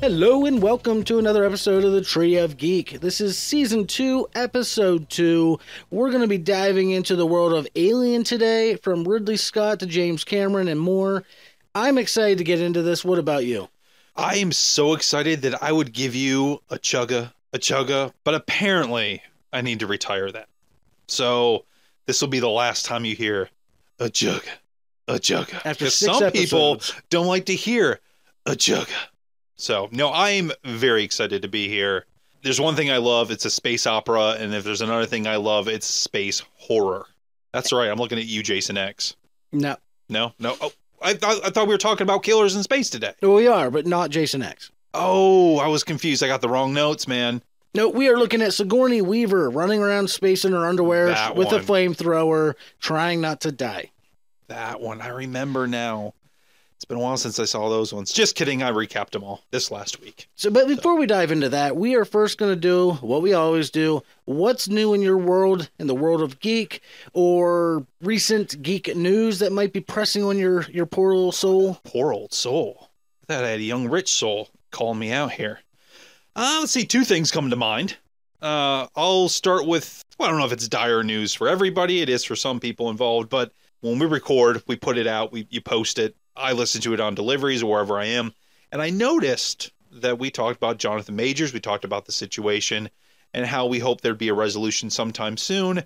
Hello and welcome to another episode of the Tree of Geek. This is season two, episode two. We're going to be diving into the world of Alien today, from Ridley Scott to James Cameron and more. I'm excited to get into this. What about you? I am so excited that I would give you a chugga, a chugga, but apparently I need to retire that. So this will be the last time you hear a jugga, a jugga. After 'Cause six some episodes. people don't like to hear a jugga. So no, I'm very excited to be here. There's one thing I love, it's a space opera, and if there's another thing I love, it's space horror. That's right. I'm looking at you, Jason X. No, No, no. Oh, I thought I thought we were talking about killers in space today. we are, but not Jason X. Oh, I was confused. I got the wrong notes, man. No, we are looking at Sigourney Weaver running around space in her underwear That with a one. flamethrower, trying not to die. That one I remember now. It's been a while since I saw those ones. Just kidding, I recapped them all this last week. So, but before we dive into that, we are first going to do what we always do what's new in your world, in the world of geek, or recent geek news that might be pressing on your, your poor little soul? Poor old soul. I thought I had a young rich soul calling me out here. Uh, let's see, two things come to mind. Uh, I'll start with well, I don't know if it's dire news for everybody. It is for some people involved, but when we record, we put it out, we you post it. I listen to it on deliveries or wherever I am, and I noticed that we talked about Jonathan Majors. We talked about the situation and how we hope there'd be a resolution sometime soon.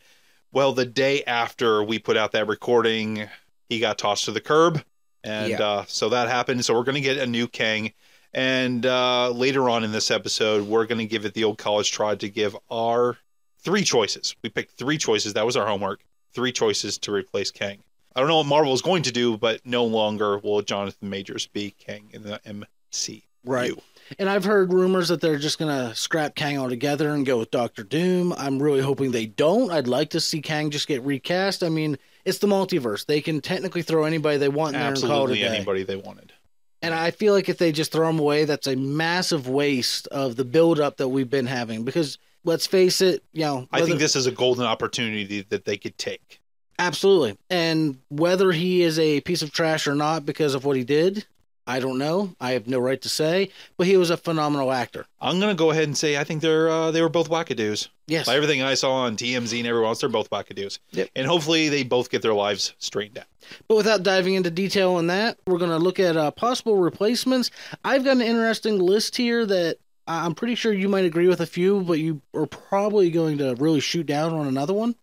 Well, the day after we put out that recording, he got tossed to the curb, and Yeah. uh, so that happened. So we're going to get a new Kang. And uh, later on in this episode, we're going to give it the old college try to give our three choices. We picked three choices. That was our homework. Three choices to replace Kang. I don't know what Marvel is going to do, but no longer will Jonathan Majors be Kang in the MCU. And I've heard rumors that they're just going to scrap Kang altogether and go with Doctor Doom. I'm really hoping they don't. I'd like to see Kang just get recast. I mean, it's the multiverse. They can technically throw anybody they want in there and call it a Absolutely day. anybody they wanted. And I feel like if they just throw him away, that's a massive waste of the buildup that we've been having. Because let's face it, you know, I think whether- this is a golden opportunity that they could take. absolutely. And whether he is a piece of trash or not because of what he did, I don't know. I have no right to say. But he was a phenomenal actor. I'm gonna go ahead and say I think they're uh, they were both wackadoos. Yes. By everything I saw on TMZ and everyone else, they're both wackadoos. Yep. And hopefully they both get their lives straightened out. But without diving into detail on that, we're going to look at uh, possible replacements. I've got an interesting list here that I- I'm pretty sure you might agree with a few, but you are probably going to really shoot down on another one.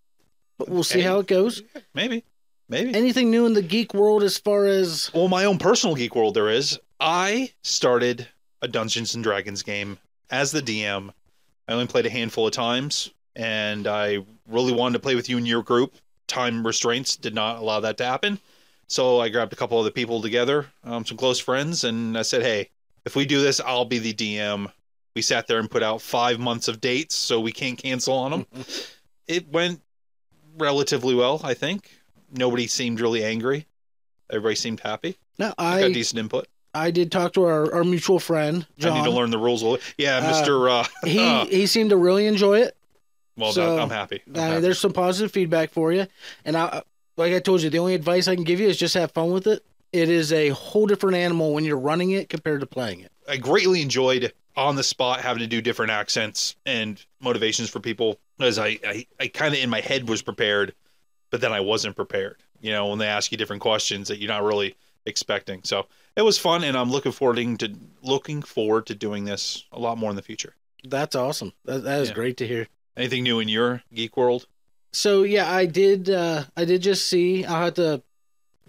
But we'll see Okay. how it goes. Maybe, maybe. anything new in the geek world as far as well, my own personal geek world there is. I started a Dungeons and Dragons game as the DM. I only played a handful of times, and I really wanted to play with you and your group. Time restraints did not allow that to happen, so I grabbed a couple other people together, um, some close friends, and I said, "Hey, if we do this, I'll be the DM." We sat there and put out five months of dates, so we can't cancel on them. it went relatively well, I think. Nobody seemed really angry. Everybody seemed happy. no Got i decent input. i did talk to our, our mutual friend I need to john learn the rules. a little- Yeah, Uh, Mister. Uh, he he seemed to really enjoy it well, so, no, I'm happy. I'm I happy. mean, there's some positive feedback for you and i like i told you the only advice i can give you is just have fun with it it is a whole different animal when you're running it compared to playing it I greatly enjoyed on the spot having to do different accents and motivations for people as I, I, I kind of in my head was prepared, but then I wasn't prepared. You know, when they ask you different questions that you're not really expecting. So it was fun, and I'm looking forward to looking forward to doing this a lot more in the future. that's awesome that, that is Yeah. great to hear Anything new in your geek world? so yeah i did uh i did just see i'll have to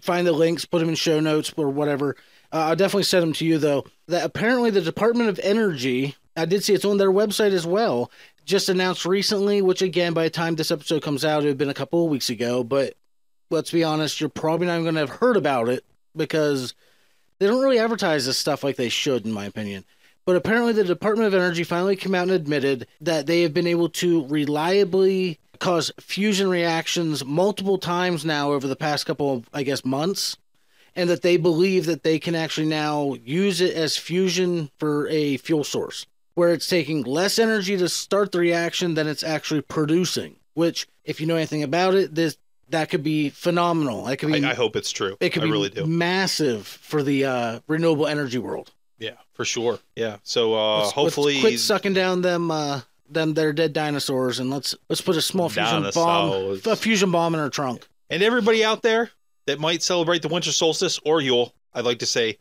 find the links put them in show notes or whatever uh, i'll definitely send them to you though that apparently the department of energy i did see it's on their website as well just announced recently which again by the time this episode comes out it had been a couple of weeks ago but let's be honest you're probably not even going to have heard about it because they don't really advertise this stuff like they should in my opinion but apparently, the Department of Energy finally came out and admitted that they have been able to reliably cause fusion reactions multiple times now over the past couple of, I guess, months. And that they believe that they can actually now use it as fusion for a fuel source, where it's taking less energy to start the reaction than it's actually producing. Which, if you know anything about it, this that could be phenomenal. That could be I, I hope it's true. it could I be really do. massive for the uh, renewable energy world. Yeah, for sure. Yeah. So uh, Let's- let's hopefully, quit sucking down them uh them their dead dinosaurs and let's let's put a small fusion bomb Dinosaurs. a fusion bomb in her trunk. and everybody out there that might celebrate the winter solstice or Yule, I'd like to say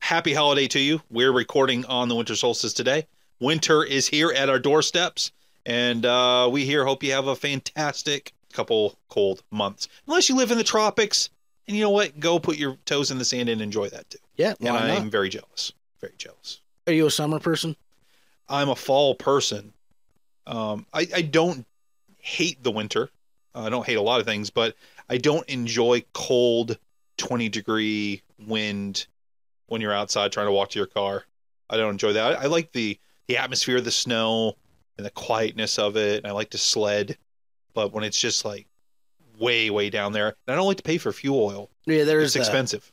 happy holiday to you. We're recording on the winter solstice today. Winter is here at our doorsteps, and uh, we here hope you have a fantastic couple cold months. Unless you live in the tropics, and you know what, go put your toes in the sand and enjoy that too. Yeah, And why I'm not? very jealous. Very jealous. Are you a summer person? I'm a fall person. Um, I, I don't hate the winter. Uh, I don't hate a lot of things, but I don't enjoy cold, 20 degree wind when you're outside trying to walk to your car. I don't enjoy that. I, I like the, the atmosphere of the snow and the quietness of it. And I like to sled, but when it's just like way, way down there, and I don't like to pay for fuel oil. Yeah, there is it's that. expensive.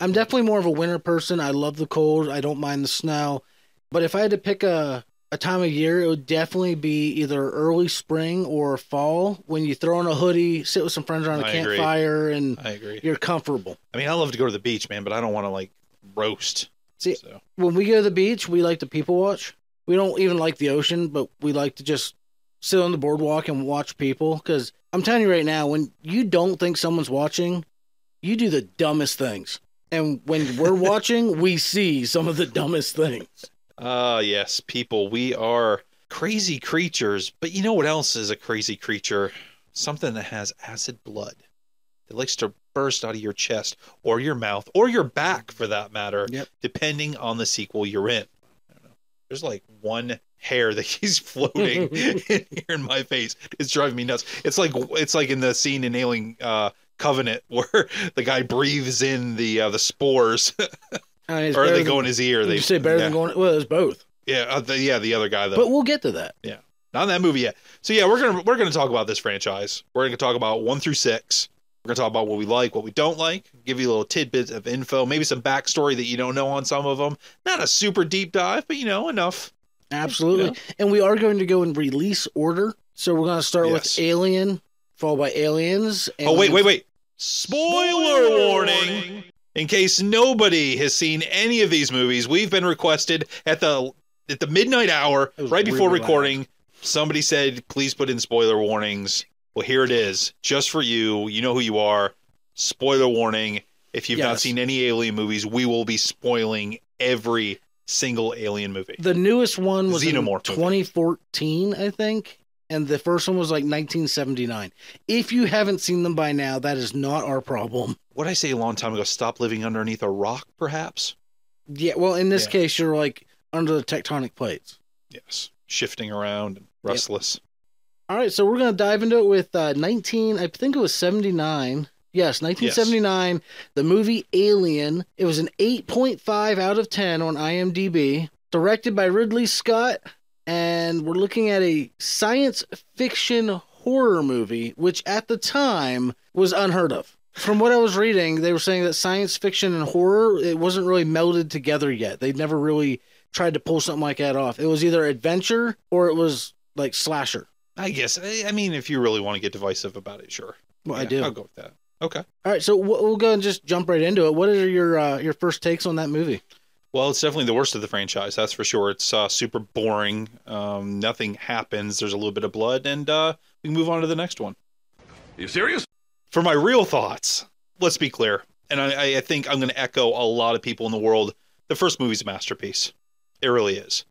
I'm definitely more of a winter person. I love the cold. I don't mind the snow. But if I had to pick a, a time of year, it would definitely be either early spring or fall when you throw on a hoodie, sit with some friends around a I agree. campfire, and I agree. you're comfortable. I mean, I love to go to the beach, man, but I don't want to like roast. See, so. When we go to the beach, we like to people watch. We don't even like the ocean, but we like to just sit on the boardwalk and watch people. Because I'm telling you right now, when you don't think someone's watching, you do the dumbest things. And when we're watching, we see some of the dumbest things. Ah, yes, people, we are crazy creatures. But you know what else is a crazy creature? Something that has acid blood that likes to burst out of your chest or your mouth or your back, for that matter, Yep. depending on the sequel you're in. I don't know. There's like one hair that keeps floating in here in my face. It's driving me nuts. It's like it's like in the scene in Alien uh, Covenant where the guy breathes in the uh, the spores, I mean, Uh, it's or better they than- go in his ear. They you say better yeah, than going. Well, it's both, yeah, uh, the, yeah, the other guy though. but we'll get to that. not in that movie yet. So yeah, we're gonna we're gonna talk about this franchise. We're gonna talk about one through six. We're gonna talk about what we like, what we don't like. Give you little tidbits of info, maybe some backstory that you don't know on some of them. Not a super deep dive, but you know enough. Absolutely, and we are going to go in release order. So we're going to start Yes. with Alien, followed by Aliens. And Oh wait, wait, wait! Spoiler, warning. In case nobody has seen any of these movies, we've been requested at the at the midnight hour, It was right before really recording. Somebody said, "Please put in spoiler warnings." Well, here it is, just for you. You know who you are. Spoiler warning: If you've not Yes. seen any Alien movies, we will be spoiling every single Alien movie. The newest one was in Xenomorph movie. 2014, I think, and the first one was like 1979. If you haven't seen them by now, that is not our problem. What I say a long time ago: Stop living underneath a rock, perhaps. Yeah, well, in this Yeah. case, you're like under the tectonic plates. Yes, shifting around, and restless. All right, so we're going to dive into it with uh, 19, I think it was 79. Yes, 1979, the movie Alien. It was an 8.5 out of 10 on IMDb, directed by Ridley Scott, and we're looking at a science fiction horror movie, which at the time was unheard of. From what I was reading, they were saying that science fiction and horror, it wasn't really melded together yet. They'd never really tried to pull something like that off. It was either adventure or it was like slasher. I guess. I, I mean, if you really want to get divisive about it, sure. Well, I Yeah, Oh, do. I'll go with that. Okay. All right, so we'll we'll go and just jump right into it. What are your uh, your first takes on that movie? Well, it's definitely the worst of the franchise. That's for sure. It's uh, super boring. Um, nothing happens. There's a little bit of blood, and uh, we can move on to the next one. you serious? For my real thoughts, let's be clear, and I, I- I think I'm going to echo a lot of people in the world. The first movie's a masterpiece. It really is.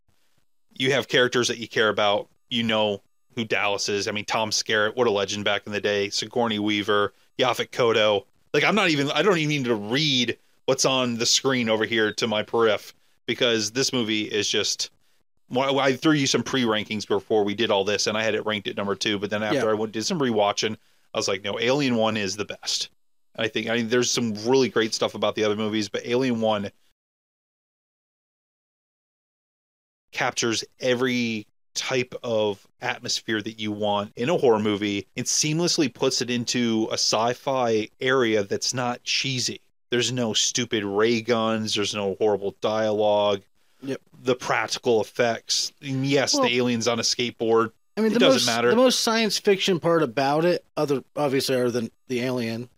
You have characters that you care about. You know who Dallas is. I mean, Tom Skerritt, what a legend back in the day. Sigourney Weaver, Yaphet Kotto. Like, I'm not even. I don't even need to read what's on the screen over here to my periph because this movie is just. Well, I threw you some pre rankings before we did all this, and I had it ranked at number two. But then after Yeah. I went did some rewatching, I was like, no, Alien One is the best. I think. I mean, there's some really great stuff about the other movies, but Alien One captures every type of atmosphere that you want in a horror movie. It seamlessly puts it into a sci-fi area that's not cheesy. There's no stupid ray guns. There's no horrible dialogue. Yep. The practical effects. And yes, Well- the aliens on a skateboard. I mean, It the doesn't most, matter. The most science fiction part about it, other obviously other than the alien,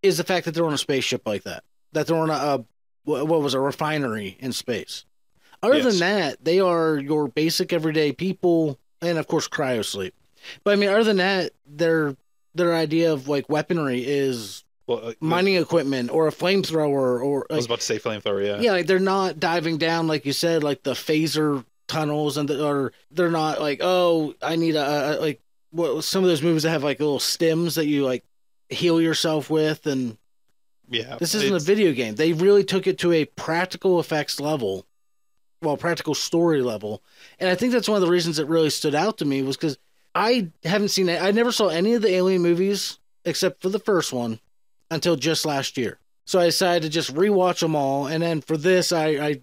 is the fact that they're on a spaceship like that. That they're on a, a wha- what was a refinery in space. Other Yes. than that, they are your basic everyday people, and of course, cryosleep. But I mean, other than that, their their idea of like weaponry is Well, uh, mining equipment or a flamethrower or I was like, about to say flamethrower. Yeah. yeah, like they're not diving down like you said, like the phaser tunnels, and the, or they're not like oh, I need a, a like what some of those movies that have like little stems that you like heal yourself with, and Yeah. this isn't It's- a video game. They really took it to a practical effects level, well, practical story level. And I think that's one of the reasons it really stood out to me was because I haven't seen it. I never saw any of the Alien movies except for the first one until just last year. So I decided to just rewatch them all. And then for this, I, I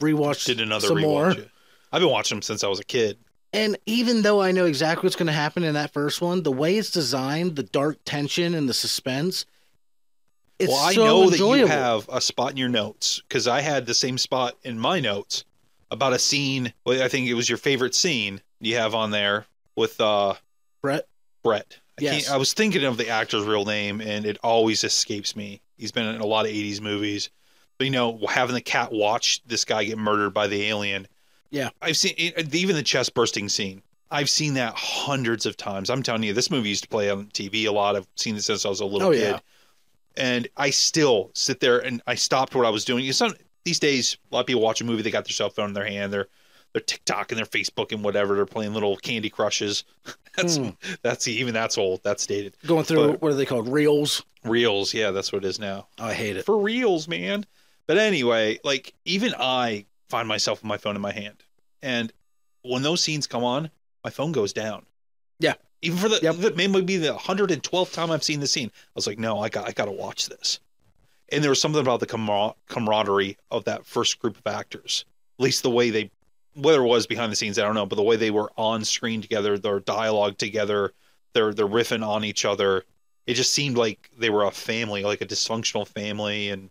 rewatched Did another some rewatch. more. it. I've been watching them since I was a kid. And even though I know exactly what's going to happen in that first one, the way it's designed, the dark tension and the suspense, it's well, I so know enjoyable. that you have a spot in your notes because I had the same spot in my notes about a scene. Well, I think it was your favorite scene you have on there with uh, Brett? Brett. I, Yes. can't, I was thinking of the actor's real name, and it always escapes me. He's been in a lot of '80s movies, but you know, having the cat watch this guy get murdered by the alien. Yeah. I've seen it, even the chest bursting scene. I've seen that hundreds of times. I'm telling you, this movie used to play on TV a lot. I've seen it since I was a little Oh, kid yeah. and I still sit there and I stopped what I was doing. It's not, these days, a lot of people watch a movie, they got their cell phone in their hand, they're they're TikTok and their Facebook and whatever. They're playing little Candy Crushes. That's Hmm. that's even that's old. That's dated. going through But- what are they called reels Reels, yeah, that's what it is now. oh, i hate it For reels, man. But anyway, like even I find myself with my phone in my hand, and when those scenes come on, my phone goes down. Yeah. Even for the, Yep. the it may be the 112th time I've seen the scene. I was like, no, I got I got to watch this. And there was something about the camar- camaraderie of that first group of actors, at least the way they, whether it was behind the scenes, I don't know, but the way they were on screen together, their dialogue together, their their riffing on each other, it just seemed like they were a family, like a dysfunctional family, and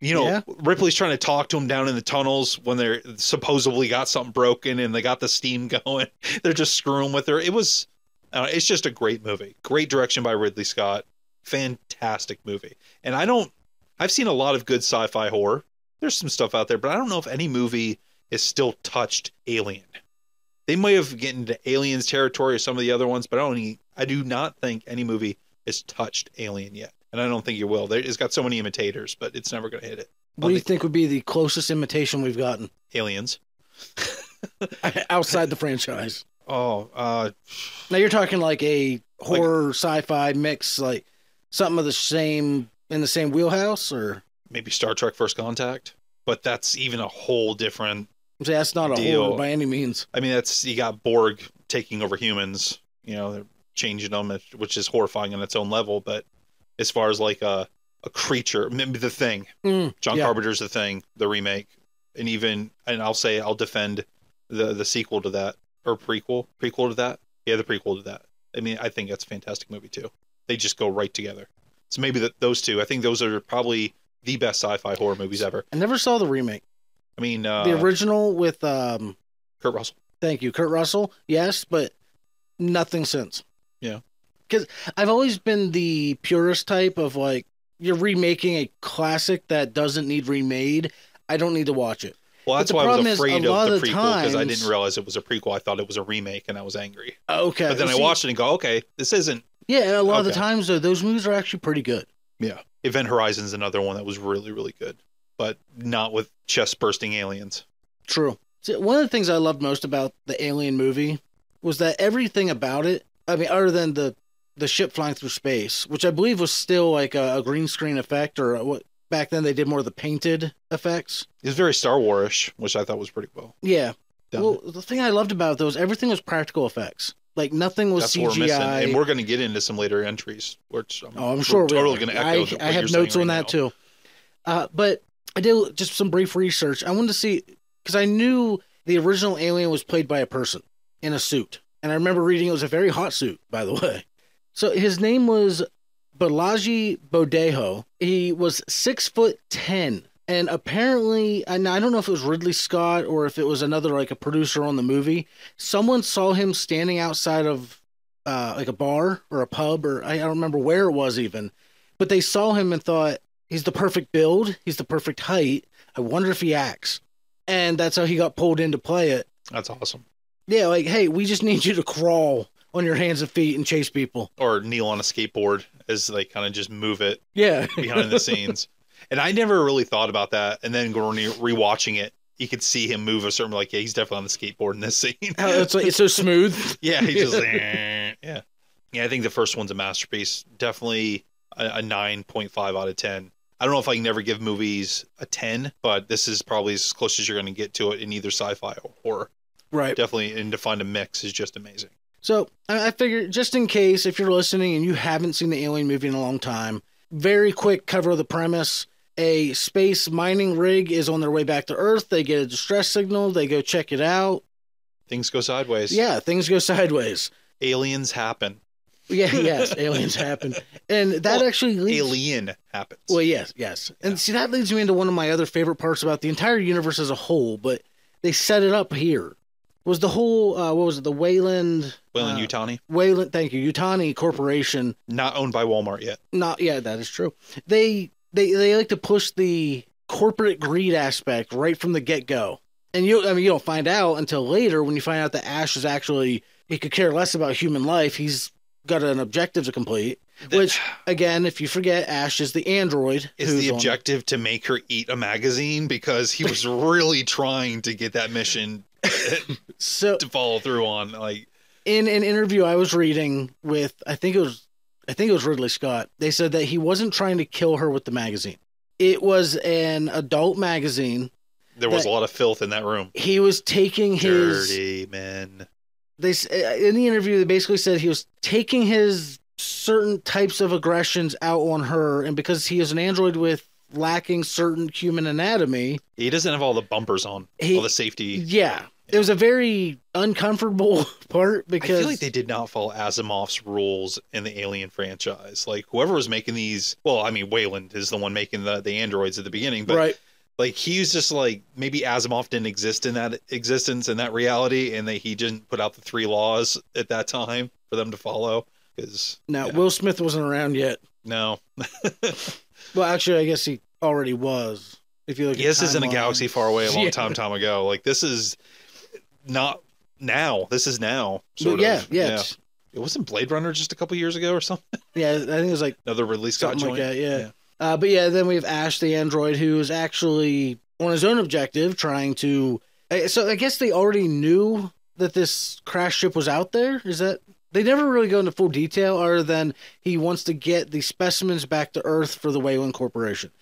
you know, Yeah. Ripley's trying to talk to him down in the tunnels when they're supposedly got something broken and they got the steam going. They're just screwing with her. It was, uh, it's just a great movie. Great direction by Ridley Scott. Fantastic movie. And I don't, I've seen a lot of good sci fi horror. There's some stuff out there, but I don't know if any movie has still touched Alien. They may have gotten into Aliens territory or some of the other ones, but I don't, e- I do not think any movie has touched Alien yet. And I don't think you will. There, it's got so many imitators, but it's never going to hit it. what do you think would be the closest imitation we've gotten Aliens. outside the franchise Oh, uh, now you're talking like a horror sci-fi mix like something of the same in the same wheelhouse or maybe Star Trek First Contact, but that's even a whole different. See, that's not a Deal. horror by any means I mean, that's you got Borg taking over humans. You know, they're changing them, which is horrifying on its own level. But as far as like a a creature, maybe the thing. Mm, John yeah. Carpenter's the thing, the remake, and even and I'll say I'll defend the the sequel to that or prequel prequel to that. Yeah, the prequel to that. I mean, I think that's a fantastic movie too. They just go right together. So maybe that those two. I think those are probably the best sci-fi horror movies ever. i never saw the remake I mean, uh, the original with um Kurt Russell. thank you kurt russell yes but nothing since Yeah. because i've always been the purist type of like you're remaking a classic that doesn't need remade i don't need to watch it Well, But that's the why I problem was is, afraid a lot of of the the prequel because I times- didn't realize it was a prequel. I thought it was a remake, and I was angry. Okay. But then well, I see- watched it and go, okay, this isn't. Yeah, and a lot of the Okay. times though, those movies are actually pretty good. Event Horizon's another one that was really, really good, but not with chest bursting aliens. True. See, one of the things I loved most about the Alien movie was that everything about it. I mean, other than the the ship flying through space, which I believe was still like a, a green screen effect, or what back then they did more of the painted effects. It's very Star Warish, which I thought was pretty well Yeah. done. Well, the thing I loved about it though is everything was practical effects. Like nothing was That's what we're missing, CGI. and we're going to get into some later entries, which I'm, Oh, I'm we're sure we totally are. going to I, echo. what I you're have saying notes on right that now. too. Uh, but I did just some brief research. I wanted to see because I knew the original alien was played by a person in a suit, and I remember reading it was a very hot suit, by the way. So his name was Balaji Bodejo. He was six foot ten. And apparently, and I don't know if it was Ridley Scott or if it was another like a producer on the movie. Someone saw him standing outside of uh, like a bar or a pub or I I don't remember where it was even, but they saw him and thought he's the perfect build, he's the perfect height. I wonder if he acts. and that's how he got pulled in to play it. That's awesome. Yeah, like hey, we just need you to crawl on your hands and feet and chase people. Or kneel on a skateboard as they kind of just move it Yeah, behind the scenes. And I never really thought about that. And then going re- rewatching it, you could see him move a certain like, yeah, he's definitely on the skateboard in this scene. How- it's like it's so smooth. yeah, he just eh, yeah, yeah. I think the first one's a masterpiece. Definitely a, a nine point five out of ten. I don't know if I can ever give movies a ten, but this is probably as close as you're going to get to it in either sci-fi or horror. Right. Definitely, and to find a mix is just amazing. So I I figure, just in case, if you're listening and you haven't seen the Alien movie in a long time, very quick cover of the premise. A space mining rig is on their way back to Earth. They get a distress signal. They go check it out. Things go sideways. Yeah, things go sideways. aliens happen. Yeah, yes, aliens happen. And that Well, actually leads. Alien happens. Well, yes, yes. And see, that leads me into one of my other favorite parts about the entire universe as a whole, but they set it up here. Was the whole, uh, what was it, the Wayland, Wayland uh, Utani, Wayland, thank you, Utani Corporation not owned by Walmart yet. not yeah that is true they they they like to push the corporate greed aspect right from the get-go and you i mean you don't find out until later when you find out that ash is actually he could care less about human life he's got an objective to complete The- which again if you forget ash is the android is who's the on- objective to make her eat a magazine because he was really trying to get that mission so to follow through on. Like, in an interview I was reading with I think it was I think it was Ridley Scott, they said that he wasn't trying to kill her with the magazine. It was an adult magazine. there was That- a lot of filth in that room. He was taking his Dirty men. they s- uh, in the interview they basically said he was taking his certain types of aggressions out on her and because he is an android with lacking certain human anatomy, He doesn't have all the bumpers on, He- all the safety. yeah. It was a very uncomfortable part I because feel like they did not follow Asimov's rules in the Alien franchise. Like whoever was making these, well, I mean, Wayland is the one making the, the androids at the beginning, but right like he was just like maybe Asimov didn't exist in that existence in that reality, and that he didn't put out the three laws at that time for them to follow. Because now yeah. Will Smith wasn't around yet. no, Well, actually, I guess he already was. If you look, yes, at this isn't a timeline. galaxy far away, a long Yeah. time time ago. Like this is not now. This is now. But Sort yeah, of. yeah, it's- It wasn't Blade Runner just a couple years ago or something. yeah. I think it was like Another Ridley Scott something like joint. that. Yeah. Yeah. Uh, but yeah, then we have Ash the android, who is actually on his own objective, trying to. I- So I guess they already knew that this crash ship was out there. Is that they never really go into full detail, other than he wants to get the specimens back to Earth for the Wayland Corporation.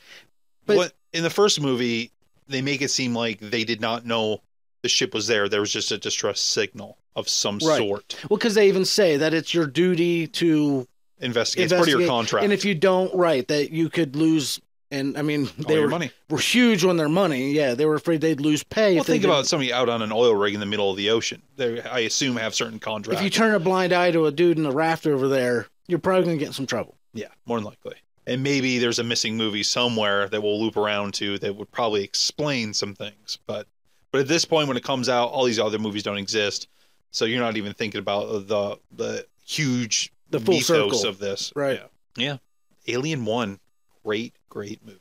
But- what in the first movie they make it seem like they did not know the ship was there. There was just a distress signal of some Right. sort. Well, because they even say that it's your duty to Investigate. It's part of your Investigate. contract. And if you don't, right, that you could lose. And I mean, all they your were, money. were huge on their money. Yeah, they were afraid they'd lose pay. Well, if they think didn't- about somebody out on an oil rig in the middle of the ocean. They, I assume, have certain contracts. if you turn a blind eye to a dude in a raft over there, you're probably gonna get in some trouble. yeah, more than likely. And maybe there's a missing movie somewhere that we'll loop around to that would probably explain some things. But but at this point, when it comes out, all these other movies don't exist, so you're not even thinking about the the huge The full mythos circle. of this. Right. Yeah. yeah. Alien One, great, great movie.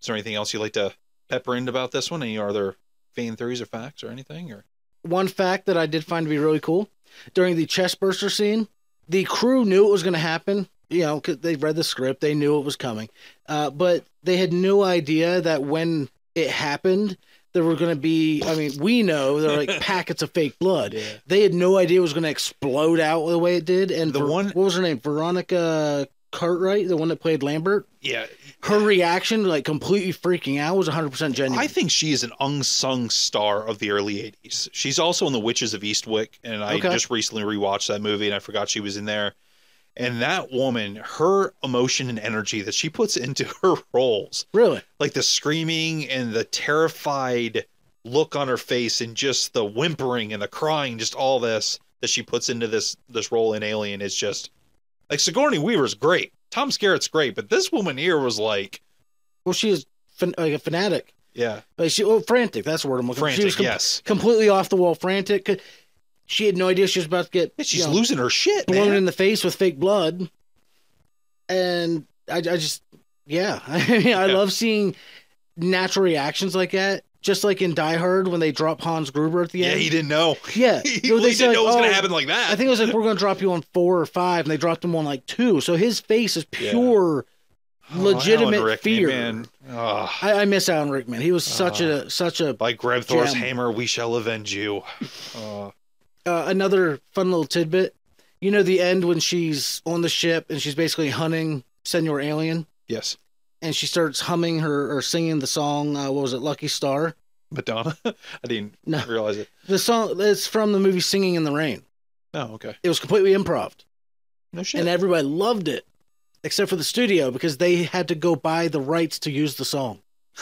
Is there anything else you'd like to pepper in about this one? Any other fan theories or facts or anything? Or One fact that I did find to be really cool during the chest burster scene, the crew knew it was gonna happen. You know, 'cause they read the script, they knew it was coming, uh, but they had no idea that when it happened, there were gonna be. I mean, we know there were like packets of fake blood. yeah. they had no idea it was going to explode out the way it did. And The the one- one, what was her name, Veronica Cartwright, the one that played Lambert, Yeah, her reaction, like completely freaking out, was 100 percent genuine. I think she is an unsung star of the early 80s. She's also in The Witches of Eastwick, and I Okay. just recently rewatched that movie and I forgot she was in there. And that woman, her emotion and energy that she puts into her roles, really, like the screaming and the terrified look on her face and just the whimpering and the crying, just all this that she puts into this this role in Alien is just like Sigourney Weaver's great. Tom Skerritt's great, but this woman here was like, well, she is fan- like a fanatic. yeah, Like she, oh, frantic. That's the word I'm looking. for. She was frantic, com- yes. completely off the wall, frantic. 'cause She had no idea she was about to get. Yeah, she's you know, losing her shit, blown man. in the face with fake blood. And I, I just, yeah, I mean, I Yeah. love seeing natural reactions like that Just like in Die Hard when they drop Hans Gruber at the Yeah, end. he didn't know. Yeah, He you know, really they say, didn't know it was going "Oh, to happen like that. I think it was like we're going to drop you on four or five, and they dropped him on like two. So his face is Yeah. pure. Oh, Alan legitimate Rickman, fear. Man. Ugh. I, I miss Alan Rickman. He was such Uh-huh. a such a By Greb Thor's Gem. hammer, we shall avenge you. Uh, uh, another fun little tidbit. You know the end when she's on the ship and she's basically hunting Senor Alien, yes, and she starts humming her or singing the song. Uh, what was it, Lucky Star? Madonna. I didn't No. realize it. The song it's from the movie Singing in the Rain. Oh, okay. It was completely improv, No shit. and everybody loved it, except for the studio because they had to go buy the rights to use the song.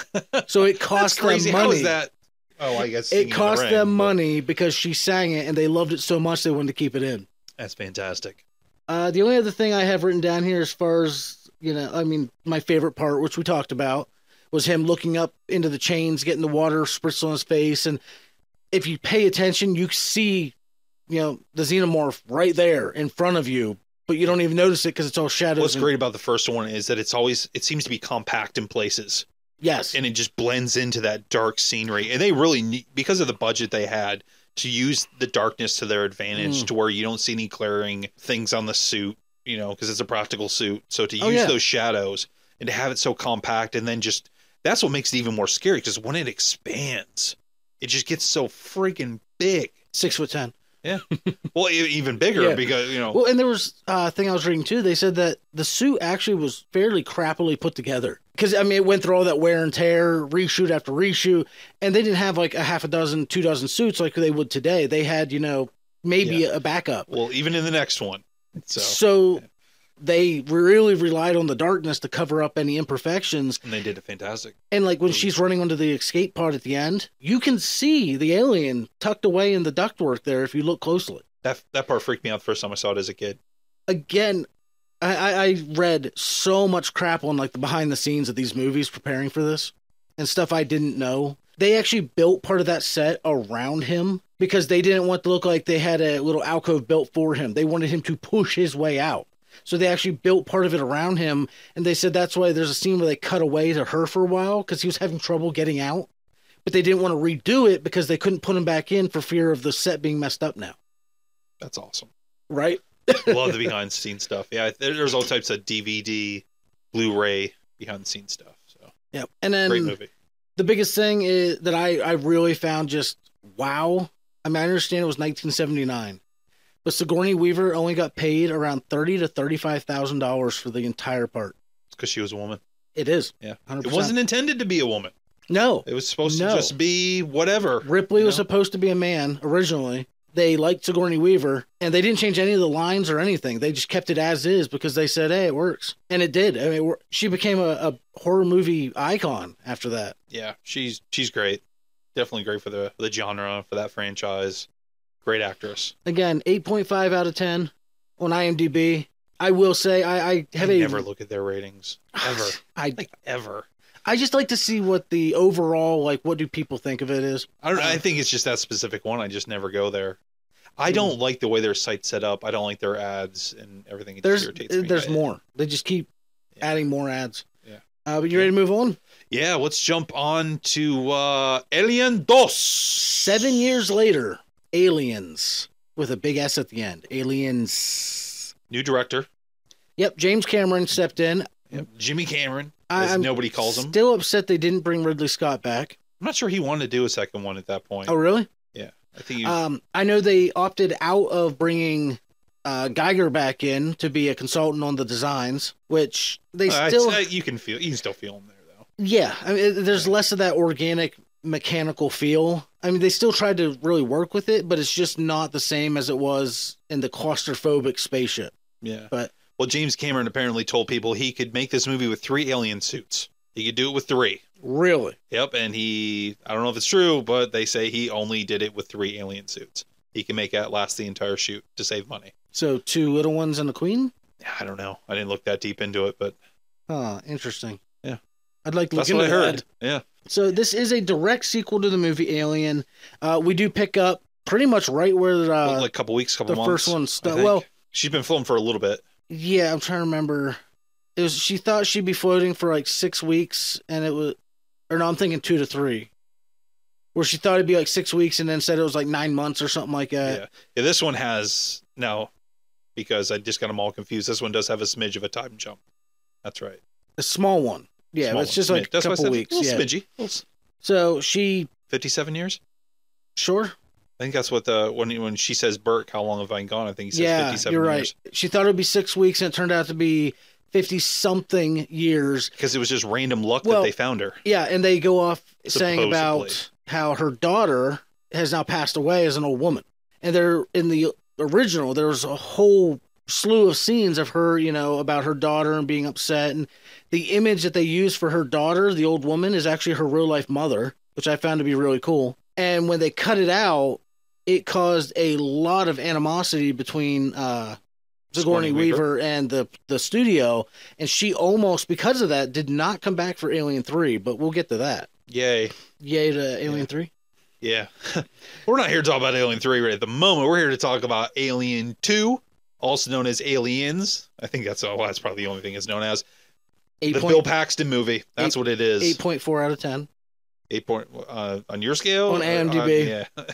So it That's cost them crazy. money. How is that? Oh, I guess singing It in the cost rain, them but money because she sang it and they loved it so much they wanted to keep it in. That's fantastic. Uh, the only other thing I have written down here, as far as you know, I mean, my favorite part, which we talked about, was him looking up into the chains, getting the water spritz on his face, and if you pay attention, you see, you know, the xenomorph right there in front of you, but you don't even notice it because it's all shadows. What's and- great about the first one is that it's always it seems to be compact in places, Yes, and it just blends into that dark scenery. And they really need because of the budget they had to use the darkness to their advantage, Mm. to where you don't see any glaring things on the suit, you know, because it's a practical suit. So to use Oh, yeah. those shadows and to have it so compact, and then just that's what makes it even more scary because when it expands, it just gets so freaking big. six foot ten. Well, e- even bigger Yeah. because you know Well, and there was uh, a thing I was reading too. They said that the suit actually was fairly crappily put together because I mean it went through all that wear and tear, reshoot after reshoot, and they didn't have like a half a dozen, two dozen suits like they would today. They had you know maybe a backup. Well, even in the next one. So, So, they really relied on the darkness to cover up any imperfections. and they did it fantastic. And like when she's running onto the escape pod at the end, you can see the alien tucked away in the ductwork there if you look closely. That that part freaked me out the first time I saw it as a kid. again, I, I, I read so much crap on like the behind the scenes of these movies preparing for this and stuff I didn't know. They actually built part of that set around him because they didn't want to look like they had a little alcove built for him. They wanted him to push his way out. So they actually built part of it around him. And they said that's why there's a scene where they cut away to her for a while because he was having trouble getting out. But they didn't want to redo it because they couldn't put him back in for fear of the set being messed up now. That's awesome. Right? Love the behind the scenes stuff. Yeah, there, there's all types of DVD, Blu-ray behind the scenes stuff. So Yeah. And then great movie. the biggest thing is that I, I really found just wow. I mean, I understand it was 1979, but Sigourney Weaver only got paid around thirty to thirty-five thousand dollars for the entire part. Because she was a woman. It is. Yeah. 100%. It wasn't intended to be a woman. No, It was supposed No. to just be whatever. Ripley you was know? supposed to be a man originally. They liked Sigourney Weaver, and they didn't change any of the lines or anything. They just kept it as is because they said, "Hey, it works," and it did. I mean, it wor- she became a, a horror movie icon after that. Yeah, she's she's great. Definitely great for the the genre for that franchise. Great actress. Again, eight point five out of ten on IMDb. I will say I, I have I a never look at their ratings ever, I like ever. I just like to see what the overall like what do people think of it is. I don't. I Um, think it's just that specific one. I just never go there. Hmm. I don't like the way their site's set up. I don't like their ads and everything. It There's just irritates me. there's I- more. They just keep Yeah. adding more ads. Yeah. Uh, but you ready to move on? Yeah, let's jump on to uh, Alien Dos. Seven years later, Aliens with a big S at the end. Aliens. New director Yep, James Cameron stepped in. Jimmy Cameron, I- as I'm nobody calls him. Still upset they didn't bring Ridley Scott back. I'm not sure he wanted to do a second one at that point. Oh, really? I think he, Um, I know they opted out of bringing uh, Geiger back in to be a consultant on the designs, which they I- still I- you can feel you can still feel him there though. Yeah, I mean, there's less of that organic mechanical feel. I mean, they still tried to really work with it, but it's just not the same as it was in the claustrophobic spaceship. Yeah, But- well, James Cameron apparently told people he could make this movie with three alien suits. He could do it with three. Really? Yep, and he I don't know if it's true, but they say he only did it with three alien suits. He can make that last the entire shoot to save money. So two little ones and a queen? I don't know. I didn't look that deep into it, but Huh, interesting. Yeah. I'd like to look that's what I into heard. that. Yeah. So this is a direct sequel to the movie Alien. Uh, we do pick up pretty much right where Well, uh, like a couple weeks, couple the months. first one I stuck. think. Well, she's been filming for a little bit. yeah, I'm trying to remember. It was she thought she'd be floating for like six weeks, and it was, or no, I'm thinking two to three. where she thought it'd be like six weeks and then said it was like nine months or something like that. Yeah. Yeah, this one has now because I just got them all confused. This one does have a smidge of a time jump. That's right. A small one. Yeah, Small it's one. just like Smidge. That's a why I couple said weeks. A Yeah. little smidgy. Little s- So she Fifty-seven years. sure. I think that's what the when when she says Burke, how long have I gone? I think he says Yeah, fifty-seven you're right. years She thought it'd be six weeks and it turned out to be fifty something years. because it was just random luck Well- that they found her. Yeah, and they go off saying Supposedly. about how her daughter has now passed away as an old woman. And there in the original there was a whole slew of scenes of her, you know, about her daughter and being upset and the image that they use for her daughter, the old woman, is actually her real life mother, which I found to be really cool. And when they cut it out, it caused a lot of animosity between uh Sigourney, Sigourney Weaver. Weaver. and the the studio, and she almost because of that did not come back for Alien Three, but we'll get to that. Yay. Yay to Alien Yeah. Three. Yeah. We're not here to talk about Alien 3 right at the moment. We're here to talk about Alien 2, also known as Aliens. I think that's all. that's probably the only thing it's known as. Eight the point- Bill Paxton movie. That's what it is. eight point four out of ten. Eight point uh, on your scale On Uh, IMDb. yeah.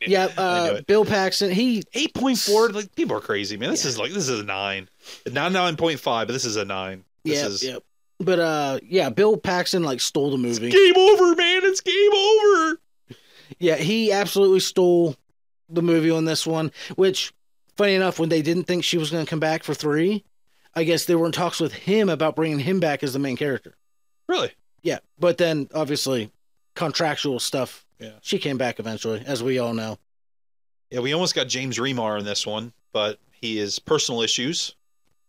Yeah, I knew uh, it. Bill Paxton. He 8.4 like people are crazy, man. This Yeah. is like this is a 9. Not 9.5, but this is a 9. This yeah is yeah. But uh, yeah, Bill Paxton like stole the movie. game over, man. It's game over. Yeah, he absolutely stole the movie on this one. Which, funny enough, when they didn't think she was going to come back for three, I guess they were in talks with him about bringing him back as the main character. Really? Yeah, but then obviously contractual stuff. Yeah. She came back eventually, as we all know. Yeah, we almost got James Remar in this one, but he his personal issues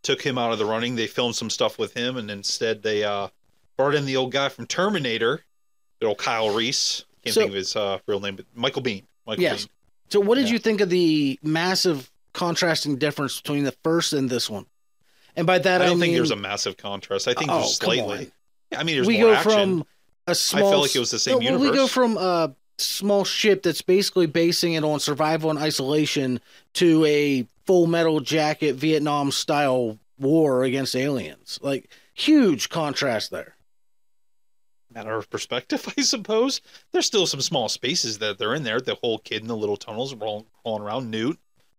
took him out of the running. They filmed some stuff with him, and instead they uh, brought in the old guy from Terminator, the old Kyle Reese. Can't So- think of his uh, real name, but Michael Bean. Michael Yes. Bean. So, what did Yeah. you think of the massive contrasting difference between the first and this one? And by I that, I, don't think mean- there's a massive contrast. I think Oh, just come slightly. on. Yeah, I mean, there's we more go action. from a small. I felt like it was the same well, universe. We go from a small ship that's basically basing it on survival and isolation to a full metal jacket Vietnam style war against aliens. Like huge contrast there. matter of perspective, I suppose. There's still some small spaces that they're in there. The whole kid in the little tunnels rolling, crawling around Newt.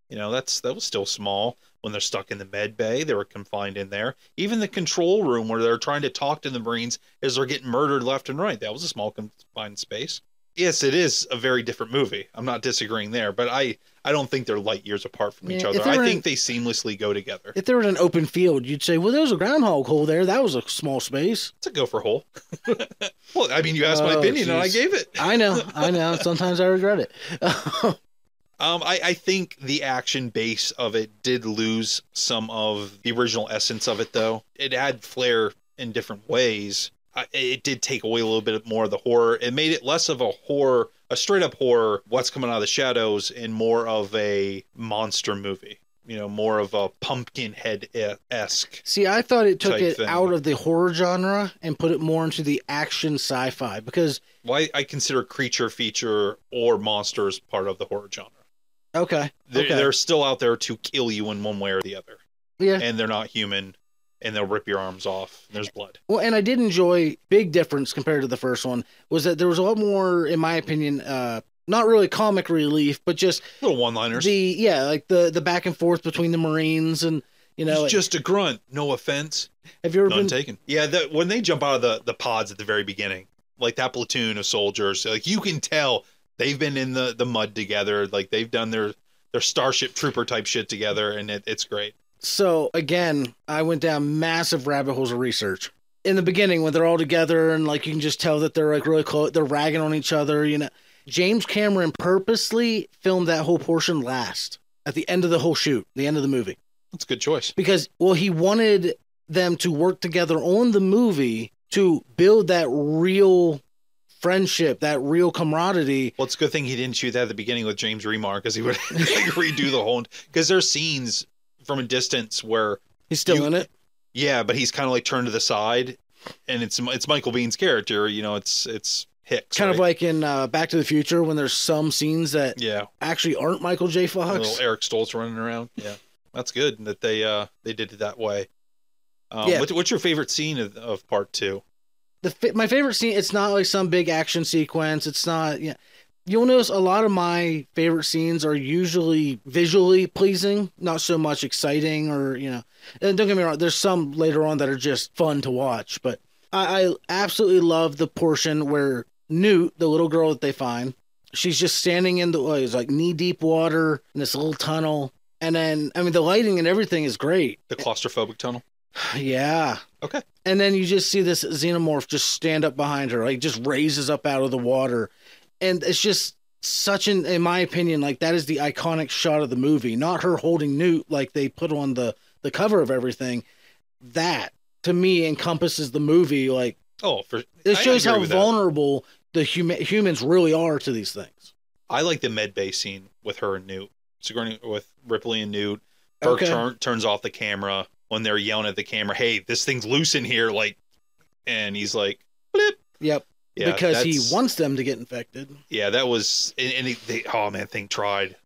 You know, that's that was still small when they're stuck in the med bay. They were confined in there. Even the control room where they're trying to talk to the Marines as they're getting murdered left and right. That was a small confined space. Yes, it is a very different movie. I'm not disagreeing there, but I I don't think they're light years apart from each Yeah, if other. they I were think in- they seamlessly go together. If there was an open field, you'd say, "Well, there was a groundhog hole there. That was a small space." It's a go for hole. well, I mean, you asked my Oh, opinion and I jeez. gave it. I know, I know. Sometimes I regret it. Um, I, I think the action base of it did lose some of the original essence of it, though. It had flair in different ways. I, it did take away a little bit more of the horror. It made it less of a horror, a straight up horror, what's coming out of the shadows, and more of a monster movie. You know, more of a Pumpkinhead esque. See, I thought it took Type it thing. out of the horror genre and put it more into the action sci-fi because Why I consider creature feature or monsters part of the horror genre. okay, They're, okay, they're still out there to kill you in one way or the other. yeah, and they're not human and they'll rip your arms off and there's blood Well, and I did enjoy big difference compared to the first one was that there was a lot more, in my opinion, uh, not really comic relief, but just little one liners the yeah, like the the back and forth between the Marines and you know, it's just a grunt no offense have you ever none been? taken yeah the, when they jump out of the, the pods at the very beginning like that platoon of soldiers like you can tell they've been in the, the mud together like they've done their their starship trooper type shit together and it, it's great so again, I went down massive rabbit holes of research. In the beginning, when they're all together and like you can just tell that they're like really close, they're ragging on each other. You know, James Cameron purposely filmed that whole portion last at the end of the whole shoot, the end of the movie. that's a good choice because well he wanted them to work together on the movie to build that real friendship that real camaraderie well it's a good thing he didn't shoot that at the beginning with james remar because he would like, redo the whole because there's scenes from a distance where he's still You- in it Yeah, but he's kind of like turned to the side, and it's it's Michael Bean's character. You know, it's it's Hicks. kind of right? like in uh, back to the future when there's some scenes that yeah, actually aren't michael j fox little Eric Stoltz running around. Yeah, that's good that they uh they did it that way. Um, Yeah. what, what's your favorite scene of, of part two? the fa- my favorite scene. It's not like some big action sequence. It's not. Yeah, you'll notice a lot of my favorite scenes are usually visually pleasing, not so much exciting or you know. And don't get me wrong, there's some later on that are just fun to watch, but I, I absolutely love the portion where Newt, the little girl that they find, she's just standing in the well, it's like knee deep water in this little tunnel, and then I mean the lighting and everything is great. The claustrophobic tunnel. Yeah. Okay. And then you just see this xenomorph just stand up behind her, like just raises up out of the water. And it's just such an, in my opinion, like that is the iconic shot of the movie, not her holding Newt like they put on the, the cover of everything. That to me encompasses the movie. Like Oh, for it I shows agree how with that. vulnerable the huma- humans really are to these things. I like the med bay scene with her and Newt. Sigourney with Ripley and Newt. Burke Okay. turn, turns off the camera when they're yelling at the camera, "Hey, this thing's loose in here!" Like, and he's like, "Blip." Yep. Yeah, because he that's- wants them to get infected. Yeah, that was and, and he, they, oh man, thing tried.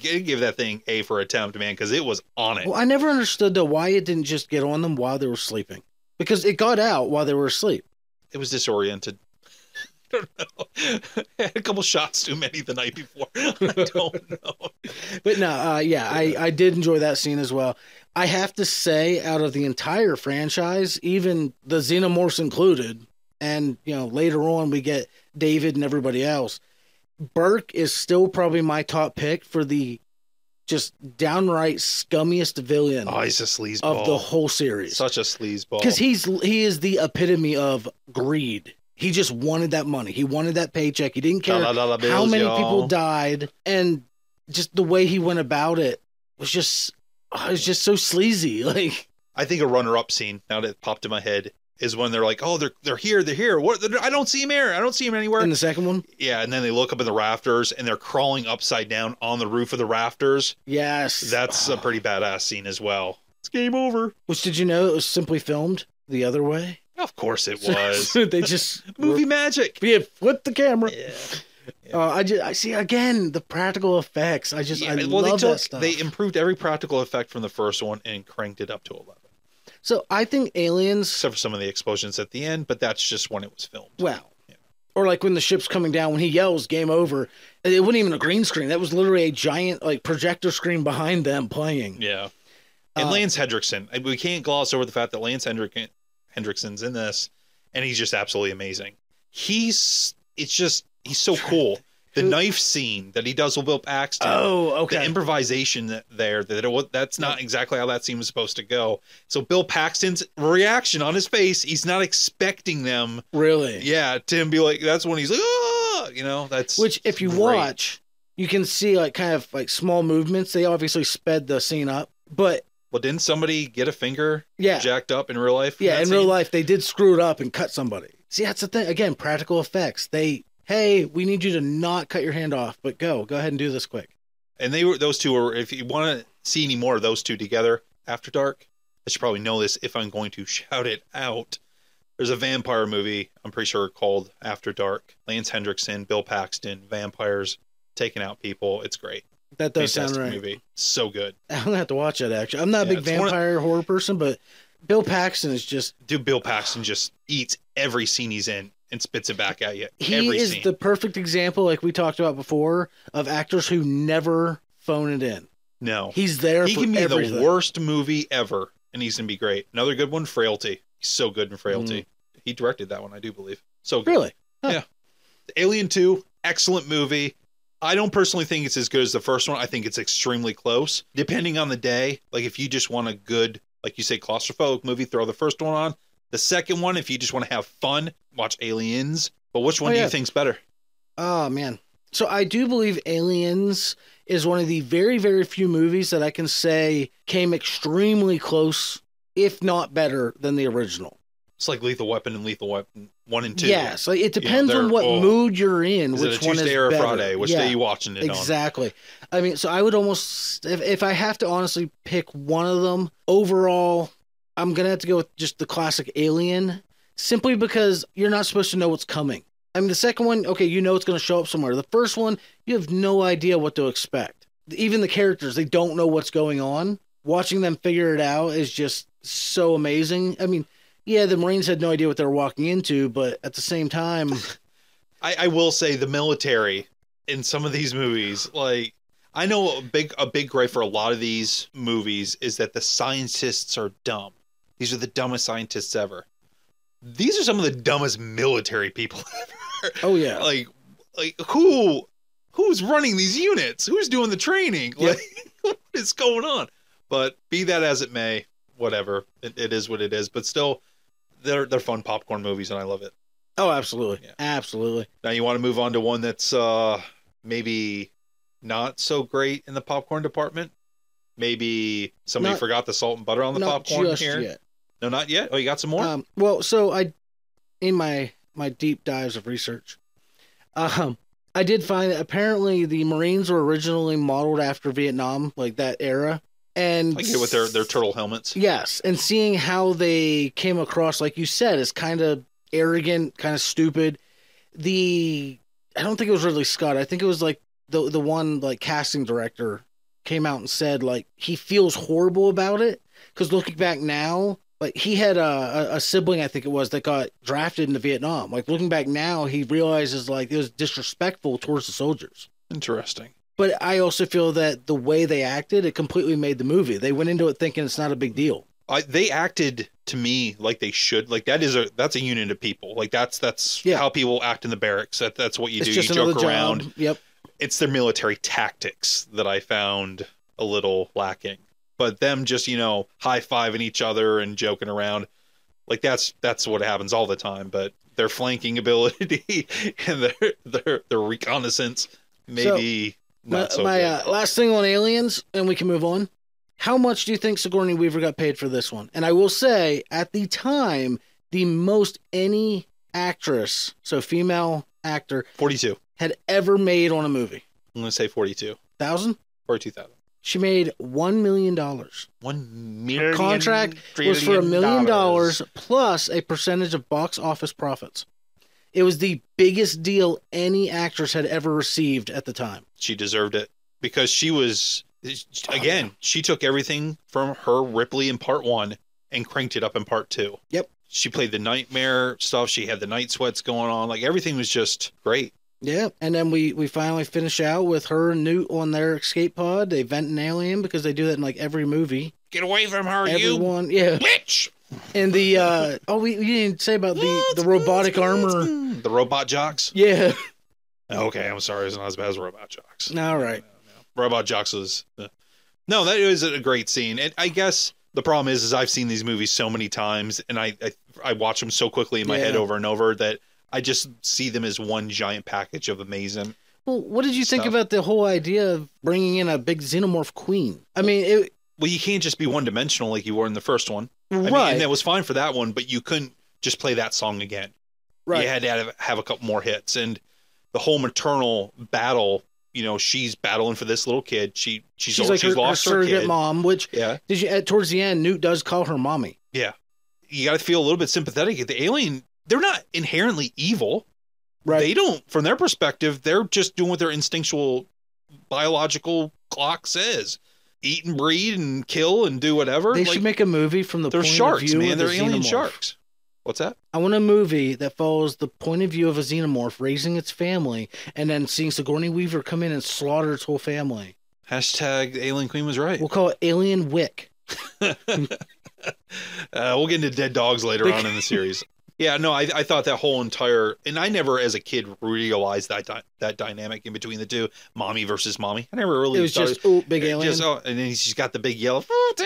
Give give that thing a for attempt, man, because it was on it. Well, I never understood though why it didn't just get on them while they were sleeping. Because it got out while they were asleep. It was disoriented. I don't know. I had a couple shots too many the night before. I don't know. But no, uh, yeah, I, I did enjoy that scene as well. I have to say, out of the entire franchise, even the Xenomorphs included, and you know later on we get David and everybody else. Burke is still probably my top pick for the just downright scummiest villain Oh, he's a of the sleazeball. whole series Such a sleazeball. because he's he is the epitome of greed. He just wanted that money. He wanted that paycheck. He didn't care Dollar bills, how many people y'all. died and just the way he went about it was just it was just so sleazy like I think a runner-up scene now that it popped in my head is when they're like, "Oh, they're they're here, they're here. What? They're, I don't see him here. I don't see him anywhere." in the second one yeah, and then they look up in the rafters and they're crawling upside down on the roof of the rafters. yes That's a pretty badass scene as well. It's game over. which did you know it was simply filmed the other way Of course it was. they just Movie magic. yeah, flip the camera Yeah. uh, i just i see again the practical effects i just i Yeah, love they that stuff they improved every practical effect from the first one and cranked it up to 11. so i think aliens Except for some of the explosions at the end, but that's just when it was filmed. well or like when the ship's coming down when he yells game over it wasn't even a green screen that was literally a giant like projector screen behind them playing Yeah. And Uh, Lance Hendrickson. I- We can't gloss over the fact that Lance Hendrick- Hendrickson's in this, and he's just absolutely amazing. He's, it's just, he's so cool. The Who- knife scene that he does with Will Paxton. Oh, okay. The improvisation that- there that it was, that's not exactly how that scene was supposed to go. So Bill Paxton's reaction on his face, he's not expecting them. really? Yeah, to him be like that's when he's like, ah, you know, that's Which, if you great. watch, you can see like kind of like small movements. They obviously sped the scene up, but Well, didn't somebody get a finger yeah, jacked up in real life? yeah. that In real scene? life, they did screw it up and cut somebody. See, that's the thing. Again, practical effects. They, hey, we need you to not cut your hand off, but go, go ahead and do this quick. And they were those two were. If you want to see any more of those two together after dark, I should probably know this if I'm going to shout it out. There's a vampire movie I'm pretty sure called After Dark. Lance Hendrickson, Bill Paxton, vampires taking out people. It's great. That does Fantastic sound right. movie. So good. I'm gonna have to watch that. Actually, I'm not a Yeah, big it's one of- vampire horror person, but Bill Paxton is just Dude, Bill Paxton just eats every scene he's in and spits it back at you. he every is scene. the perfect example, like we talked about before, of actors who never phone it in. no. He's there. he for can be everything. the worst movie ever, and he's gonna be great. Another good one, Frailty. He's so good in Frailty. He directed that one, I do believe. So good. Mm-hmm. Really? Alien Two, excellent movie. I don't personally think it's as good as the first one. I think it's extremely close, depending on the day. Like if you just want a good, like you say, claustrophobic movie, throw the first one on. The second one, if you just want to have fun, watch Aliens. But which one Oh, do yeah. you think's better? Oh man. So I do believe Aliens is one of the very very few movies that I can say came extremely close, if not better than the original. It's like Lethal Weapon and Lethal Weapon One and Two. Yes, like it You know, depends on they're what all- mood you're in, Is which it a one Tuesday is or a better. Friday? Which yeah, day are you watching it on? exactly. I mean, so I would almost if if I have to honestly pick one of them overall, I'm gonna have to go with just the classic Alien, simply because you're not supposed to know what's coming. I mean, the second one, okay, you know it's gonna show up somewhere. The first one, you have no idea what to expect. Even the characters, they don't know what's going on. Watching them figure it out is just so amazing. I mean, yeah, the Marines had no idea what they were walking into, but at the same time, I, I will say the military in some of these movies, like I know a big a big gripe for a lot of these movies is that the scientists are dumb. These are the dumbest scientists ever. These are some of the dumbest military people ever. oh yeah, like like who who's running these units? Who's doing the training? Yeah. Like what is going on? But be that as it may, whatever. It, it is what it is. But still they're they're fun popcorn movies and I love it. oh absolutely, Yeah. absolutely. Now you want to move on to one that's uh maybe not so great in the popcorn department. Maybe somebody Not- forgot the salt and butter on the Not popcorn just here. yet. No, not yet. Oh, you got some more? Um, well, so I, in my my deep dives of research, um, I did find that apparently the Marines were originally modeled after Vietnam, like that era, and like here with their their turtle helmets. yes, and seeing how they came across, like you said, is kind of arrogant, kind of stupid. The I don't think it was Ridley Scott. I think it was like the the one like casting director came out and said like he feels horrible about it because looking back now, like he had a, a, a sibling, I think it was, that got drafted into Vietnam. Like looking back now, he realizes like it was disrespectful towards the soldiers. Interesting. But I also feel that the way they acted, it completely made the movie. They went into it thinking it's not a big deal. I they acted to me like they should. Like that is a that's a unit of people. Like that's that's Yeah. how people act in the barracks. That that's what you it's do. just you another joke around. job. Yep. it's their military tactics that I found a little lacking. But them just, you know, high fiving each other and joking around, like that's that's what happens all the time. But their flanking ability and their their their reconnaissance maybe My, not so my good. uh, last thing on aliens, and we can move on. How much do you think Sigourney Weaver got paid for this one? And I will say, at the time, the most any actress, so female actor, forty two. had ever made on a movie. I'm gonna say forty two. Thousand? Forty two thousand. She made one million dollars. One million contract was for a trillion million dollars plus a percentage of box office profits. It was the biggest deal any actress had ever received at the time. She deserved it. Because she was again, she took everything from her Ripley in part one and cranked it up in part two. Yep. she played the nightmare stuff. She had the night sweats going on. Like everything was just great. Yeah, and then we we finally finish out with her and Newt on their escape pod. They vent an alien because they do that in like every movie. Get away from her, Everyone, yeah, you bitch! and the uh oh, we, we didn't say about the the robotic armor. The robot jocks. Yeah, Okay, I'm sorry, it's not as bad as robot jocks. all right. Robot jocks was uh, no, that was a great scene. And I guess the problem is, is I've seen these movies so many times, and I I, I watch them so quickly in my Yeah. head over and over that I just see them as one giant package of amazing. Well, what did you think Stuff. about the whole idea of bringing in a big xenomorph queen? I mean, it, Well, you can't just be one dimensional like you were in the first one. I mean, right, and that was fine for that one, but you couldn't just play that song again. right, you had to have, have a couple more hits and the whole maternal battle you know she's battling for this little kid she she's, She's al- like she's her, her lost her, surrogate kid mom, which yeah did you at towards the end, Newt does call her mommy. you got to feel a little bit sympathetic the alien they're not inherently evil Right. they don't from their perspective they're just doing what their instinctual biological clock says eat and breed and kill and do whatever They like, should make a movie from the they're point of sharks view man of they're the alien xenomorph. sharks what's that I want a movie that follows the point of view of a xenomorph raising its family and then seeing Sigourney Weaver come in and slaughter its whole family. hashtag alien queen was right We'll call it Alien Wick. Uh, we'll get into dead dogs later on in the series. Yeah, no, I, I thought that whole entire, and I never as a kid realized that di- that dynamic in between the two, mommy versus mommy. I never really It was thought just, ooh, big it- alien. just, oh, and then she's got the big yell,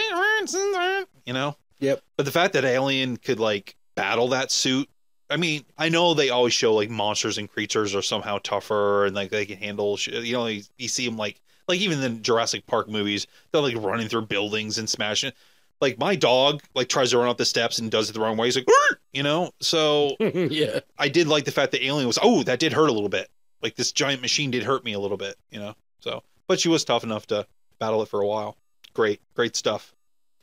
you know. Yep. But the fact that alien could like battle that suit, I mean, I know they always show like monsters and creatures are somehow tougher and like they can handle, sh- you know, you, you see them like like even the Jurassic Park movies, they're like running through buildings and smashing. Like my dog, like tries to run up the steps and does it the wrong way. He's like, "Arr!" you know. So yeah. I did like the fact that Alien was, oh, that did hurt a little bit. Like this giant machine did hurt me a little bit, you know. So, but she was tough enough to battle it for a while. Great, great stuff.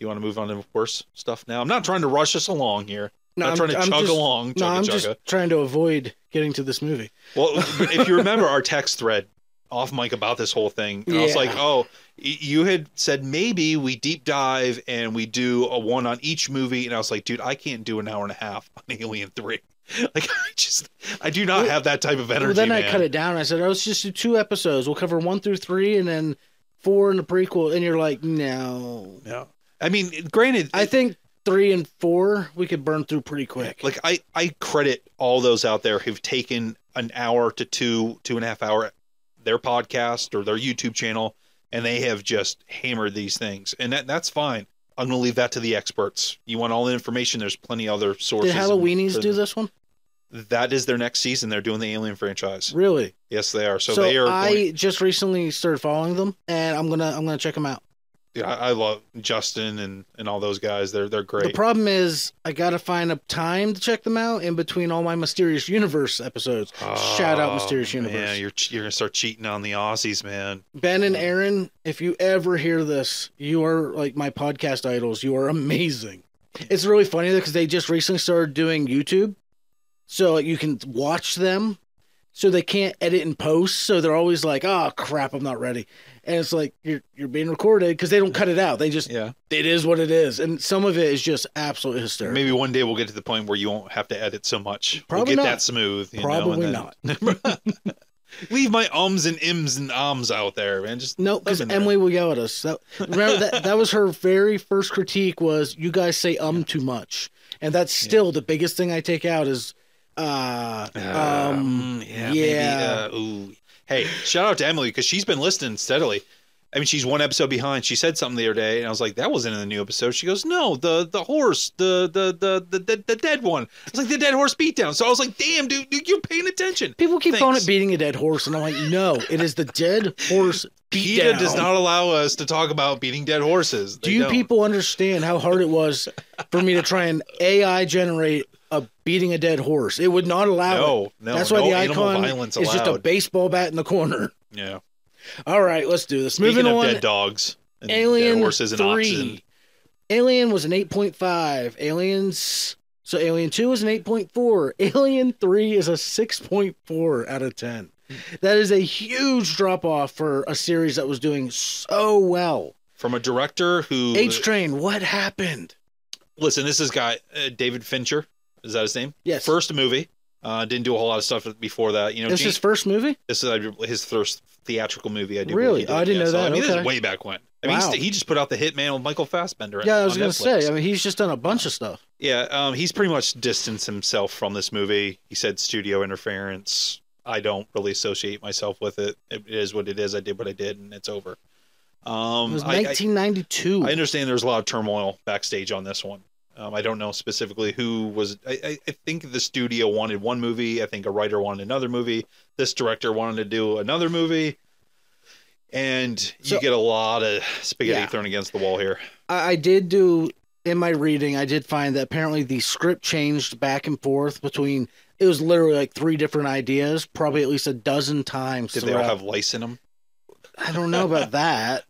You want to move on to worse stuff now? I'm not trying to rush us along here. No, I'm not trying to chug just, along, chugga No, I'm chugga. just trying to avoid getting to this movie. Well, if you remember our text thread off mic about this whole thing. And I was Yeah. like, oh, y- you had said maybe we deep dive and we do a one on each movie. And I was like, dude, I can't do an hour and a half on Alien 3. Like, I just, I do not Well- have that type of energy. well, then man. I cut it down. I said, "Oh, let's just do two episodes. We'll cover one through three, and then four in the prequel." And you're like, "No." Yeah. I mean, granted, I think three and four we could burn through pretty quick. like I, I credit all those out there who've taken an hour to two, two and a half hour their podcast or their YouTube channel, and they have just hammered these things. And that that's fine. I'm gonna leave that to the experts. You want all the information, there's plenty other sources. Did Halloweenies and- do this one? That is their next season. They're doing the alien franchise. Really? Yes, they are. So, they are I going, just recently started following them, and I'm gonna I'm gonna check them out. yeah, I I love Justin and, and all those guys. They're they're The great. problem is I gotta find a time to check them out in between all my Mysterious Universe episodes. Shout out Oh, Mysterious Universe. Yeah, you're you're gonna start cheating on the Aussies, man. Ben and Aaron, if you ever hear this, you are like my podcast idols. You are amazing. It's really funny because they just recently started doing YouTube, so like, you can watch them. So they can't edit and post, so they're always like, "Oh crap, I'm not ready," and it's like you're you're being recorded because they don't cut it out. They just Yeah. it is what it is, and some of it is just absolutely hysterical. Maybe one day we'll get to the point where you won't have to edit so much. Probably we'll get not. that smooth. You Probably know, not. Leave my ums and ims and oms out there, man. Just No, because Doesn't matter. Emily will yell at us. That, remember that that was her very first critique was you guys say um too much, and that's still the biggest thing I take out is, uh, um, um, yeah, yeah. Maybe, uh, ooh. Hey, shout out to Emily because she's been listening steadily. I mean, she's one episode behind. She said something the other day, and I was like, "That wasn't in the new episode." She goes, "No, the the horse, the the the the, the, the dead one." It's like the dead horse beatdown. So I was like, "Damn, dude, dude, you're paying attention." people keep calling Thanks. it beating a dead horse, and I'm like, no, it is the dead horse. beat PETA down. does not allow us to talk about beating dead horses. Do They you don't. people understand how hard it was for me to try and AI generate a beating a dead horse? It would not allow it. No, no. That's why no the animal icon violence is just a allowed. baseball bat in the corner. Yeah. All right, let's do this. Speaking Moving of on. dead dogs, and Alien dead horses and oxen. three. Alien was an eight point five. Aliens. So Alien two is an eight point four. Alien three is a six point four out of ten. That is a huge drop off for a series that was doing so well. From a director who H Train, what happened? listen, this is guy uh, David Fincher. Is that his name? Yes, First movie. Uh, didn't do a whole lot of stuff before that. You know, it's Gene- his first movie. this is uh, his first theatrical movie. I do Really? believe he did. Oh, I didn't Yeah, know so, I that. mean, this Okay. is way back when. I mean, Wow. he's, he just put out the Hitman with Michael Fassbender. Yeah, I was on gonna Netflix. say. I mean, he's just done a bunch of stuff. Yeah, um, he's pretty much distanced himself from this movie. He said studio interference. I don't really associate myself with it. It is what it is. I did what I did, and it's over. It Um, was I- I- nineteen ninety two. I understand there's a lot of turmoil backstage on this one. Um, I don't know specifically who was. I, I, I think the studio wanted one movie. I think a writer wanted another movie. This director wanted to do another movie. And you So- get a lot of spaghetti Yeah. thrown against the wall here. I, I did do in my reading. I did find that apparently the script changed back and forth between. It was literally like three different ideas, probably at least a dozen times. Did they all throughout. have lice in them? I don't know about that,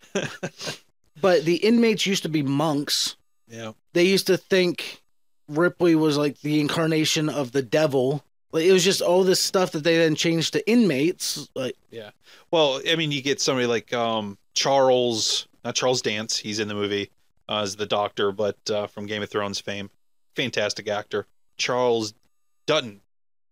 but the inmates used to be monks. Yeah. They used to think Ripley was like the incarnation of the devil. Like it was just all this stuff that they then changed to inmates. Like Well, I mean, you get somebody like um, Charles, not Charles Dance. He's in the movie uh, as the doctor, but uh, from Game of Thrones fame, fantastic actor. Charles Dutton,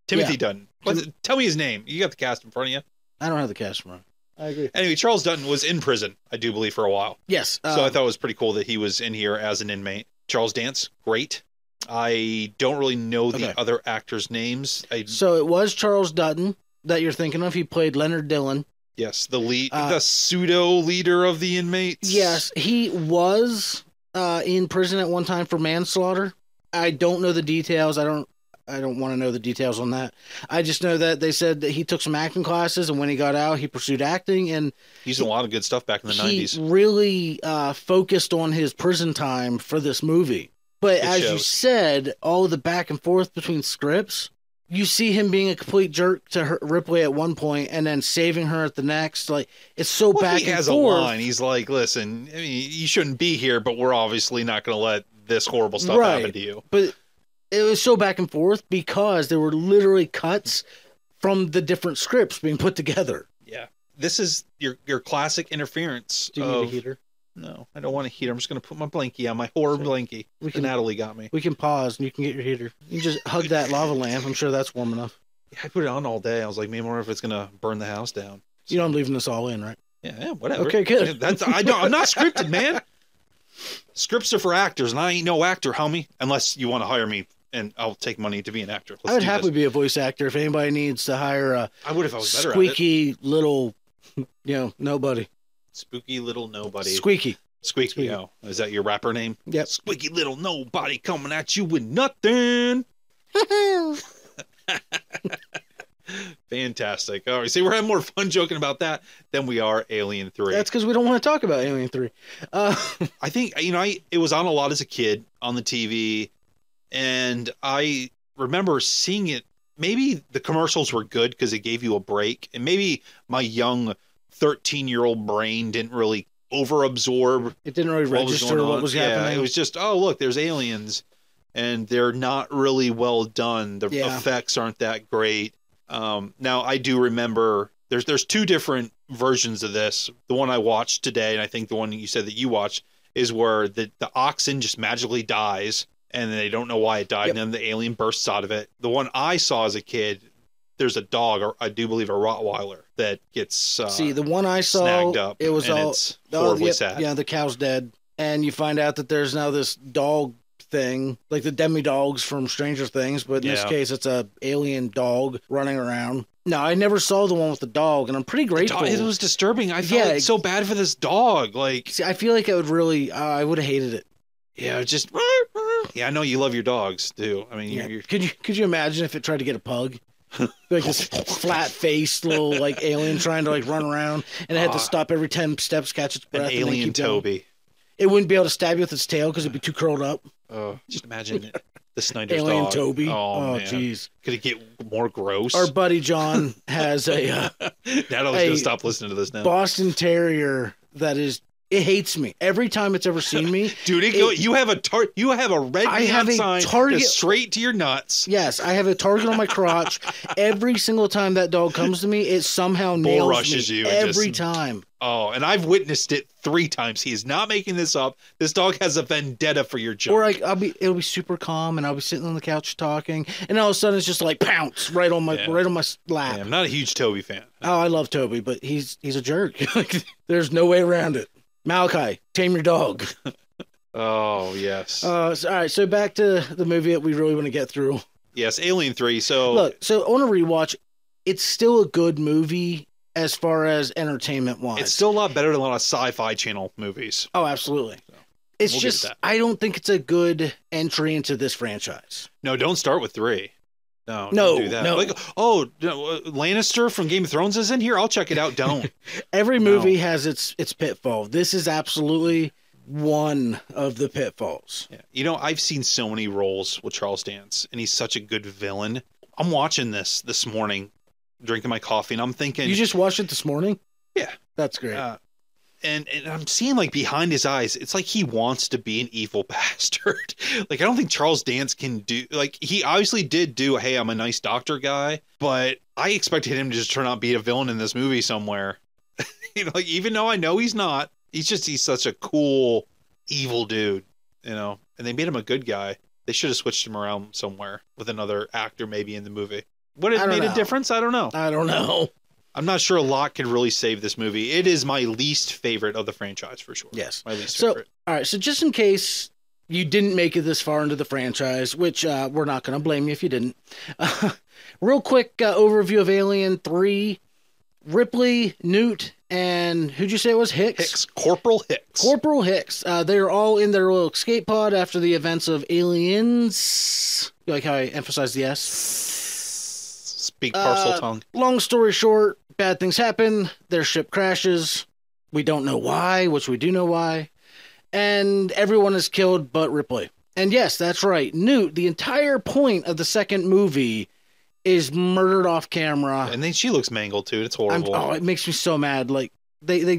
Timothy Yeah. Dutton. What's, tell me his name. You got the cast in front of you. I don't have the cast from. I agree. Anyway, Charles Dutton was in prison, I do believe, for a while. Yes. so I um, thought it was pretty cool that he was in here as an inmate. Charles Dance, great. I don't really know the Okay. other actors' names. I so it was Charles Dutton that you're thinking of. He played Leonard Dillon. yes, the lead, Uh, the pseudo leader of the inmates. Yes, he was uh, in prison at one time for manslaughter. I don't know the details. I don't. I don't want to know the details on that. I just know that they said that he took some acting classes, and when he got out, he pursued acting, and he's in a lot of good stuff back in the he nineties. really uh, focused on his prison time for this movie. But It as you shows. said, all the back and forth between scripts, you see him being a complete jerk to her, Ripley at one point, and then saving her at the next. Like it's so Well, back he and has forth. a line. He's like, "Listen, I mean, you shouldn't be here, but we're obviously not going to let this horrible stuff happen Right. to you." but it was so back and forth because there were literally cuts from the different scripts being put together. Yeah, this is your your classic interference. Do you of- need a heater? No, I don't want a heater. I'm just gonna put my blankie on my horror Sure. blankie. We that can Natalie got me. we can pause and you can get your heater. You can just hug that lava lamp. I'm sure that's warm enough. I put it on all day. I was like, man, I wonder if it's gonna burn the house down. You know I'm leaving this all in, right? Yeah, yeah whatever. Okay, good. That's I don't. I'm not scripted, man. Scripts are for actors, and I ain't no actor, homie. Unless you want to hire me, and I'll take money to be an actor. Let's I would do happily this. be a voice actor if anybody needs to hire a I would if I was better at it. squeaky little, you know, nobody. Spooky little nobody. Squeaky. Squeaky. Squeaky. Oh, is that your rapper name? Yep. Squeaky little nobody coming at you with nothing. Fantastic. All right. See, we're having more fun joking about that than we are Alien Three. That's because we don't want to talk about Alien Three. Uh, I think you know I it was on a lot as a kid on the TV, and I remember seeing it. Maybe the commercials were good because it gave you a break, and maybe my young thirteen-year-old brain didn't really overabsorb it didn't really what was register going what on. was Yeah, happening. it was just oh look, there's aliens, and they're not really well done. The Yeah. effects aren't that great. Um, now I do remember there's there's two different versions of this. The one I watched today, and I think the one you said that you watched is where the the oxen just magically dies, and they don't know why it died, Yep. and then the alien bursts out of it. The one I saw as a kid. There's a dog, or I do believe a Rottweiler, that gets uh, See, the one I saw, snagged up. it was and all it's oh, horribly yep, sad. Yeah, the cow's dead, and you find out that there's now this dog thing, like the demi dogs from Stranger Things, but in this Yeah. case, it's a alien dog running around. No, I never saw the one with the dog, and I'm pretty The grateful. dog- It was disturbing. I felt Yeah, like it- so bad for this dog. Like, See, I feel like I would really, uh, I would have hated it. yeah, it just. Yeah, I know you love your dogs too. I mean, Yeah. you're, Could you could you imagine if it tried to get a pug? like this flat faced little like alien trying to like run around and it had Ah. to stop every ten steps, catch its you're breath. an and then alien keep going. Toby. It wouldn't be able to stab you with its tail because it'd be too curled up. Oh, just imagine it. the Snyder's alien dog. Toby. Oh, man. jeez. Could it get more gross? Our buddy John has a uh, Natalie's a gonna stop listening to this now, Boston Terrier that is it hates me every time it's ever seen me. dude. It, go, you have a tar- You have a red I neon have a sign that's target- straight to your nuts. Yes, I have a target on my crotch. Every single time that dog comes to me, it somehow nails rushes me you and every just- time. Oh, and I've witnessed it three times. He is not making this up. This dog has a vendetta for your junk. Or I, I'll be, it'll be super calm, and I'll be sitting on the couch talking, and all of a sudden it's just like pounce right on my, Yeah. right on my Yeah, lap. I'm not a huge Toby fan. Oh, I love Toby, but he's he's a jerk. Like, There's no way around it. Malachi, tame your dog. Oh yes, Uh, so, all right, so back to the movie that we really want to get through. yes. Alien Three. So Look, so on a rewatch, it's still a good movie as far as entertainment wise. It's still a lot better than a lot of sci-fi channel movies. oh, absolutely. It's We'll get just that. I don't think it's a good entry into this franchise. No, don't start with three. No, No, don't do that. no. Like, oh, no, uh, Lannister from Game of Thrones is in here. I'll check it out. Don't. Every No. movie has its its pitfall. This is absolutely one of the pitfalls. Yeah. You know, I've seen so many roles with Charles Dance, and he's such a good villain. I'm watching this this morning, drinking my coffee, and I'm thinking, You just watched it this morning? Yeah. That's great. uh, and and I'm seeing like behind his eyes, it's like he wants to be an evil bastard. like I don't think Charles Dance can do like he obviously did do. Hey, I'm a nice doctor guy, but I expected him to just turn out to be a villain in this movie somewhere. you know, like even though I know he's not, he's just he's such a cool evil dude. You know, and they made him a good guy. They should have switched him around somewhere with another actor maybe in the movie. Would I it don't made a know. difference? I don't know. I don't know. I'm not sure a lot could really save this movie. It is my least favorite of the franchise for sure. Yes. My least So- favorite. All right, so just in case you didn't make it this far into the franchise, which uh, we're not going to blame you if you didn't, real quick uh, overview of Alien 3 Ripley, Newt, and who'd you say it was? Hicks? Hicks, Corporal Hicks. Corporal Hicks. Uh, they are all in their little escape pod after the events of Aliens. You like how I emphasize the S? Speak parcel Uh, tongue. Long story short, bad things happen. Their ship crashes. We don't know why, which we do know why. And everyone is killed but Ripley. And yes, that's right. Newt, the entire point of the second movie is murdered off camera. And then she looks mangled too. It's uh. I'm, horrible. oh, it makes me so mad. Like they they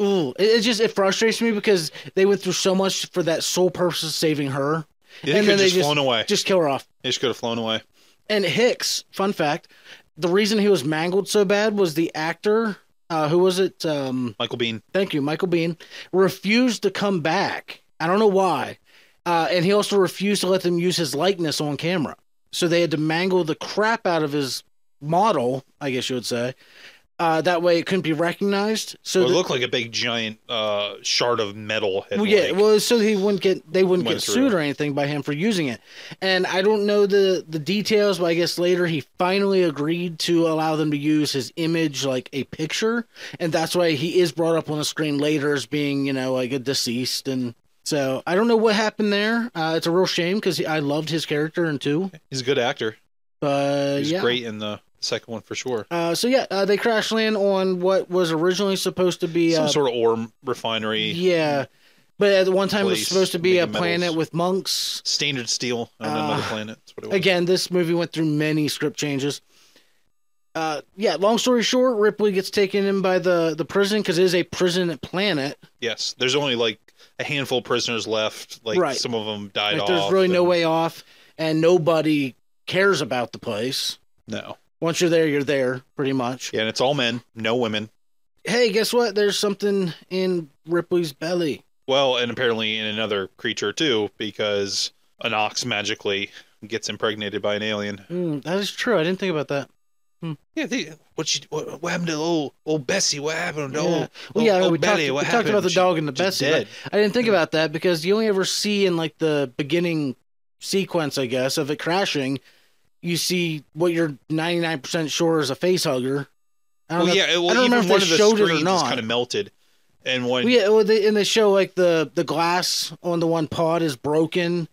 ooh, it, it just it frustrates me because they went through so much for that sole purpose of saving her. they and then could have they just just- flown away. Just kill her off. They just could have flown away. And Hicks, fun fact, the reason he was mangled so bad was the actor uh, who was it? Um, Michael Bean. thank you, Michael Bean, refused to come back. I don't know why. Uh, and he also refused to let them use his likeness on camera. So they had to mangle the crap out of his model, I guess you would say. Uh, that way it couldn't be recognized. So it the- looked like a big giant uh, shard of metal. Had, well, yeah, like- well, so he wouldn't get they wouldn't Went get through. sued or anything by him for using it. And I don't know the the details, but I guess later he finally agreed to allow them to use his image like a picture, and that's why he is brought up on the screen later as being you know like a deceased. And so I don't know what happened there. Uh, it's a real shame because I loved his character in two, he's a good actor. but He's Uh, yeah. great in the second one for sure. Uh, so yeah, uh, they crash land on what was originally supposed to be Some uh, sort of ore refinery, yeah, but at one time it was place, supposed to be a mega planet metals. with monks. standard steel on another Uh, planet. That's what it was. again, this movie went through many script changes. Uh, yeah. Long story short, Ripley gets taken in by the the prison because it is a prison planet. Yes, there's only like a handful of prisoners left. Like Right. some of them died Like, off. there's really no and- way off, and nobody cares about the place. No. Once you're there, you're there, pretty much. Yeah, and it's all men, no women. Hey, guess what? There's something in Ripley's belly. Well, and apparently in another creature too, because an ox magically gets impregnated by an alien. Hmm, that is true. I didn't think about that. Yeah, they, what she what, what happened to old old Bessie? What happened to Yeah. old? Well, old- yeah, old we, talked, Betty? we What talked about happened? the She- dog and the she's Bessie. but dead. I didn't think about that because you only ever see in like the beginning sequence, I guess, of it crashing. You see what you're 99% sure is a face hugger. I don't Well, know. yeah, well, I don't even remember if one they of the showed it or screens is not. kind of melted, and Well, one yeah. yeah, well, they, and they show like the the glass on the one pod is broken,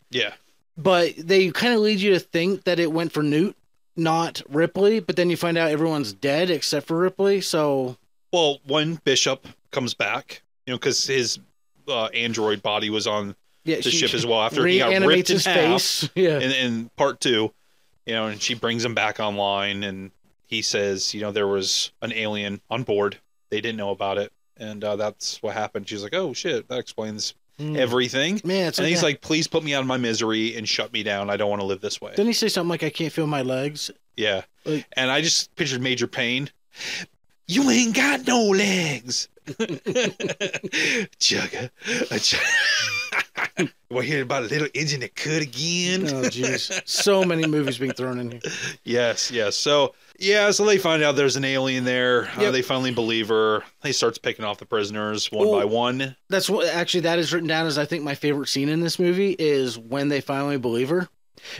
but they kind of lead you to think that it went for Newt, not Ripley. But then you find out everyone's dead except for Ripley. So Well, one bishop comes back, you know, because his uh, android body was on yeah, the she ship as well after he got reanimates ripped in his half. face. Yeah, in, in part two, you know, and she brings him back online, and he says, you know, there was an alien on board. They didn't know about it, and uh, that's what happened. She's like, oh shit, that explains Mm. everything. man, it's and he's that- like, please put me out of my misery and shut me down. I don't want to live this way. Didn't he say something like, "I can't feel my legs"? Yeah. Like- and I just pictured Major Payne. You ain't got no legs. Chugga. a chug- We're hearing about a little engine that could again. Oh, jeez, so many movies being thrown in here. Yes, yes. So, yeah, so they find out there's an alien there. Uh, Yep. they finally believe her. He starts picking off the prisoners one Ooh. by one. That's what actually that is written down as I think my favorite scene in this movie is when they finally believe her,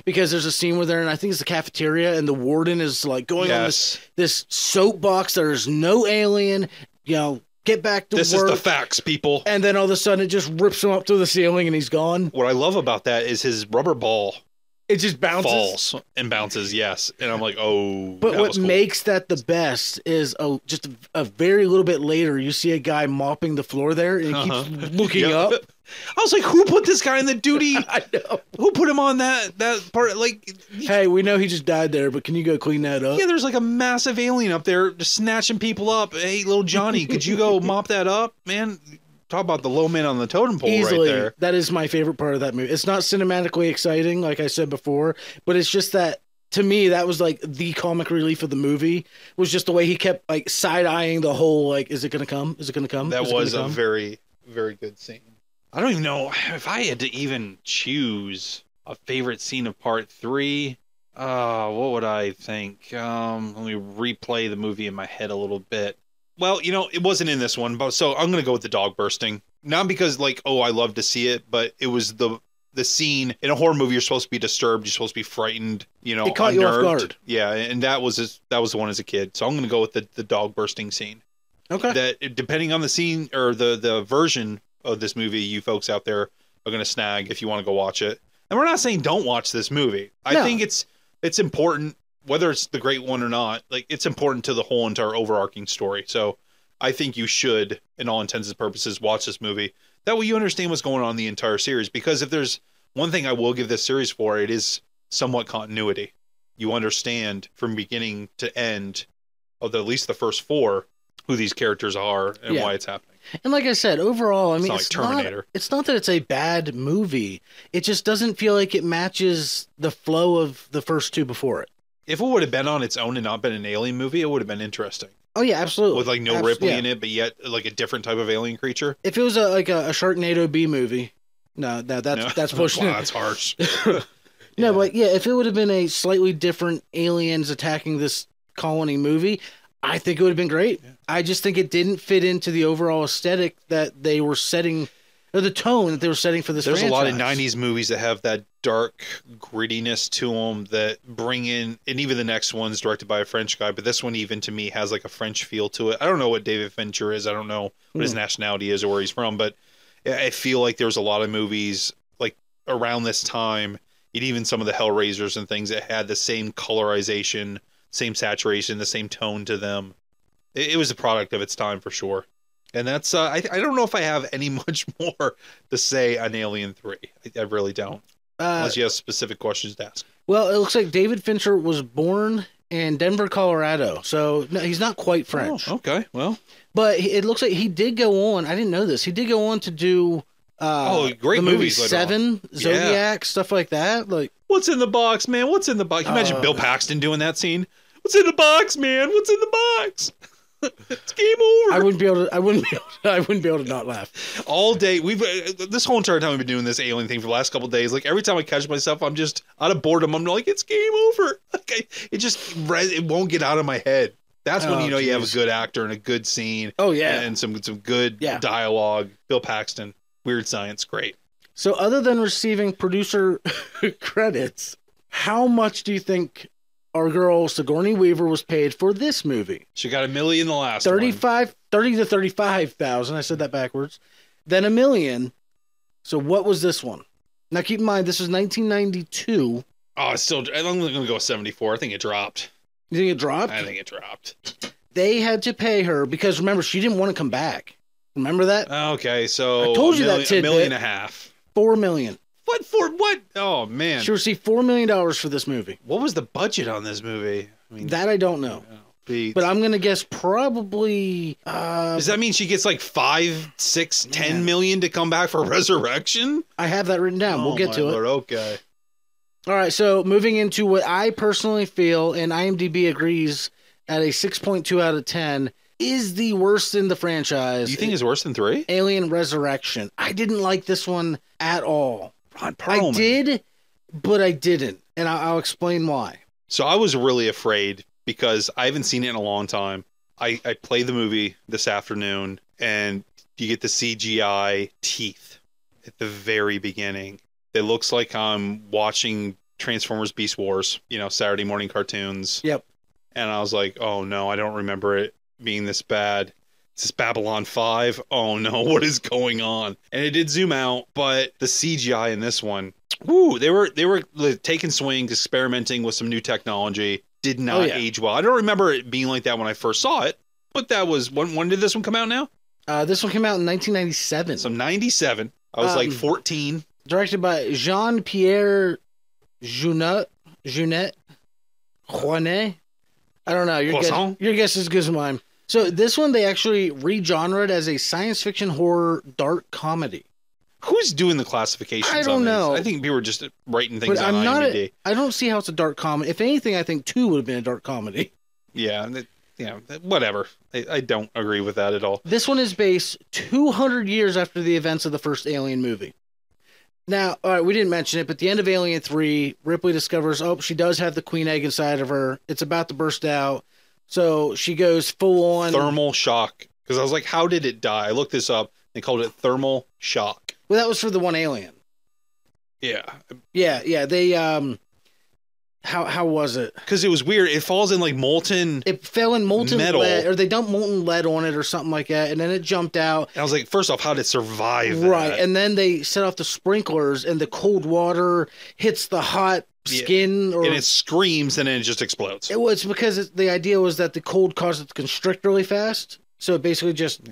because there's a scene where they're in I think it's the cafeteria and the warden is like going on this Yes. this soapbox. There's no alien. You know, get back to This work. is the facts, people. and then all of a sudden, it just rips him up through the ceiling and he's gone. What I love about that is his rubber ball It just bounces. falls and bounces, yes. And I'm like, oh, But that what was cool. makes that the best is a, just a, a very little bit later, you see a guy mopping the floor there and he Uh-huh. keeps looking Yep. up. I was like, who put this guy in the duty? I know. who put him on that that part? Like, Hey, we know he just died there, but can you go clean that up? yeah, there's like a massive alien up there just snatching people up. Hey, little Johnny, could you go mop that up, man? Talk about the low man on the totem pole Easily. right there. That is my favorite part of that movie. It's not cinematically exciting, like I said before, but it's just that to me that was like the comic relief of the movie was just the way he kept like side eyeing the whole like, is it gonna come? Is it gonna come? That Is it gonna was a come?" very, very good scene. I don't even know if I had to even choose a favorite scene of part three. Uh, what would I think? Um, let me replay the movie in my head a little bit. Well, you know, it wasn't in this one, but so I'm gonna go with the dog bursting. Not because like, oh, I love to see it, but it was the the scene in a horror movie. You're supposed to be disturbed. You're supposed to be frightened. You know, It caught you off unnerved. guard. Yeah, and that was as- that was the one as a kid. So I'm gonna go with the the dog bursting scene Okay. that depending on the scene or the the version of this movie you folks out there are going to snag if you want to go watch it and we're not saying don't watch this movie i No. think it's it's important whether it's the great one or not like it's important to the whole entire overarching story so i think you should in all intents and purposes watch this movie that way you understand what's going on in the entire series because if there's one thing i will give this series for it is somewhat continuity you understand from beginning to end of the, at least the first four who these characters are and Yeah. why it's happening. And like I said, overall, I mean, not like it's Terminator. Not, it's not that it's a bad movie. It just doesn't feel like it matches the flow of the first two before it. If it would have been on its own and not been an alien movie, it would have been interesting. Oh yeah, absolutely. with like no Abs- Ripley yeah. in it, but yet like a different type of alien creature. If it was a, like a, a Sharknado B movie, no, no, that's No. that's pushing wow, it. that's harsh. No, Yeah. but yeah, if it would have been a slightly different aliens attacking this colony movie, I think it would have been great. Yeah. I just think it didn't fit into the overall aesthetic that they were setting, or the tone that they were setting for this. There's a lot of franchise. '90s movies that have that dark grittiness to them that bring in, and even the next one's directed by a French guy, but this one even to me has like a French feel to it. I don't know what David Fincher is. I don't know what his Mm. nationality is or where he's from, but I I feel like there's a lot of movies like around this time, and even some of the Hellraisers and things that had the same colorization, same saturation, the same tone to them. It, it was a product of its time for sure. And that's uh, I, I don't know if I have any much more to say on Alien Three. I, I really don't. Uh, Unless you have specific questions to ask. well, it looks like David Fincher was born in Denver, Colorado, so no, he's not quite French. Oh, okay. Well. But he- it looks like he did go on. I didn't know this. He did go on to do. Uh, Oh, great the movie movies later on. Seven, Yeah. Zodiac, stuff like that. Like, What's in the box, man? What's in the box? Can you Imagine Uh. Bill Paxton doing that scene. What's in the box, man? What's in the box? it's game over. I wouldn't be able to. I wouldn't be. Able to, I wouldn't be able to not laugh. All day, we've uh, this whole entire time we've been doing this alien thing for the last couple of days. Like every time I catch myself, I'm just out of boredom. I'm like, it's game over. Okay, it just res- it won't get out of my head. That's when Oh, you know you have a geez. good actor and a good scene Oh yeah. and some some good Yeah. dialogue. Bill Paxton, Weird Science, great. So, other than receiving producer credits, how much do you think our girl Sigourney Weaver was paid for this movie? She got a million the last one. 35, 30 to thirty-five thousand. I said that backwards. Then a million. So, what was this one? Now, keep in mind, this was nineteen ninety-two. Oh, it's still. I'm going to go with 74. I think it dropped. You think it dropped? I think it dropped. They had to pay her because remember, she didn't want to come back. Remember that Okay, so I told you a that million, a tidbit. million and a half. four million. What for? What? Oh man, She received four million dollars for this movie. what was the budget on this movie? I mean, oh, That I don't know, beats. but I'm gonna guess probably. Uh, does that mean she gets like five, six, ten million Man. to come back for resurrection? I have that written down. Oh, we'll get my to Lord, Okay. it. All right. So moving into what I personally feel, and IMDb agrees at a 6.2 out of 10, is the worst in the franchise. Do you think it's worse than three? Alien Resurrection? I didn't like this one at all. Ron I did, but I didn't, and I- I'll explain why. So I was really afraid because I haven't seen it in a long time. I, I played the movie this afternoon and you get the CGI teeth at the very beginning. It looks like I'm watching Transformers Beast Wars, you know, Saturday morning cartoons. Yep. And I was like, oh no, I don't remember it being this bad. Is this Babylon 5? Oh no, what is going on? And it did zoom out, but the CGI in this one Woo, they were they were like, taking swings, experimenting with some new technology. Did not Oh, yeah. age well. I don't remember it being like that when I first saw it, but that was when when did this one come out now? Uh, this one came out in 1997, So 97. I was like Um, 14. directed by Jean Pierre Junet. Junet? Juanet? I don't know. Your guess, Poisson? your guess is as good as mine. So this one they actually re-genred as a science fiction horror dark comedy. Who's doing the classifications? I on don't these? know. I think people were just writing things but on I'm not. IMDb. A, I don't see how it's a dark comedy. If anything, I think two would have been a dark comedy. Yeah, and it- yeah, whatever. I, I don't agree with that at all. This one is based 200 years after the events of the first Alien movie. Now, all right, we didn't mention it, but the end of Alien 3, Ripley discovers, oh, she does have the queen egg inside of her. It's about to burst out. So she goes full on Thermal shock. Because I was like, how did it die? I looked this up. They called it thermal shock. Well, that was for the one alien. Yeah, Yeah, yeah. They um, how how was it? because it was weird. It falls in like molten. It fell in molten Metal. lead, or they dumped molten lead on it, or something like that, and then it jumped out. And I was like, first off, how did it survive? that? Right, and then they set off the sprinklers, and the cold water hits the hot Yeah. skin, or and it screams and then it just explodes. It was because it, the idea was that the cold caused it to constrict really fast, so it basically just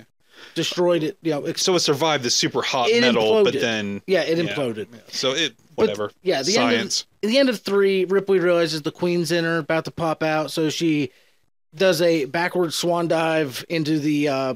destroyed it. You know, ex- so it survived the super hot It metal, but imploded. then yeah, it Yeah. imploded. so it whatever. yeah, the end of- science. At the end of three, Ripley realizes the queen's in her, about to pop out, so she does a backward swan dive into the uh,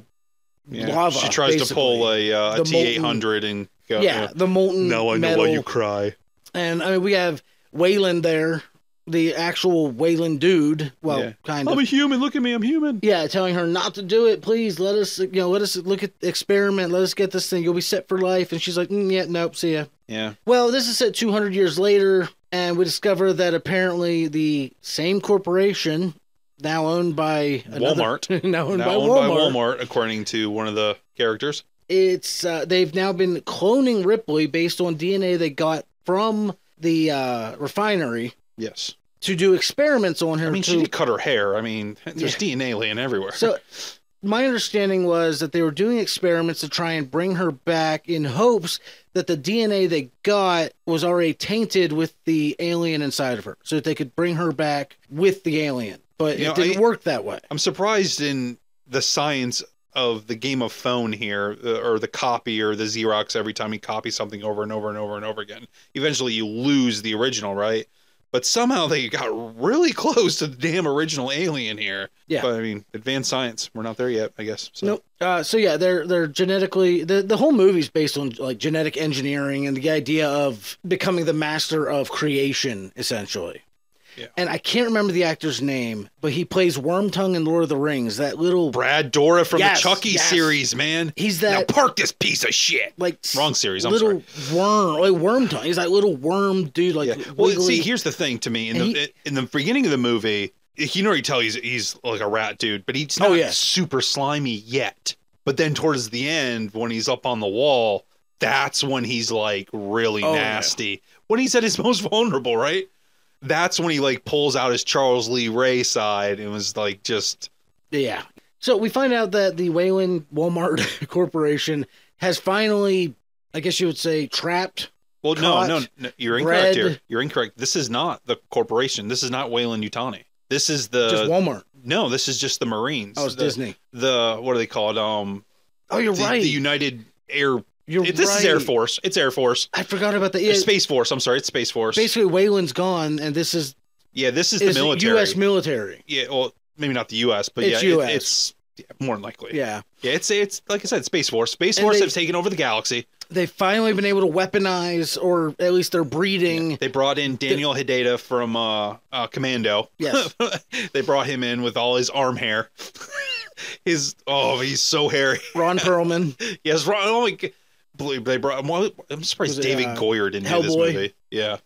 Yeah. lava. She tries to pull basically. a uh, The T eight hundred and go, yeah, the molten Now I know metal, why you cry. and I mean we have Wayland there the actual Wayland dude, well, Yeah. Oh, kind I'm of, a human. Look at me. I'm human. yeah, telling her not to do it. Please let us, you know, let us look at experiment. Let us get this thing. You'll be set for life. And she's like, mm, yeah, nope, see ya. Yeah. Well, this is set 200 years later, and we discover that apparently the same corporation, now owned by another, Walmart. now owned, Now by, owned Walmart, by Walmart, according to one of the characters. it's uh, they've now been cloning Ripley based on DNA they got from the uh, refinery Yes. to do experiments on her. I mean, to, she did cut her hair. I mean, there's DNA laying everywhere. So my understanding was that they were doing experiments to try and bring her back in hopes that the DNA they got was already tainted with the alien inside of her, so that they could bring her back with the alien. But You it know, didn't I- work that way. I'm surprised in the science of the game of phone here, uh, or the copy or the Xerox every time you copy something over and over and over and over again. Eventually you lose the original, right? But somehow they got really close to the damn original alien here. Yeah. But I mean, advanced science. We're not there yet, I guess. So. Nope. Uh, so yeah, they're they're genetically the the whole movie's based on like genetic engineering and the idea of becoming the master of creation, essentially. Yeah. And I can't remember the actor's name, but he plays Wormtongue in Lord of the Rings. That little Brad Dora from Yes, the Chucky yes. series, man. he's now that park this piece of shit. like Wrong series. I'm little sorry. worm, like worm tongue. He's like little worm dude, like Yeah. Well, wiggly. see, here's the thing to me in And the in the beginning of the movie, you can already tell he's he's like a rat dude, but he's not Oh, yeah. super slimy yet. But then towards the end, when he's up on the wall, that's when he's like really Oh, yeah. nasty. When he's at his most vulnerable, right? That's when he like pulls out his Charles Lee Ray side and was like just yeah. So we find out that the Wayland Walmart Corporation has finally, I guess you would say, trapped. well, no, Caught, no, no, you're incorrect bred. here. You're incorrect. This is not the corporation. This is not Wayland Utani. This is the just Walmart. no. This is just the Marines. Oh, it's Uh, The- Disney. the what do they call it? Um, Oh, you're the, right. the United Air. you're It, this is Air right. Force. It's Air Force. I forgot about that. Yeah, Space Force. I'm sorry. It's Space Force. basically, Wayland's gone, and this is yeah, this is the is military. U.S. military. yeah, well, maybe not the U.S., but It's yeah, US. It, it's yeah, more than likely. Yeah. Yeah, it's it's like I said, Space Force. Space And Force they- have taken over the galaxy. they've finally been able to weaponize, or at least they're breeding. They brought in Daniel Hideta from uh, uh, Commando. Yes. they brought him in with all his arm hair. his oh, he's so hairy. Ron Perlman, Yes, right. Oh my g- Blue- They brought. I'm- I'm surprised Was it, David uh, Goyer didn't do this Hellboy? movie. Yeah,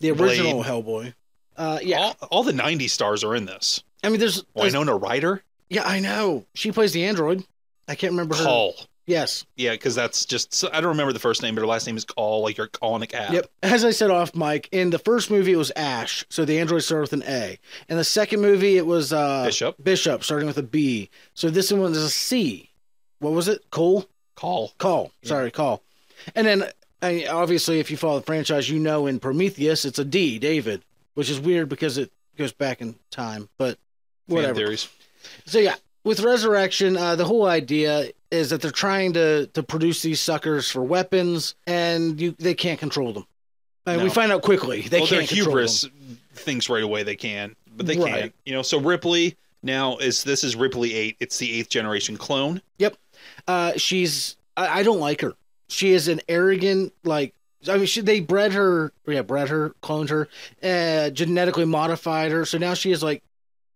the original Blade. Hellboy. Uh, yeah, All, all the '90s stars are in this. I mean, there's, there's Winona Ryder, Yeah, I know. She plays the android. I can't remember her. Call. Yes. Yeah, because that's just. so- I don't remember the first name, but her last name is Call. Like you're calling a cab. Yep. As I said off mic, in the first movie it was Ash, so the android started with an A. In the second movie it was uh, Bishop Bishop, starting with a B. So this one is a C. What was it? Cole? Call. Call. Yeah. Sorry, call. And then I, obviously, if you follow the franchise, you know in Prometheus it's a D, David, which is weird because it goes back in time, but Fan whatever. theories. So yeah, with resurrection, uh, the whole idea is that they're trying to to produce these suckers for weapons, and you they can't control them. And we No. find out quickly they well, their can't control hubris them. thinks right away they can, but they Right. can't. You know. So Ripley now is this is Ripley Eight. It's the eighth generation clone. Uh, she's I, I don't like her. She is an arrogant like. I mean, she, they bred her, yeah, bred her, cloned her, uh, genetically modified her. So now she is like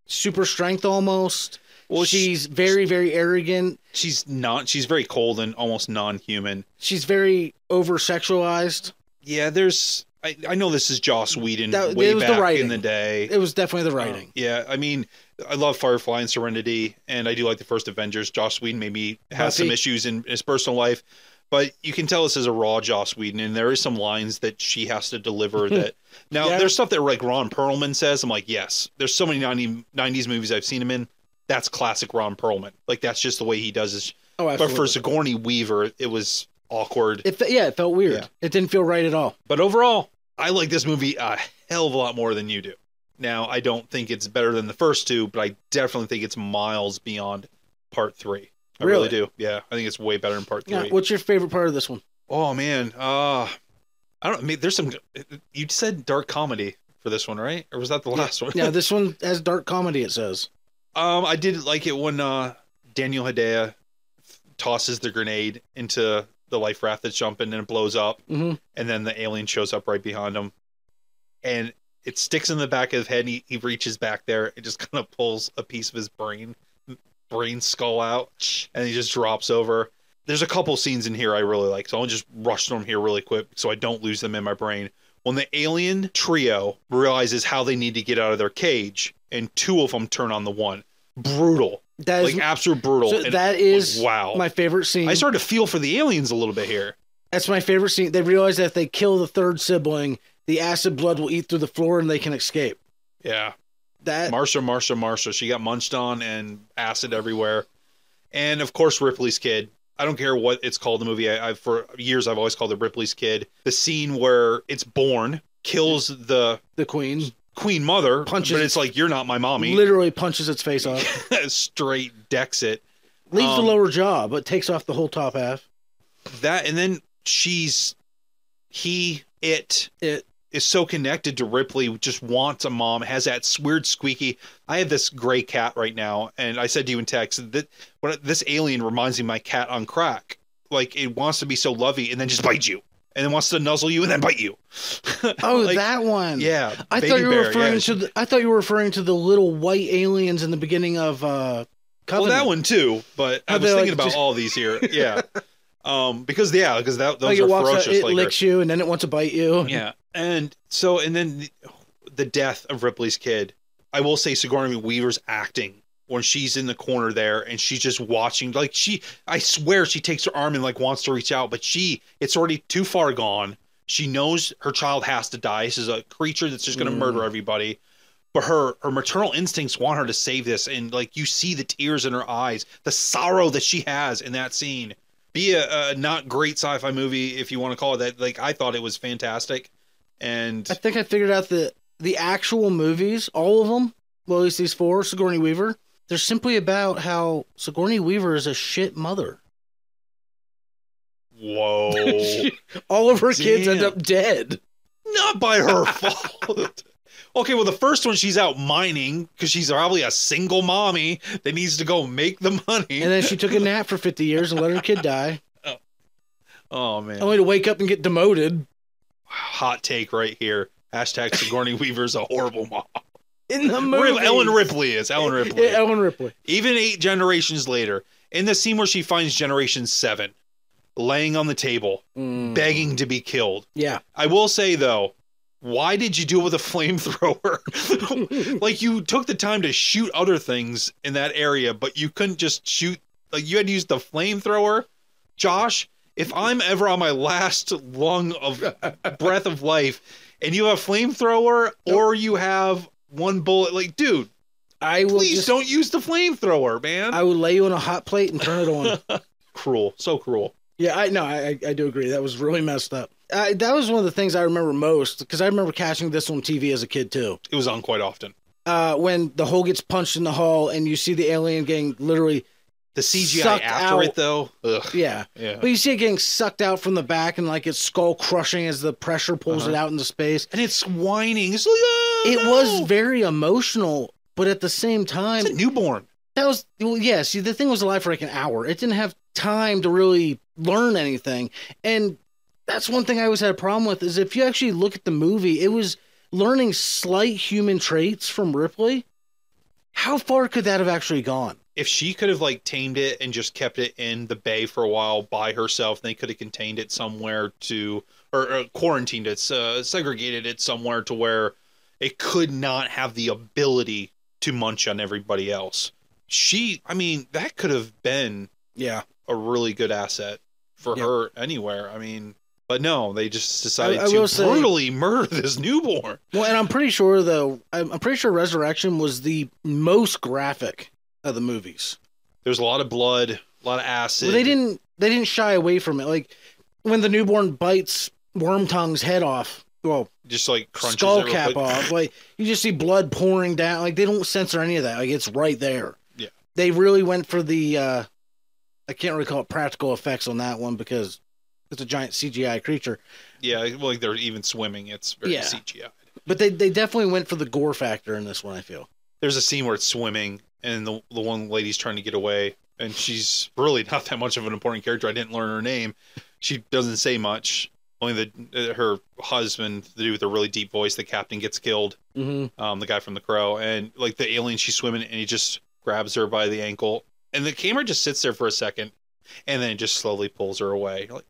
super strength almost. Well, she she's very, very arrogant. she's not. She's very cold and almost non-human. She's very over sexualized. Yeah, there's. I, I know this is Joss Whedon That- way it was the back in writing. the day. It was definitely the writing. Uh, yeah, I mean, I love Firefly and Serenity, and I do like the first Avengers. Joss Whedon maybe has Buffy. some issues in his personal life, but you can tell this is a raw Joss Whedon, and there is some lines that she has to deliver that. Now, Yeah. there's stuff that like Ron Perlman says. I'm like, yes. There's so many 90, 90s movies I've seen him in. That's classic Ron Perlman. Like that's just the way he does his. oh, But absolutely. for Sigourney Weaver, it was awkward. It fe- yeah, it felt weird. Yeah. It didn't feel right at all. But overall, I like this movie a hell of a lot more than you do. Now, I don't think it's better than the first two, but I definitely think it's miles beyond part three. I really, Really? do. Yeah, I think it's way better in part three. Yeah. What's your favorite part of this one? oh man, uh, I don't. I mean, there's some. You said dark comedy for this one, right? Or was that the last one? Yeah, this one has dark comedy. It says. Um, I did like it when uh, Daniel Hedaya tosses the grenade into the life raft that's jumping and it blows up. hmm and then the alien shows up right behind him and it sticks in the back of his head. And he, he reaches back there and just kind of pulls a piece of his brain, brain skull out, and he just drops over. There's a couple scenes in here I really like, so I'll just rush through them here really quick so I don't lose them in my brain. When the alien trio realizes how they need to get out of their cage, and two of them turn on the one, brutal, That is like absolute brutal. so And that like, is wow. my favorite scene. I started to feel for the aliens a little bit here. That's my favorite scene. They realize that if they kill the third sibling, the acid blood will eat through the floor and they can escape. Yeah. That Marsha, Marsha, Marsha. She got munched on and acid everywhere. And of course, Ripley's kid. I don't care what it's called in the movie. I, I've for years I've always called it Ripley's kid. The scene where it's born kills the the queen queen mother, Punches but it's like you're not my mommy. literally punches its face off, Straight decks it. leaves the Um, lower jaw, but takes off the whole top half. That and then she's he it It is so connected to Ripley, just wants a mom, has that weird squeaky. I have this gray cat right now, and I said to you in text that when this alien reminds me of my cat on crack. Like it wants to be so lovey and then just bite you, and then wants to nuzzle you and then bite you. oh Like, that one. yeah. I Baby thought you were bear, referring yeah. to the, I thought you were referring to the little white aliens in the beginning of uh well Covenant. that one too, but I Are was they, like, thinking about just- all these here. Yeah, um, because yeah, because that those like it are walks ferocious. out, it like, they're- licks you and then it wants to bite you. Yeah. And so, and then the, the death of Ripley's kid. I will say Sigourney Weaver's acting when she's in the corner there and she's just watching. Like, she, I swear she takes her arm and like wants to reach out, but she, it's already too far gone. She knows her child has to die. This is a creature that's just going to Mm. murder everybody. But her, her maternal instincts want her to save this. And like, you see the tears in her eyes, the sorrow that she has in that scene. Be a, a not great sci fi movie, if you want to call it that. Like, I thought it was fantastic and I think I figured out that the actual movies, all of them, well, at least these four, Sigourney Weaver, they're simply about how Sigourney Weaver is a shit mother. whoa, all of her kids end Damn. up dead. not by her fault. Okay, well, the first one she's out mining because she's probably a single mommy that needs to go make the money. And then she took a nap for 50 years and let her kid die, oh man, only to wake up and get demoted. hot take right here. Hashtag Sigourney Weaver's a horrible mom. In the movie. Rip- Ellen Ripley is Ellen Ripley. Yeah, Ellen Ripley. Even eight generations later, in the scene where she finds Generation Seven laying on the table, Mm. begging to be killed. Yeah. I will say though, why did you do it with a flamethrower? like you took the time to shoot other things in that area, but you couldn't just shoot. Like you had to use the flamethrower. Josh, if I'm ever on my last lung of breath of life, and you have a flamethrower or you have one bullet, like dude, I will please just, don't use the flamethrower, man. I will lay you on a hot plate and turn it on. cruel, so cruel. Yeah, I no, I I- I do agree. That was really messed up. I, that was one of the things I remember most because I remember catching this on TV as a kid too. It was on quite often. Uh, when the hole gets punched in the hull and you see the alien getting literally, The CGI Sucked after out. it though, ugh, yeah, yeah. but you see it getting sucked out from the back and like its skull crushing as the pressure pulls it Uh-huh. out into space. And it's whining. It's like, oh, It no. was very emotional, but at the same time, It's a newborn. That was well, yeah. See, the thing was alive for like an hour. It didn't have time to really learn anything, and that's one thing I always had a problem with. Is if you actually look at the movie, it was learning slight human traits from Ripley. How far could that have actually gone? if she could have like tamed it and just kept it in the bay for a while by herself, they could have contained it somewhere to or, or quarantined it, uh, segregated it somewhere to where it could not have the ability to munch on everybody else. She, I mean, that could have been Yeah, a really good asset for Yeah. her anywhere. I mean, but no, they just decided I to will say- brutally murder this newborn. Well, and I'm pretty sure though. I'm, I'm pretty sure Resurrection was the most graphic of the movies. There's a lot of blood, a lot of acid. Well, they didn't they didn't shy away from it. Like when the newborn bites Wormtongue's head off. Well, just like crunches it skull real cap quick. off. Like you just see blood pouring down. Like they don't censor any of that. Like it's right there. Yeah. They really went for the uh I can't really call it practical effects on that one because it's a giant CGI creature. Yeah, like they're even swimming. It's very Yeah. CGI. But they they definitely went for the gore factor in this one, I feel. There's a scene where it's swimming, and the the one lady's trying to get away, and she's really not that much of an important character. I didn't learn her name. She doesn't say much, Only the uh, her husband, the dude with a really deep voice, the captain gets killed. hmm Um, the guy from The Crow, and like the alien, she's swimming, and he just grabs her by the ankle, and the camera just sits there for a second, and then it just slowly pulls her away. Like,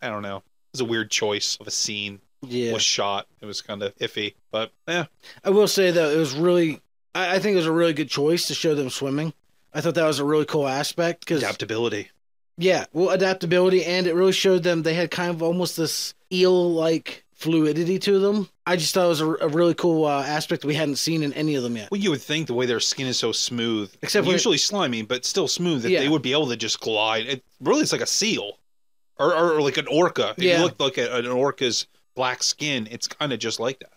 I don't know. It was a weird choice of a scene. Yeah. Was shot. It was kind of iffy, but eh, yeah, I will say though, it was really. I, I think it was a really good choice to show them swimming. I thought that was a really cool aspect because adaptability. yeah, well, adaptability, and it really showed them they had kind of almost this eel-like fluidity to them. I just thought it was a, a really cool uh, aspect we hadn't seen in any of them yet. Well, you would think the way their skin is so smooth, Except when- usually slimy, but still smooth, that Yeah. they would be able to just glide. It really it's like a seal, or, or, or like an orca. If Yeah. you look like at an orca's black skin, it's kind of just like that.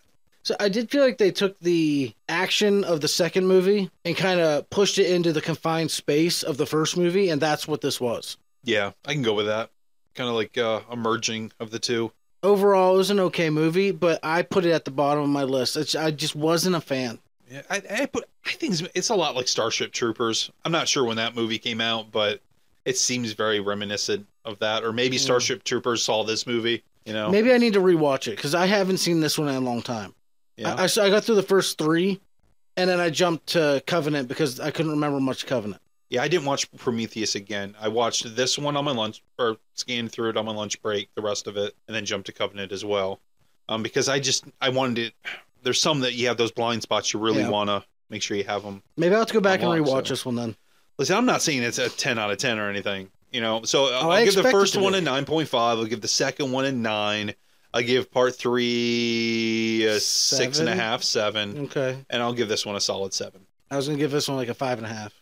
So I did feel like they took the action of the second movie and kind of pushed it into the confined space of the first movie, and that's what this was. Yeah, I can go with that. Kind of like uh, a merging of the two. Overall, it was an okay movie, but I put it at the bottom of my list. It's, I just wasn't a fan. Yeah, I, I put. I think it's, it's a lot like Starship Troopers. I'm not sure when that movie came out, but it seems very reminiscent of that. Or maybe Mm. Starship Troopers saw this movie. You know, Maybe I need to rewatch it because I haven't seen this one in a long time. yeah. I, I, so I got through the first three, and then I jumped to Covenant because I couldn't remember much Covenant. Yeah, I didn't watch Prometheus again. I watched this one on my lunch or scanned through it on my lunch break, the rest of it, and then jumped to Covenant as well. Um, because I just I wanted it. There's some that you have those blind spots you really Yeah. want to make sure you have them. Maybe I'll have to go back and Unlocked, rewatch so. this one then. Listen, I'm not saying it's a 10 out of 10 or anything, you know. So uh, I'll, Oh, I I'll give the expect it first to one be. a 9.5. I'll give the second one a 9. I'll give part three a six and a Seven? Mm. half, seven, Okay, and I'll give this one a solid seven. I was gonna give this one like a five and a half.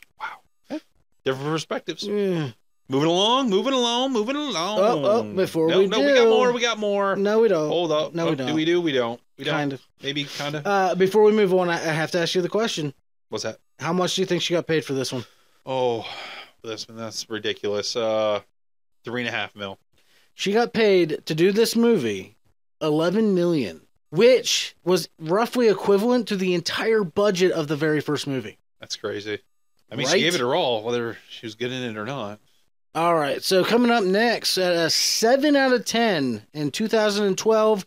Different perspectives. Yeah. Moving along, moving along, moving along. Oh, oh, before no, we no, we got do- more. We got more. No, we don't. Hold up. No, Oh, we Do don't. we do? We don't. We don't. kind of. Maybe kind of. Uh, before we move on, I, I have to ask you the question: What's that? How much do you think she got paid for this one? Oh, that's that's ridiculous. Uh, three and a half mil. She got paid to do this movie, eleven million, which was roughly equivalent to the entire budget of the very first movie. That's crazy. I mean, Right? she gave it her all, whether she was good in it or not. All right, so coming up next at a 7 out of 10 in 2012,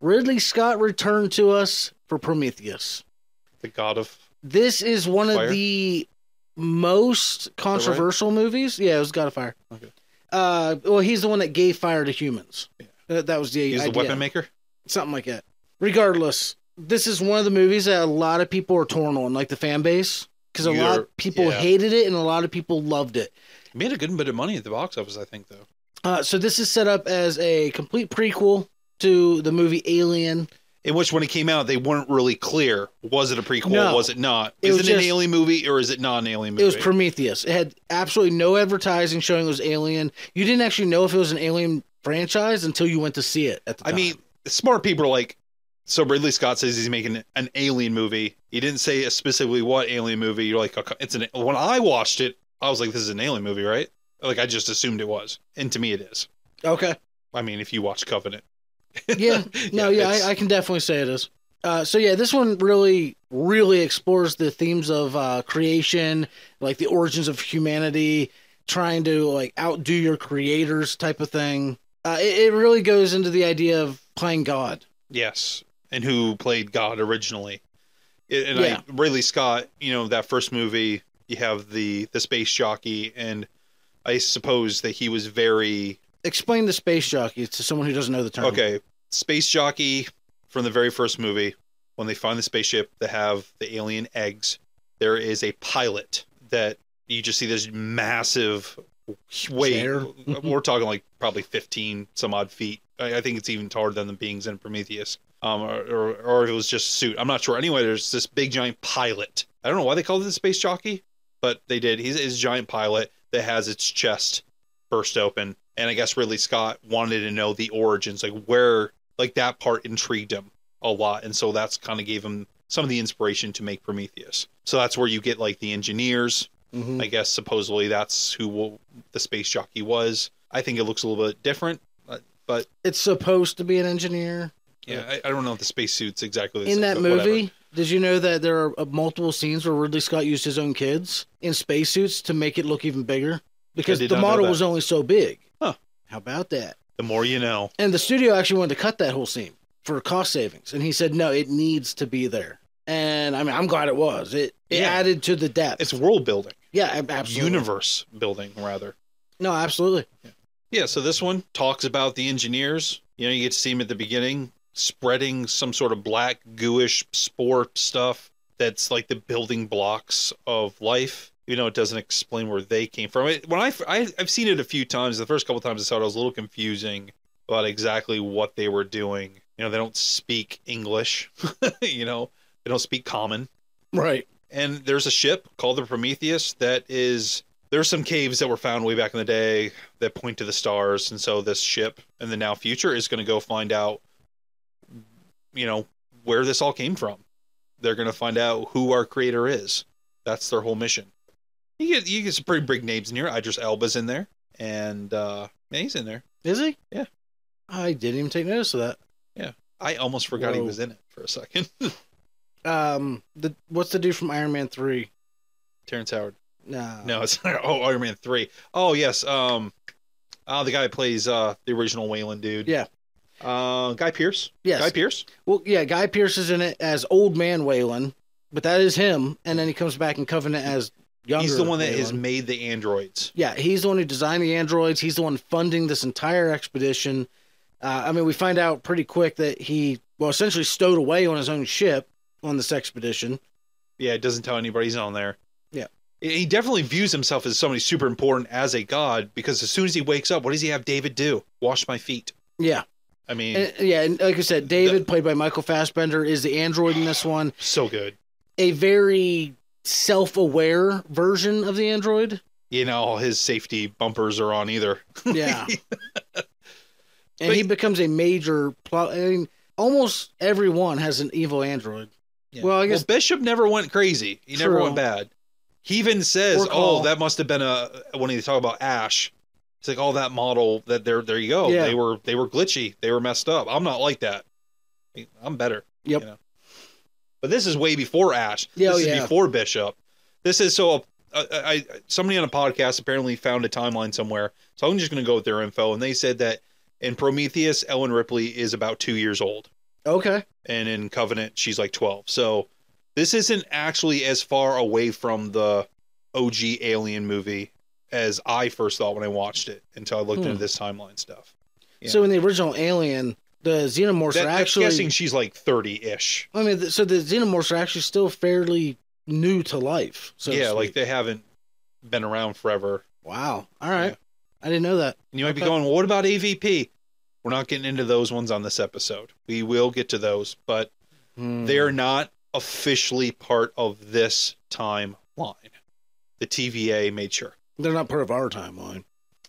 Ridley Scott returned to us for Prometheus. The god of This is one Fire? of the most controversial movies. Yeah, it was God of Fire. Okay. Uh, well, he's the one that gave fire to humans. Yeah. That- that was the he's the idea. weapon maker. something like that. Regardless, this is one of the movies that a lot of people are torn on, like the fan base, because a lot You're- of people yeah. hated it and a lot of people loved it. He made a good bit of money at the box office, I think, though. Uh, so this is set up as a complete prequel to the movie Alien. In which, when it came out, they weren't really clear. Was it a prequel? No. Was it not? It is was it an just- alien movie or is it not an alien movie? It was Prometheus. It had absolutely no advertising showing it was Alien. You didn't actually know if it was an Alien franchise until you went to see it. At the I time. mean, smart people are like, so Ridley Scott says he's making an alien movie. He didn't say specifically what alien movie. You're like, okay, it's an. When I watched it, I was like, this is an alien movie, right? Like I just assumed it was, and to me it is. okay, I mean, if you watch Covenant, yeah, no, yeah, it's- I, I can definitely say it is. Uh, so yeah, this one really, really explores the themes of uh, creation, like the origins of humanity, trying to like outdo your creators type of thing. Uh, it, it really goes into the idea of playing God. yes, and who played God originally? It- And Yeah. I, Ridley Scott, you know, that first movie, you have the the space jockey, and I suppose that he was very Explain the space jockey to someone who doesn't know the term. Okay, space jockey from the very first movie. When they find the spaceship, they have the alien eggs. There is a pilot that you just see this massive weight. Chair. We're talking like probably fifteen some odd feet. I, I think it's even taller than the beings in Prometheus, um, or, or or if it was just a suit. I'm not sure. Anyway, there's this big giant pilot. I don't know why they called it the space jockey, but they did. He's, he's a giant pilot that has its chest burst open. And I guess Ridley Scott wanted to know the origins, like where, like that part intrigued him a lot. And so that's kind of gave him some of the inspiration to make Prometheus. So that's where you get like the engineers. Mhm. I guess supposedly that's who will, the space jockey was. I think it looks a little bit different. But, but It's supposed to be an engineer yeah, I, I don't know if the spacesuit's exactly the in same, that but movie. whatever. Did you know that there are uh, multiple scenes where Ridley Scott used his own kids in spacesuits to make it look even bigger because did the not know model that. was only so big? Huh. How about that? The more you know. And the studio actually wanted to cut that whole scene for cost savings, and he said no, it needs to be there. And I mean, I'm glad it was. It it Yeah. added to the depth. It's world building, yeah, ab- absolutely. universe building, rather. No, absolutely. Yeah, so this one talks about the engineers. You know, you get to see them at the beginning spreading some sort of black, gooish spore stuff that's like the building blocks of life. You know, it doesn't explain where they came from. It, when I, I, have seen it a few times, the first couple times I saw it, I was a little confusing about exactly what they were doing. You know, they don't speak English, you know, they don't speak common Right. and there's a ship called the Prometheus that is there's some caves that were found way back in the day that point to the stars and so this ship in the now future is going to go find out you know where this all came from they're going to find out who our creator is that's their whole mission you get you get some pretty big names in here Idris Elba's in there and uh yeah, he's in there Is he? Yeah. I didn't even take notice of that. I almost forgot he Whoa. was in it for a second Um, the what's the dude from Iron Man three? Terrence Howard Nah. no it's not oh Iron Man 3 oh yes um uh, the guy who plays uh the original Wayland dude Yeah. Uh, Guy Pierce. Yes. Guy Pierce. Well, yeah, Guy Pierce is in it as old man Waylon, but that is him, and then he comes back in Covenant as younger. He's the one that has Waylon. made the androids. Yeah, he's the one who designed the androids. He's the one funding this entire expedition. Uh, I mean, we find out pretty quick that he, well, essentially stowed away on his own ship on this expedition. Yeah, it doesn't tell anybody he's on there. Yeah. He he definitely views himself as somebody super important as a god because as soon as he wakes up, what does he have David do? Wash my feet. Yeah, I mean, and, yeah, and like I said, David, played by Michael Fassbender, is the android in this one. so good. A very self-aware version of the android. You know, all his safety bumpers are on either. Yeah. and But- he becomes a major plot. I mean, almost everyone has an evil android. Well, I guess- Bishop never went crazy. He never True. went bad. He even says, Or Call. "Oh, that must have been a when he talk about Ash." It's like, "Oh, that model that there, there you go. Yeah. They were they were glitchy. They were messed up. I'm not like that. I'm better." Yep. know? But this is way before Ash. Yeah, this oh, is yeah. before Bishop. This is so. Uh, I, I somebody on a podcast apparently found a timeline somewhere, so I'm just going to go with their info, and they said that in Prometheus, Ellen Ripley is about two years old Okay. and in Covenant she's like 12. So this isn't actually as far away from the OG Alien movie as I first thought when I watched it until I looked Hmm. into this timeline stuff. Yeah. So in the original Alien, the xenomorphs That, are I'm actually. guessing she's like 30 ish. I mean, th- so the xenomorphs are actually still fairly new to life. So to yeah, speak. like they haven't been around forever. wow. All right. Yeah. I didn't know that. And you might be Okay. going, well, what about AVP? We're not getting into those ones on this episode. We will get to those, but Hmm. they're not officially part of this timeline. The TVA made sure. they're not part of our timeline.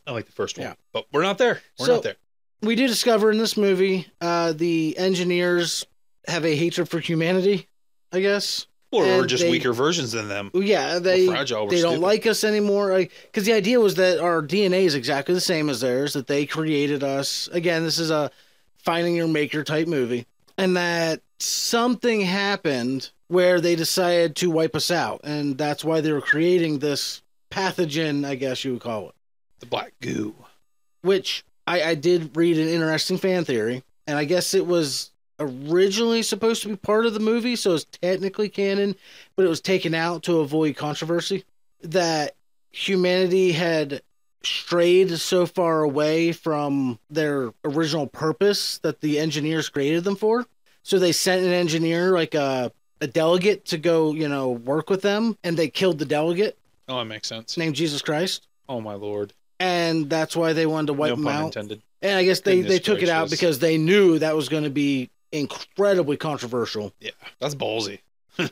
I like the first one. Yeah. But we're not there. We're So- not there. We do discover in this movie uh, the engineers have a hatred for humanity. I guess. Or and we're just they- weaker versions than them. Well, Yeah, We're they fragile. We're they don't stupid. like us anymore. Because the idea was that our DNA is exactly the same as theirs, that they created us. Again, this is a finding your maker type movie. And that something happened where they decided to wipe us out. And that's why they were creating this pathogen, I guess you would call it. the black goo. Which I, I did read an interesting fan theory. And I guess it was originally supposed to be part of the movie, so it's technically canon, but it was taken out to avoid controversy. That humanity had strayed so far away from their original purpose that the engineers created them for. So they sent an engineer, like a, a delegate, to go, you know, work with them, and they killed the delegate Oh, that makes sense. named Jesus Christ. Oh my lord. And that's why they wanted to wipe no them pun out. intended. And I guess they, Goodness they took it out gracious. because they knew that was going to be incredibly controversial. That's ballsy.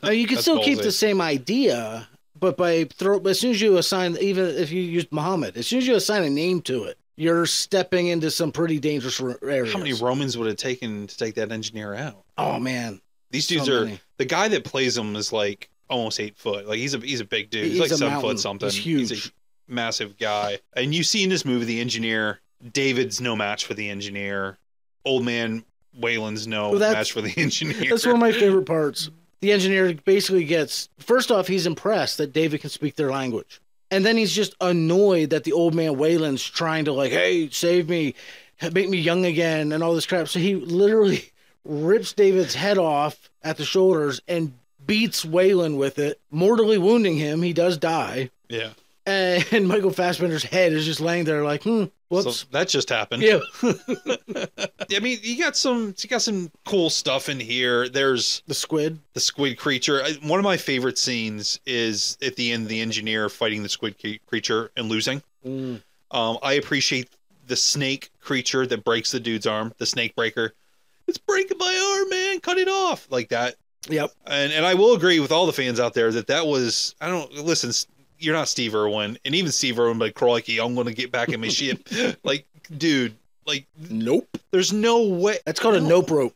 Now, you can That's still keep ballsy. the same idea, but by throw as soon as you assign, even if you used Muhammad, as soon as you assign a name to it, you're stepping into some pretty dangerous r- areas. How many Romans would it taken to take that engineer out? Oh man, These dudes So are many. the guy that plays him is like almost eight foot. Like he's a he's a big dude. He's, He's like a seven mountain. foot something. He's huge. a massive guy. And you see in this movie the engineer David's no match for the engineer. Old man Waylon's no Well, that's- match for the engineer. That's one of my favorite parts. The engineer basically gets first off, he's impressed that David can speak their language. And then he's just annoyed that the old man Wayland's trying to like, hey, save me. make me young again and all this crap. So he literally rips David's head off at the shoulders and beats Waylon with it, mortally wounding him. He does die. Yeah. And Michael Fassbender's head is just laying there like, hmm, whoops. So that just happened. yeah. I mean, you got some you got some cool stuff in here. There's The squid. the squid creature. I, one of my favorite scenes is at the end the engineer fighting the squid cre- creature and losing. Mm. Um, I appreciate the snake creature that breaks the dude's arm, the snake breaker. It's breaking my arm, man. Cut it off like that. Yep. And and I will agree with all the fans out there that that was I don't listen. S- You're not Steve Irwin, and even Steve Irwin, but crikey, I'm going to get back in my ship. like, dude, like, Nope. there's no way. That's called a nope rope.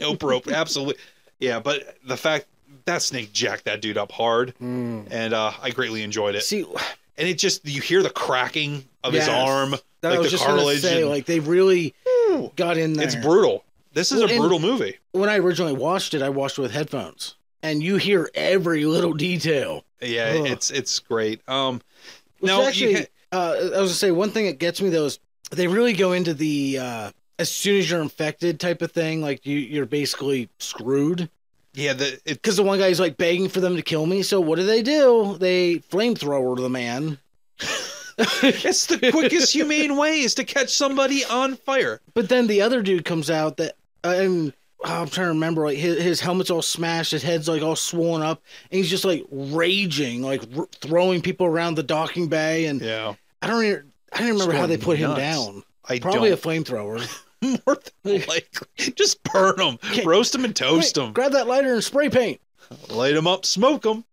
nope rope. Absolutely. Yeah, but the fact that snake jacked that dude up hard, Mm. and uh, I greatly enjoyed it. See, And it just you hear the cracking of Yes. his arm. that Like I was the just going to cartilage say, and- like, they really Ooh. got in there. It's brutal. This is Well, a and- brutal movie. when I originally watched it, I watched it with headphones, and you hear every little detail. Yeah, Ugh. it's it's great. Um, Which No, you actually, can't- uh, I was gonna say one thing that gets me though is they really go into the uh, as soon as you're infected type of thing. Like you, you're basically screwed yeah, the it, because the one guy's like begging for them to kill me. So what do they do? They flamethrower the man. it's the quickest humane way is to catch somebody on fire. But then the other dude comes out that and oh, I'm trying to remember like his, his helmet's all smashed, his head's like all swollen up, and he's just like raging, like r- throwing people around the docking bay, and Yeah, I don't even I don't remember Just how they going put him nuts. down. I Probably a don't. flamethrower. more than likely, just burn them, roast them, and toast Hey, them, Grab that lighter and spray paint. light them up, smoke them.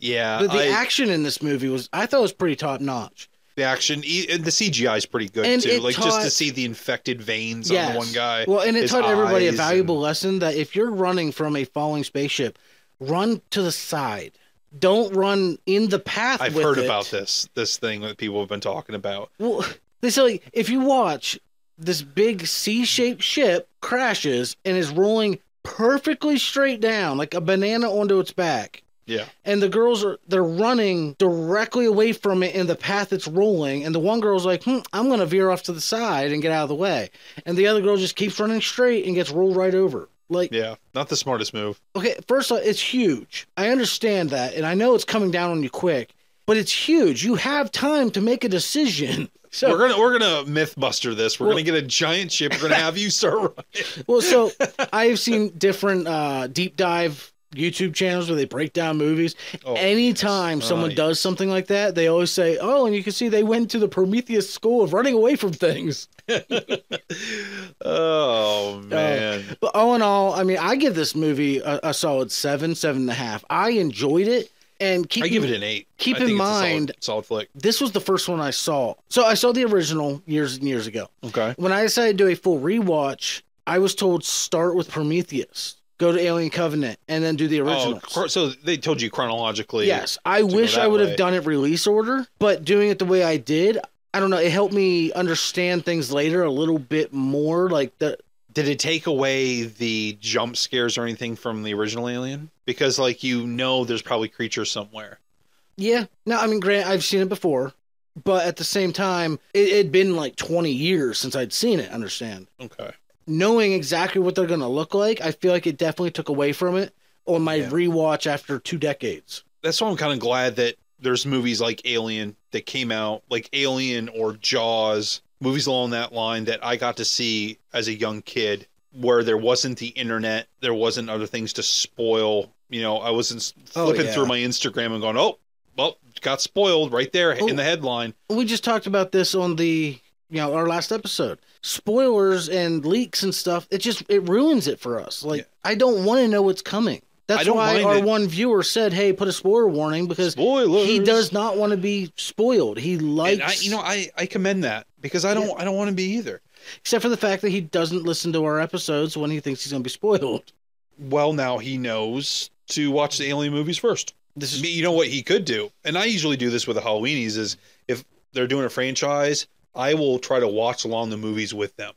Yeah, But the Uh, I- action in this movie was I thought was pretty top notch. the action e- and the CGI is pretty good And too. it Like just to taught- see the infected veins on Yes. the one guy. Well, and it his taught everybody a eyes valuable lesson that if you're running from a falling spaceship, run to the side. Don't run in the path. I've with heard it. about this this thing that people have been talking about. Well, they say like, if you watch this big C-shaped ship crashes and is rolling perfectly straight down like a banana onto its back. Yeah. And the girls are they're running directly away from it in the path it's rolling and the one girl's like, "Hmm, I'm going to veer off to the side and get out of the way." And the other girl just keeps running straight and gets rolled right over. Like, Yeah, not the smartest move. okay, first off, it's huge. I understand that and I know it's coming down on you quick, but it's huge. You have time to make a decision. So we're gonna we're gonna myth buster this. We're Well- gonna get a giant ship. We're gonna have you start running. Well, so I've seen different uh, deep dive YouTube channels where they break down movies. Oh, Anytime yes. someone Oh, does something like that, they always say, "Oh, and you can see they went to the Prometheus school of running away from things." Oh man, But all in all, I mean, I give this movie a, a solid seven, seven and a half. I enjoyed it, and keep I give it an eight. keep I in think it's a solid- mind- solid, flick. This was the first one I saw. So I saw the original years and years ago. Okay, When I decided to do a full rewatch, I was told start with Prometheus, go to Alien Covenant, and then do the oh, original. cr- so they told you chronologically. Yes, I go wish I that would way. have done it release order, but doing it the way I did, I don't know. It helped me understand things later a little bit more. Like the Did it take away the jump scares or anything from the original Alien? Because like you know, there's probably creatures somewhere. yeah, no, I mean, Grant, I've seen it before, but at the same time, it had been like twenty years since I'd seen it. Understand? Okay, Knowing exactly what they're gonna look like, I feel like it definitely took away from it on my Yeah. rewatch after two decades. that's why I'm kind of glad that there's movies like Alien that came out, like Alien or Jaws, movies along that line that I got to see as a young kid, where there wasn't the internet, there wasn't other things to spoil. You know, I wasn't s- Oh, flipping yeah. through my Instagram and going, "Oh, well, got spoiled right there Oh. in the headline." we just talked about this on the you know our last episode spoilers and leaks and stuff it just it ruins it for us like Yeah. i don't want to know what's coming I that's don't why mind our it. one viewer said hey put a spoiler warning because Spoilers. he does not want to be spoiled he likes And I, you know, I I commend that because I don't I don't want to be either. except for the fact that he doesn't listen to our episodes when he thinks he's going to be spoiled Well, now he knows to watch the Alien movies first. this I is mean, you know what he could do, and I usually do this with the Halloweenies is if they're doing a franchise, I will try to watch along the movies with them.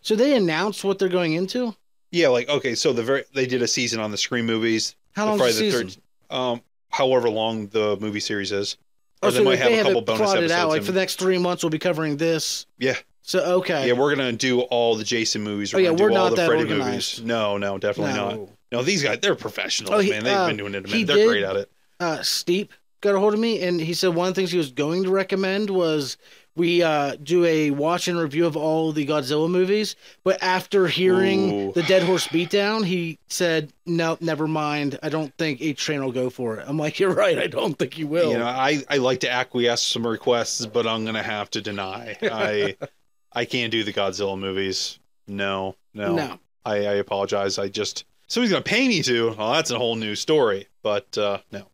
so they announced what they're going into Yeah, like okay, so the very they did a season on the Scream movies, how long Friday is the season third, um, however long the movie series is. oh Or so they might if have they a have couple it bonus plotted episodes out like in- for the next three months we'll be covering this Yeah, So okay. Yeah, we're gonna do all the Jason movies. We're Oh, yeah, gonna do we're all not the that Freddy organized. movies. No, no, definitely not. No, these guys, they're professionals, Oh, he- man. They've uh, been doing it a he minute. They're did- great at it. uh, Steep got a hold of me, and he said one of the things he was going to recommend was we uh, do a watch and review of all the Godzilla movies. But after hearing Ooh. the Dead Horse Beatdown, he said, "No, never mind. I don't think H Train will go for it." I'm like, "You're right. I don't think he will." You know, I, I like to acquiesce to some requests, but I'm gonna have to deny. I I can't do the Godzilla movies. No, no. no. I, I apologize. I just somebody's gonna pay me to. Well, that's a whole new story. But uh no.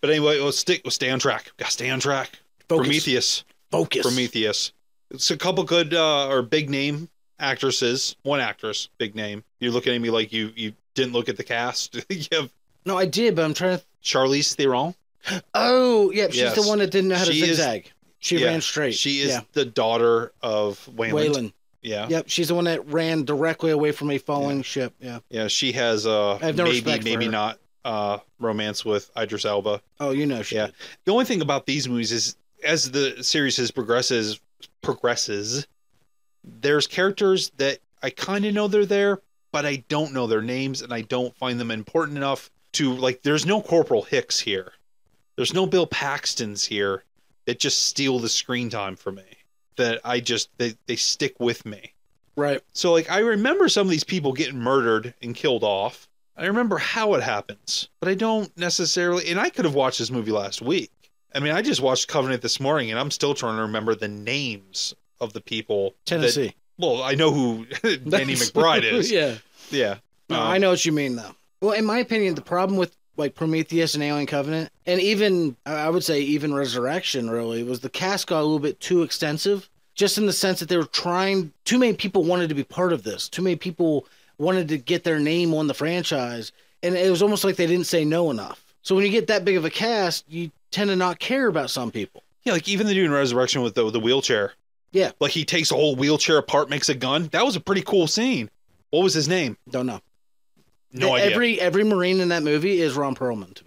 But anyway, we'll stick. We'll stay on track. Got to stay on track. Focus. Prometheus. Focus. Prometheus. It's a couple good uh, or big name actresses. One actress, big name. You're looking at me like you you didn't look at the cast. you have No, I did, but I'm trying to. Charlize Theron. oh, yeah. She's Yes. the one that didn't know how to She is- zigzag. she yeah, ran straight. She is yeah. the daughter of Wayland. Waylon. Yeah, Yep, she's the one that ran directly away from a falling ship. Yeah. yeah. She has uh I have no maybe respect for maybe her. not uh romance with Idris Elba. Oh, you know she. Yeah. did. The only thing about these movies is as the series has progresses progresses, there's characters that I kind of know they're there, but I don't know their names and I don't find them important enough to like there's no Corporal Hicks here. There's no Bill Paxtons here that just steal the screen time for me. That I just they, they stick with me. Right. So like I remember some of these people getting murdered and killed off. I remember how it happens, but I don't necessarily and I could have watched this movie last week. I mean, I just watched Covenant this morning and I'm still trying to remember the names of the people. that- Tennessee. well, I know who Danny That's- McBride is. yeah. yeah. No, Um, I know what you mean though. Well, in my opinion, the problem with like Prometheus and Alien Covenant, and even I I would say even Resurrection, really, was the cast got a little bit too extensive. Just in the sense that they were trying, too many people wanted to be part of this. Too many people wanted to get their name on the franchise, and it was almost like they didn't say no enough. So when you get that big of a cast, you tend to not care about some people. Yeah, like even the dude in Resurrection with the, the wheelchair. Yeah. Like he takes a whole wheelchair apart, makes a gun. That was a pretty cool scene. What was his name? Don't know. E-, No idea. every every Marine in that movie is Ron Perlman to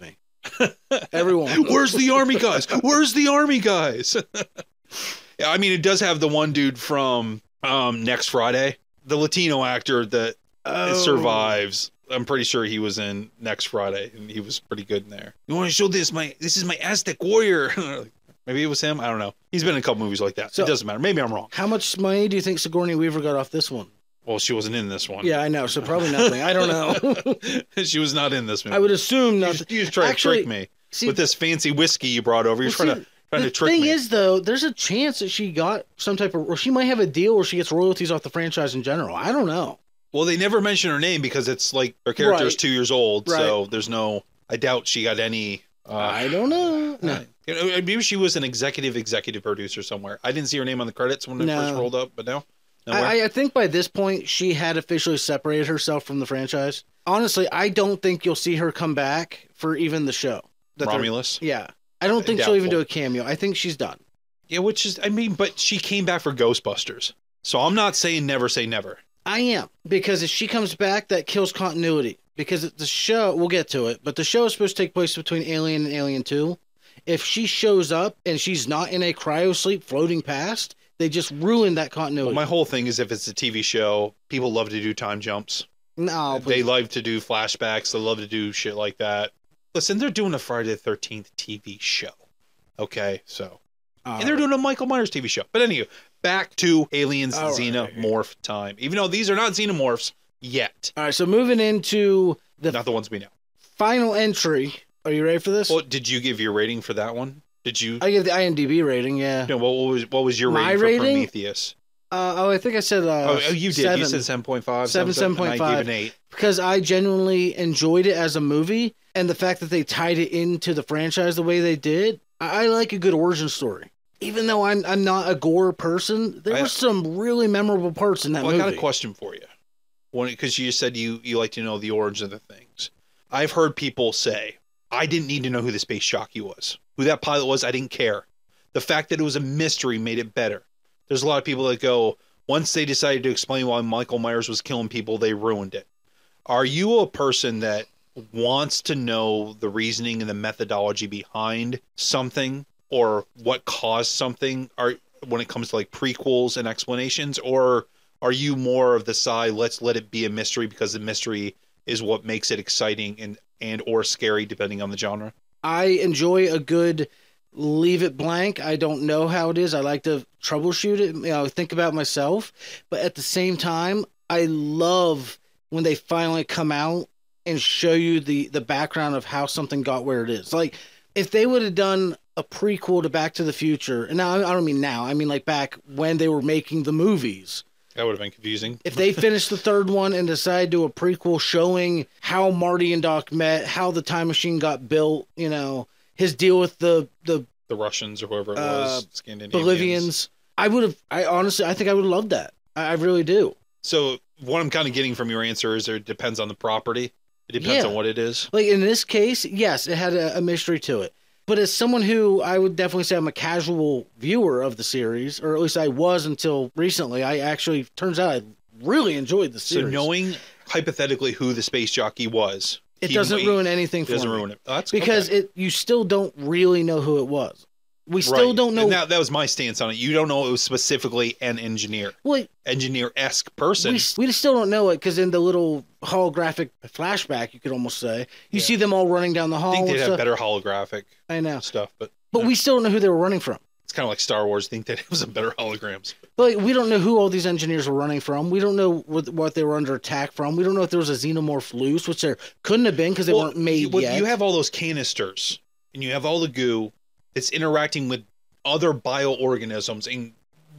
me. Everyone. Where's the army guys? Where's the army guys? yeah, I mean, it does have the one dude from um, Next Friday, the Latino actor that Oh. survives. I'm pretty sure he was in Next Friday, and he was pretty good in there. You want to show this? My this is my Aztec warrior. Maybe it was him. I don't know. He's been in a couple movies like that. So- it doesn't matter. Maybe I'm wrong. How much money do you think Sigourney Weaver got off this one? Well, she wasn't in this one. Yeah, I know. So probably nothing. I don't know. she was not in this movie. I would assume You, nothing. you just try Actually, to trick me See, with this fancy whiskey you brought over. You're Well, trying see, to trying the to trick thing me. is, though, there's a chance that she got some type of, or she might have a deal where she gets royalties off the franchise in general. I don't know. Well, they never mention her name because it's like her character is Right. two years old, so there's no. I doubt she got any. Uh, I don't know. No, uh, you know, maybe she was an executive executive producer somewhere. I didn't see her name on the credits when it No. first rolled up, but no, nowhere. I, I think by this point she had officially separated herself from the franchise. Honestly, I don't think you'll see her come back for even the show. that they're- Romulus. Yeah, I don't think she'll even Doubtful. do a cameo. I think she's done. Yeah, which is I mean, but she came back for Ghostbusters, so I'm not saying never say never. I am because if she comes back, that kills continuity. Because the show, we'll get to it, but the show is supposed to take place between Alien and Alien Two. If she shows up and she's not in a cryo sleep floating past, they just ruin that continuity. My whole thing is if it's a TV show, people love to do time jumps. no, they Oh, please. love to do flashbacks. They love to do shit like that. Listen, they're doing a Friday the Thirteenth TV show. Okay, so All and they're right. doing a Michael Myers TV show. But anyway, back to aliens All right. xenomorph time. Even though these are not xenomorphs yet, All right, so moving into the not the ones we know. final entry. Are you ready for this? Well, did you give your rating for that one? Did you? I give the IMDb rating. Yeah. no, what was what was your My rating for rating? Prometheus? Uh, oh, I think I said. Uh, oh, oh, you did. You seven. said seven point five. Seven, 7.5. I gave an eight. because I genuinely enjoyed it as a movie, and the fact that they tied it into the franchise the way they did, I, I like a good origin story. Even though I'm I'm not a gore person, there I- were some really memorable parts in that Oh, Well, I movie. got a question for you. One, because you said you you like to know the origin of the things. I've heard people say I didn't need to know who the space jockey was, who that pilot was. I didn't care. The fact that it was a mystery made it better. There's a lot of people that go once they decided to explain why Michael Myers was killing people, they ruined it. Are you a person that wants to know the reasoning and the methodology behind something or what caused something? Are when it comes to like prequels and explanations, or are you more of the side let's let it be a mystery because the mystery is what makes it exciting and and or scary depending on the genre? I enjoy a good leave it blank. I don't know how it is. I like to troubleshoot it, you know, think about myself. But at the same time, I love when they finally come out and show you the the background of how something got where it is. Like if they would have done a prequel to Back to the Future, and now I don't mean now, I mean like back when they were making the movies. That would have been confusing. If they finish the third one and decide to do a prequel showing how Marty and Doc met, how the time machine got built, you know, his deal with the the The Russians or whoever it Uh, was, Scandinavians. Bolivians. I would have. I honestly, I think I would have loved that. I, I really do. So what I'm kind of getting from your answer is it depends on the property. It depends Yeah. on what it is. Like in this case, yes, it had a, a mystery to it. But as someone who I would definitely say I'm a casual viewer of the series, or at least I was until recently. I actually turns out I really enjoyed the So series. knowing hypothetically who the space jockey was, it he doesn't might- ruin anything It for doesn't me ruin it. That's because okay. it you still don't really know who it was. We still Right. don't know. And that, that was my stance on it. You don't know it was specifically an engineer, well, engineer esque person. we, we still don't know it because in the little holographic flashback, you could almost say you Yeah. see them all running down the hall. I think and they'd have stuff. better holographic I know, stuff, but but we still don't know who they were running from. it's kind of like Star Wars. I think they'd have some better holograms. But like, we don't know who all these engineers were running from. We don't know what, what they were under attack from. We don't know if there was a xenomorph loose, which there couldn't have been because they Well, weren't made you, well, yet. you have all those canisters and you have all the goo that's interacting with other bioorganisms and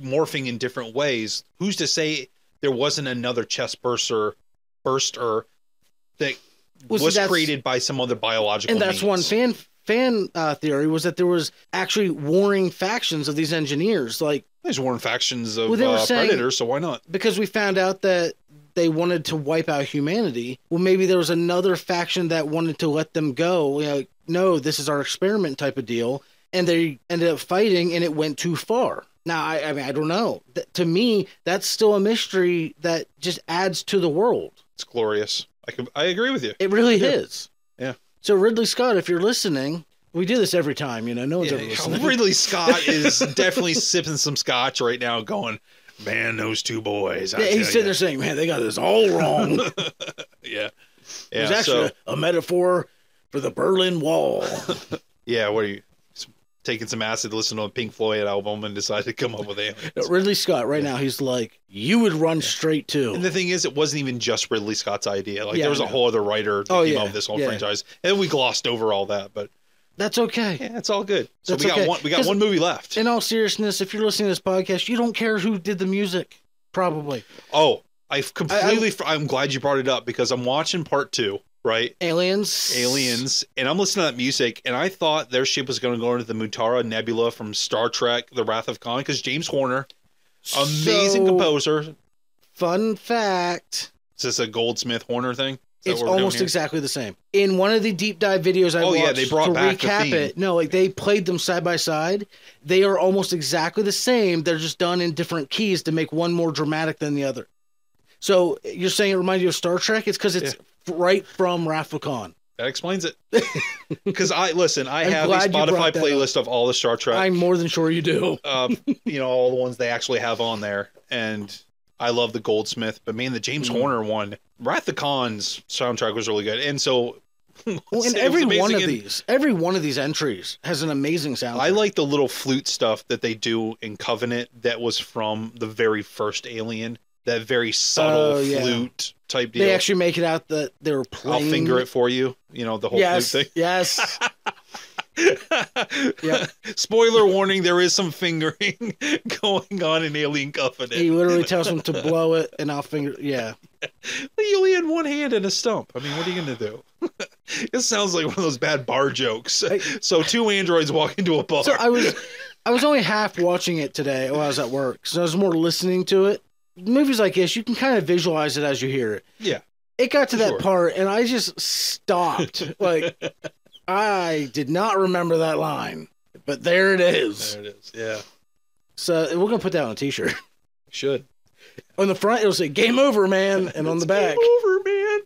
morphing in different ways. Who's to say there wasn't another chest burster burster that Well, see, was that's- created by some other biological and that's means? one fan fan uh, theory was that there was actually warring factions of these engineers, like There's warring factions of Well, they were uh, saying- predators, so why not? because we found out that they wanted to wipe out humanity. Well, maybe there was another faction that wanted to let them go. You know, no, this is our experiment type of deal, and they ended up fighting, and it went too far. Now, I, I mean, I don't know. Th- to me, that's still a mystery that just adds to the world. It's glorious. I could, I agree with you. It really Yeah. is. Yeah. So Ridley Scott, if you're listening, we do this every time. You know, no one's Yeah, ever yeah. listening. Ridley Scott is definitely sipping some scotch right now, going, "Man, those two boys." I Yeah, he's tell sitting ya." there saying, "Man, they got this all wrong." Yeah, There's yeah. actually So, a, a metaphor for the Berlin Wall. yeah, what are you s- taking some acid, listening to a Pink Floyd album, and decided to come up with it? No, Ridley Scott right now he's like you would run straight And to. the thing is, it wasn't even just Ridley Scott's idea. Like Yeah, there was I a know. whole other writer that Oh, came yeah, up with this whole yeah. franchise, and we glossed over all that. But That's okay. yeah, it's all good. So That's we got okay. one. We got 'Cause- one movie left. In all seriousness, if you're listening to this podcast, you don't care who did the music. Probably oh, I've completely. fr- I'm glad you brought it up because I'm watching part two. Right. aliens. aliens and i'm listening to that music and i thought their ship was going to go into the mutara nebula from star trek the wrath of khan because james horner So, amazing composer Fun fact: is this a goldsmith horner thing Is that It's what we're doing almost here? exactly the same. In one of the deep dive videos I Oh, watched yeah, they brought to back the recap theme. it, no, like they played them side by side. They are almost exactly the same. They're just done in different keys to make one more dramatic than the other. So you're saying it reminds you of Star Trek? It's because it's right from Wrath of Khan. that explains it because i listen i I'm have a glad you spotify brought that up. playlist of all the star trek I'm more than sure you do. uh, you know all the ones they actually have on there and i love the goldsmith but man the james Mhm. horner one wrath of khan's soundtrack was really good and so Well, it was and every amazing one of in- these, every one of these entries has an amazing sound. I like the little flute stuff that they do in Covenant that was from the very first Alien. That very subtle Oh, yeah. flute type They deal. actually make it out that they were I'll playing. finger it for you. You know, the whole yes, flute yes. thing. Yep. Spoiler warning, there is some fingering going on in Alien Covenant. he literally tells them to blow it, and I'll finger. Yeah, You only had one hand and a stump. I mean, what are you going to do? it sounds like one of those bad bar jokes. I- so two androids walk into a bar. so I was, I was only half watching it today while I was at work, so I was more listening to it. Movies like this, you can kind of visualize it as you hear it. Yeah. It got to that Sure. part, and I just stopped. like, I did not remember that line, but there it is. there it is. Yeah, So we're gonna put that on a T-shirt. should. On the front, it'll say "Game Over, Man," and on It's the back, game over, man.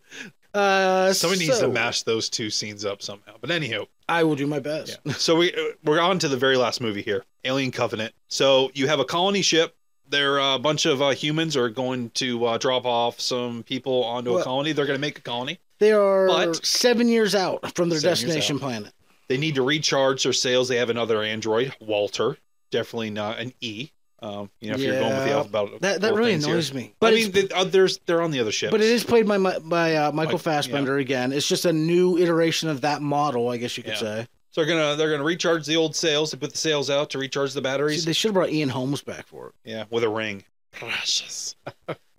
Uh, Somebody needs so to mash those two scenes up somehow. But anywho, I will do my best. so we uh, we're on to the very last movie here, Alien Covenant. So you have a colony ship. There are a bunch of uh, humans are going to uh, drop off some people onto Well- a colony. They're going to make a colony. They are But- seven years out from their Seven years destination planet. They need to recharge their sails. They have another android, Walter. Definitely not an E. Um, you know, if you're going with the Yeah. alphabet, That that order really things here. annoys me. But I it's- mean, they, uh, there's they're on the other ships. but it is played by Mi- by uh, Michael Like, yeah. Fassbender again. It's just a new iteration of that model, I guess you could Yeah. say. So they're gonna they're gonna recharge the old sails. They put the sails out to recharge the See, batteries. they should have brought Ian Holmes back for it. Yeah, with a ring. Precious.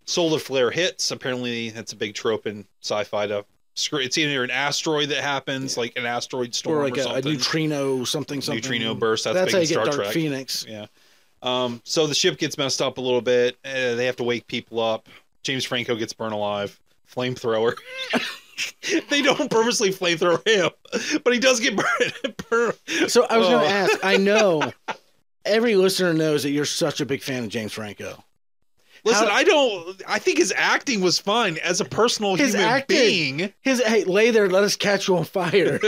Solar flare hits. Apparently, that's a big trope in sci-fi. To screw, it's either an asteroid that happens, like an asteroid storm, or or, like a, a something. neutrino something something. Neutrino burst. That's, That's big how in you get Star Dark Trek. Phoenix. Yeah. Um, so the ship gets messed up a little bit. Uh, they have to wake people up. James Franco gets burned alive. Flamethrower. they don't purposely flamethrower him, but he does get burned. burned. So I was going Oh. to ask. I know every listener knows that you're such a big fan of James Franco. Listen, How- I don't. I think his acting was fine as a personal His human acting. being. His hey, lay there, let us catch you on fire.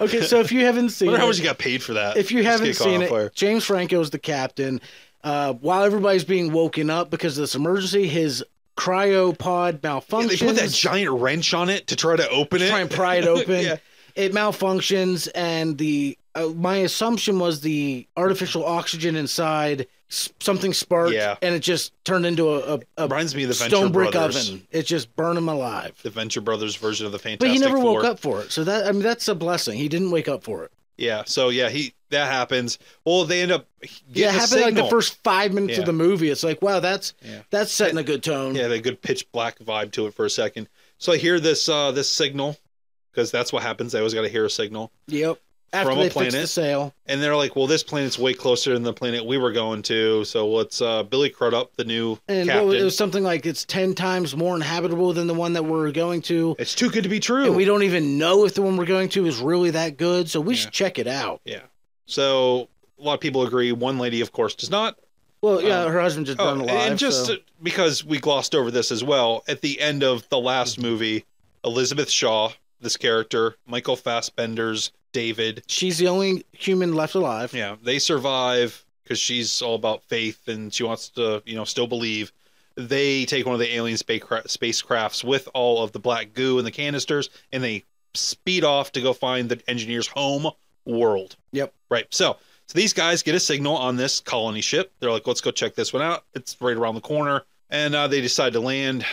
okay, so if you haven't seen, Wonder how it- much he got paid for that. if you Just haven't get caught on seen it, fire. James Franco is the captain. Uh, while everybody's being woken up because of this emergency, his cryopod Yeah, they malfunctions. put that giant wrench on it to try to open it. try and pry it open. Yeah. It malfunctions, and the uh, my assumption was the artificial oxygen inside s- something sparked, Yeah. and it just turned into a, a, a Reminds me of the Venture stone brick Brothers. oven. It just burned him alive. The Venture Brothers version of the Fantastic But he never Four. woke up for it, so that I mean that's a blessing. He didn't wake up for it. Yeah. So yeah, he that happens. Well, they end up getting Yeah, a it happened like signal. the first five minutes Yeah. of the movie. It's like wow, that's Yeah. that's setting a good tone. Yeah, they had a good pitch black vibe to it for a second. So I hear this uh this signal because that's what happens. I always got to hear a signal. Yep. After From a they fixed the planet. sale, and they're like, "Well, this planet's way closer than the planet we were going to, so let's uh, Billy Crudup, the new and what captain. was- it was something like it's ten times more inhabitable than the one that we're going to. it's too good to be true." and we don't even know if the one we're going to is really that good. So we should check it out. yeah. So a lot of people agree. One lady, of course, does not. Well, yeah, Um, her husband just Oh, burned alive. and just so- to- because we glossed over this as well, at the end of the last movie, Elizabeth Shaw, this character, Michael Fassbender's David, she's the only human left alive. yeah, they survive because she's all about faith and she wants to, you know, still believe. They take one of the alien spacecra- spacecrafts with all of the black goo and the canisters, and they speed off to go find the engineer's home world. Yep. Right. So, so these guys get a signal on this colony ship. They're like, "Let's go check this one out. It's right around the corner." And uh, they decide to land.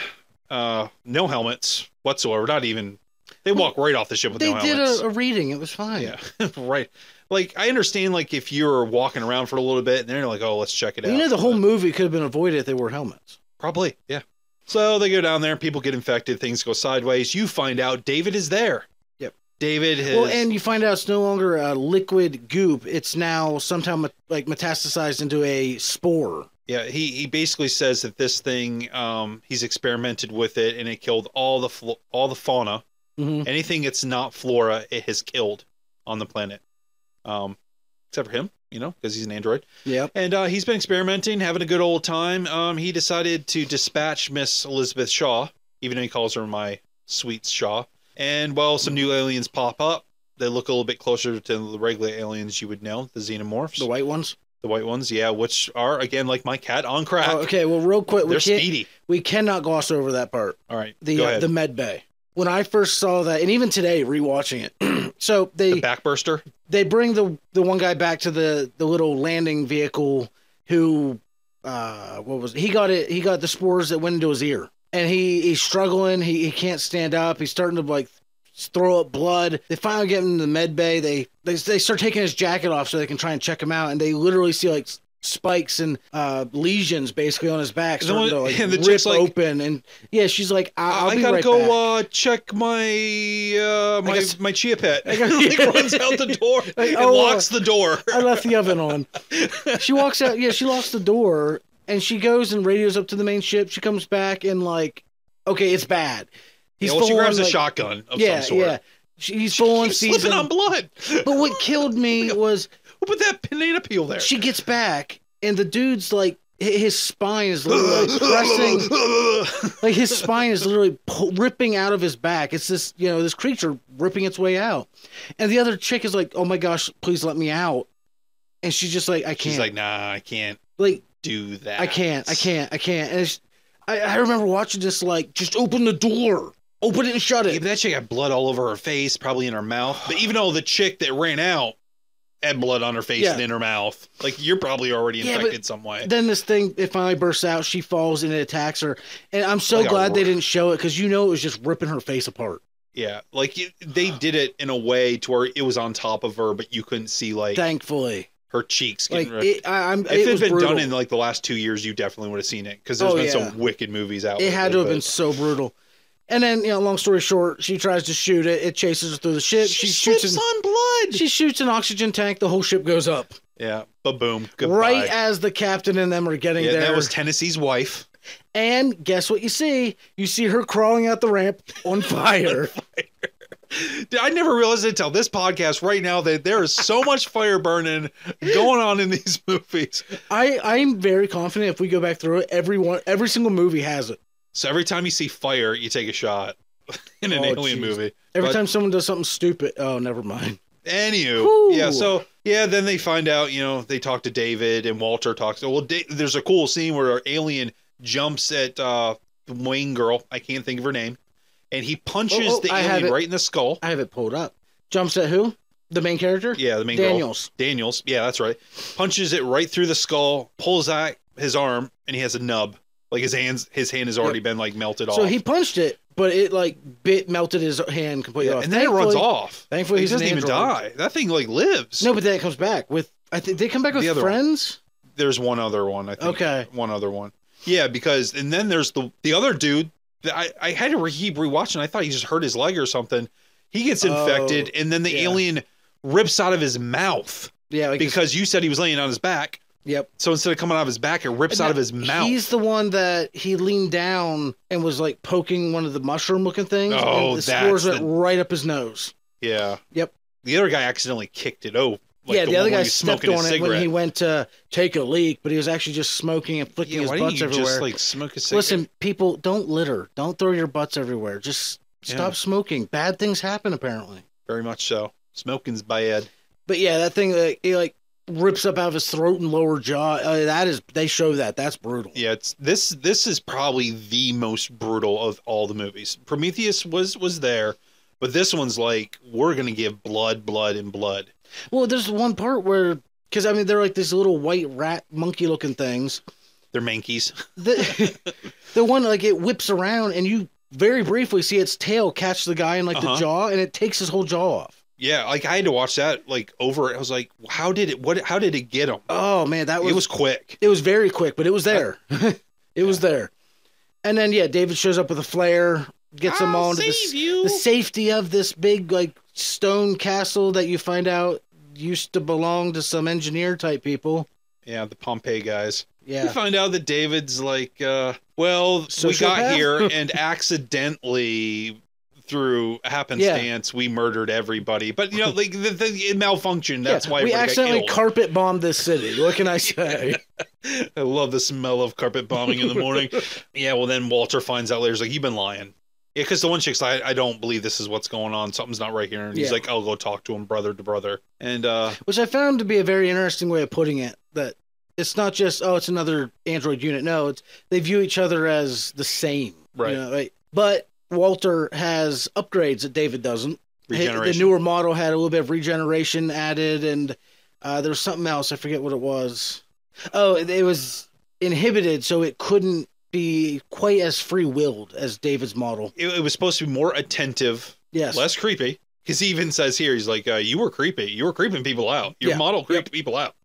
Uh, no helmets whatsoever. Not even. They walk right off the ship with They no did helmets. a, a reading. It was fine. Yeah, right. Like I understand, like if you're walking around for a little bit and they're like, "Oh, let's check it Well, out." You know, the But whole movie could have been avoided if they wore helmets. probably, yeah. So they go down there, people get infected, things go sideways. You find out David is there. Yep. David has. Well, and you find out it's no longer a liquid goop. It's now somehow met- like metastasized into a spore. yeah, he he basically says that this thing, um, he's experimented with it and it killed all the flo- all the fauna. hmm Anything that's not flora, it has killed on the planet. Um, except for him, you know, because he's an android. Yep. And uh, he's been experimenting, having a good old time. Um, he decided to dispatch Miss Elizabeth Shaw, even though he calls her my sweet Shaw. And well, some new aliens pop up. They look a little bit closer to the regular aliens you would know, the xenomorphs, The the, white ones. white ones, yeah, which are again like my cat on crack. Oh, okay. Well, real quick, we They're can't, speedy. we cannot gloss over that part. All right, the go uh, ahead. the med bay. When I first saw that, and even today, rewatching it, so they the backburster. they bring the the one guy back to the the little landing vehicle who uh what was he got it he got the spores that went into his ear and he he's struggling he he can't stand up he's starting to like throw up blood they finally get him to the med bay they they they start taking his jacket off so they can try and check him out and they literally see like s- spikes and uh lesions basically on his back The starting one- to like and the rip chick's like, open and yeah she's like I- I, will be gotta right back. go uh, check my uh, my guess- my chia pet. I gotta- Like, runs out the door and oh, locks the door. I left the oven on. She walks out. Yeah, she locks the door and she goes and radios up to the main ship. She comes back and like, okay, it's bad. Yeah, well, she full grabs on, a like- shotgun of Yeah, some sort. yeah. She, he's full on Keep slipping season. on blood. but what killed me was Who put that banana peel there? she gets back and the dude's like his spine is literally pressing like his spine is literally pu- ripping out of his back. It's this, you know, this creature ripping its way out. And the other chick is like, "Oh my gosh, please let me out." And she's just like, "I can't." She's like, nah, I can't like do that. I can't, I can't, I can't. And it's, I, I remember watching this like, just open the door, open it and shut Yeah, it. but that chick had blood all over her face, probably in her mouth. But even though the chick that ran out had blood on her face Yeah. and in her mouth, like you're probably already Yeah, but- infected some way. Then this thing it finally bursts out. She falls and it attacks her. And I'm so Like a glad they roar. didn't show it because you know it was just ripping her face apart. Yeah, like you, they did it in a way to where it was on top of her, but you couldn't see like Thankfully, her cheeks getting like ripped. it, I, I'm. if it had was been brutal. done in like the last two years, you definitely would have seen it because there's Oh, been yeah. some wicked movies out. It had to have lately, been so brutal. And then, you know, long story short, she tries to shoot it. It chases her through the but- ship. She, shoots slips an, on blood. she shoots an oxygen tank. The whole ship goes up. yeah, but boom, goodbye. Right as the captain and them are getting yeah, there. that was Tennessee's wife. and guess what you see? You see her crawling out the ramp on fire. Dude, I never realized until this podcast right now that there is so much fire burning going on in these movies. I, I'm very confident if we go back through it, every one, every single movie has it. So every time you see fire, you take a shot in an Oh, alien jeez. movie. Every But- time someone does something stupid, oh, never mind. Anywho, Whew. yeah. So yeah, then they find out. You know, they talk to David and Walter talks. Well, da- there's a cool scene where our alien jumps at uh, the Wayne girl. I can't think of her name, and he punches Oh, oh, the I have alien it. right in the skull. I have it pulled up. Jumps at who? The main character? Yeah, the main girl, Daniels. Daniels. Yeah, that's right. Punches it right through the skull, pulls out his arm, and he has a nub. Like his hands, his hand has already been like melted So off. he punched it, but it like bit melted his hand completely yeah, off. and then it runs Thankfully- off. Thankfully, He he's an doesn't even android. die. That thing like lives. No, but then it comes back with. I think they come back with The other one. friends. there's one other one. I think. Okay. one other one. Yeah, because and then there's the the other dude. That I I had to re- keep rewatching. I thought he just hurt his leg or something. He gets Oh, infected, and then the yeah. alien rips out of his mouth Yeah, like because you said he was laying on his back. yep. So instead of coming out of his back, it rips out of his mouth. He's the one that he leaned down and was like poking one of the mushroom looking things. Oh, and the that's spores went the- right up his nose. yeah. Yep. The other guy accidentally kicked it over. like yeah, the, one other where guy he's stepped smoking his on it when he cigarette. went to take a leak, but he was actually just smoking and flicking yeah, his why butts didn't you everywhere. just like smoke a cigarette? Listen, people, don't litter. Don't throw your butts everywhere. Just Yeah. stop smoking. Bad things happen apparently. very much so. Smoking's bad. But yeah, that thing like he like rips up out of his throat and lower jaw. Uh, that is they show that. That's brutal. Yeah, it's this this is probably the most brutal of all the movies. Prometheus was was there, but this one's like we're going to give blood, blood and blood. Well, there's one part where because I mean they're like these little white rat monkey looking things. They're mankies. The the one like it whips around and you very briefly see its tail catch the guy in like Uh-huh. the jaw and it takes his whole jaw off. Yeah, like I had to watch that like over it. I was like, how did it what how did it get him? Oh man, that was it was quick. it was very quick, but it was there. it was there. And then yeah, David shows up with a flare, gets them all into the s- you. the safety of this big like stone castle that you find out used to belong to some engineer type people. yeah, the Pompeii guys. You Yeah. find out that David's like uh well, we Sociopath? got here and accidentally through happenstance we murdered everybody but you know like the, the, it malfunctioned that's Yeah, why we everybody got accidentally killed. carpet bombed this city. What can I say? I love the smell of carpet bombing in the morning. yeah, well, then Walter finds out later. He's like, you've been lying. Yeah, because the one chick's like, I, I don't believe this is what's going on. Something's not right here. And he's Yeah. like, I'll go talk to him, brother to brother. And uh, Which I found to be a very interesting way of putting it. That it's not just oh, it's another android unit. No, it's they view each other as the same. you Right. know, right? But Walter has upgrades that David doesn't. Hey, The regeneration. newer model had a little bit of regeneration added, and uh, there was something else. I forget what it was. Oh, it it was inhibited, so it couldn't be quite as free willed as David's model. it, it was supposed to be more attentive, Yes. less creepy. Because he even says here, he's like, uh, you were creepy. You were creeping people out. Your Yeah. model creeped people out.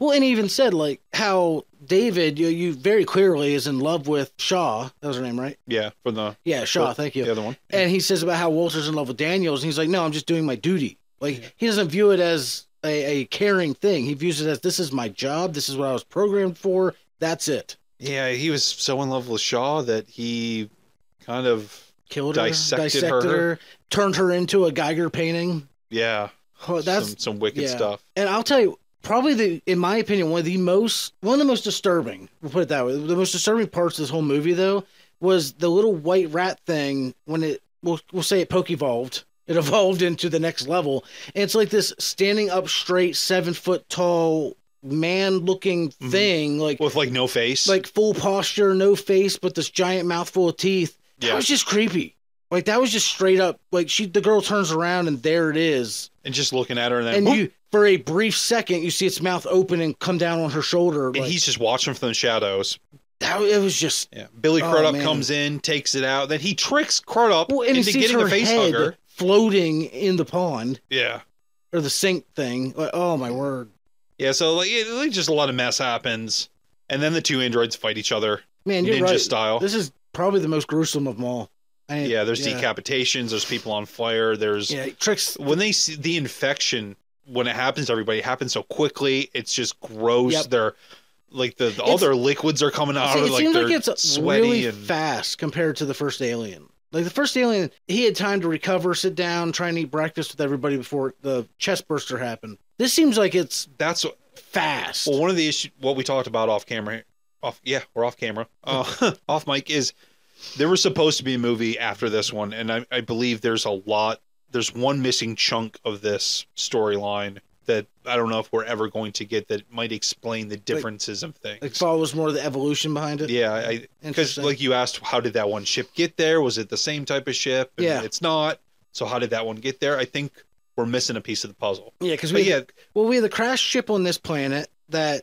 Well, and he even said like how David, you, you very clearly is in love with Shaw. That was her name, right? Yeah, from the, Yeah, Shaw. Well, thank you. the other one. And he says about how Walter's in love with Daniels, and he's like, no, I'm just doing my duty. Like he doesn't view it as a, a caring thing. He views it as this is my job. This is what I was programmed for. That's it. yeah, he was so in love with Shaw that he kind of, Killed her, Dissected dissected, her. her. turned her into a Geiger painting. yeah, Oh, that's some, some wicked yeah. stuff. and I'll tell you, probably the in my opinion one of the most one of the most disturbing we'll put it that way the most disturbing parts of this whole movie though was the little white rat thing when it we'll, we'll say it poke evolved it evolved into the next level and it's like this standing up straight seven foot tall man looking Mhm. thing like with like no face. like full posture no face but this giant mouthful of teeth that yeah, was just creepy like that was just straight up like she the girl turns around and there it is and just looking at her, and then and whoop, you for a brief second you see its mouth open and come down on her shoulder and like, he's just watching from the shadows. that it was just Yeah, Billy Oh, Crudup man. comes in, takes it out. Then he tricks Crudup well and he into sees getting her a face head hugger. floating in the pond Yeah, or the sink thing like oh my word yeah. So like, it, like, just a lot of mess happens, and then the two androids fight each other man you're ninja right style. this is probably the most gruesome of them all I- yeah, there's decapitations. There's people on fire. There's yeah tricks when they see the infection when it happens to everybody it happens so quickly it's just gross Yep. they're like the, the- all It's- their liquids are coming out See, of it like seems they're like it's sweaty really and fast compared to the first alien. Like the first alien, he had time to recover, sit down, try and eat breakfast with everybody before the chest burster happened. This seems like it's that's fast. well one of the issues what we talked about off camera off yeah we're off camera uh, off mic is there was supposed to be a movie after this one and I, I believe there's a lot there's one missing chunk of this storyline that I don't know if we're ever going to get that might explain the differences of things. It follows more of the evolution behind it. yeah, I, because Interesting. like you asked how did that one ship get there was it the same type of ship And Yeah. it's not so how did that one get there i think we're missing a piece of the puzzle yeah, because we but yeah well we had the crash ship on this planet that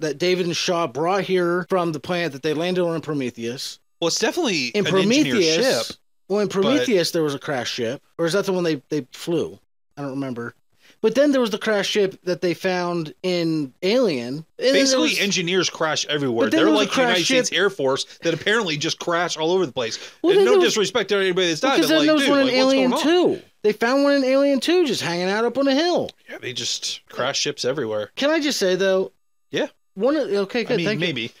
that David and Shaw brought here from the planet that they landed on in Prometheus. well it's definitely In an engineer Prometheus, ship well, in Prometheus there was a crash ship, or is that the one they they flew? I don't remember. But then there was the crash ship that they found in Alien. And then there basically was- engineers crash everywhere But then they're there was a like the united crash states ship- air force that apparently just crash all over the place Well, and then no there was- disrespect to anybody that's died because but then like, there was dude, one in like, what's Alien going on? Two. They found one in Alien Two just hanging out up on a hill. yeah they just crash ships everywhere Can I just say though? Yeah. One of okay, good. i mean thank you. maybe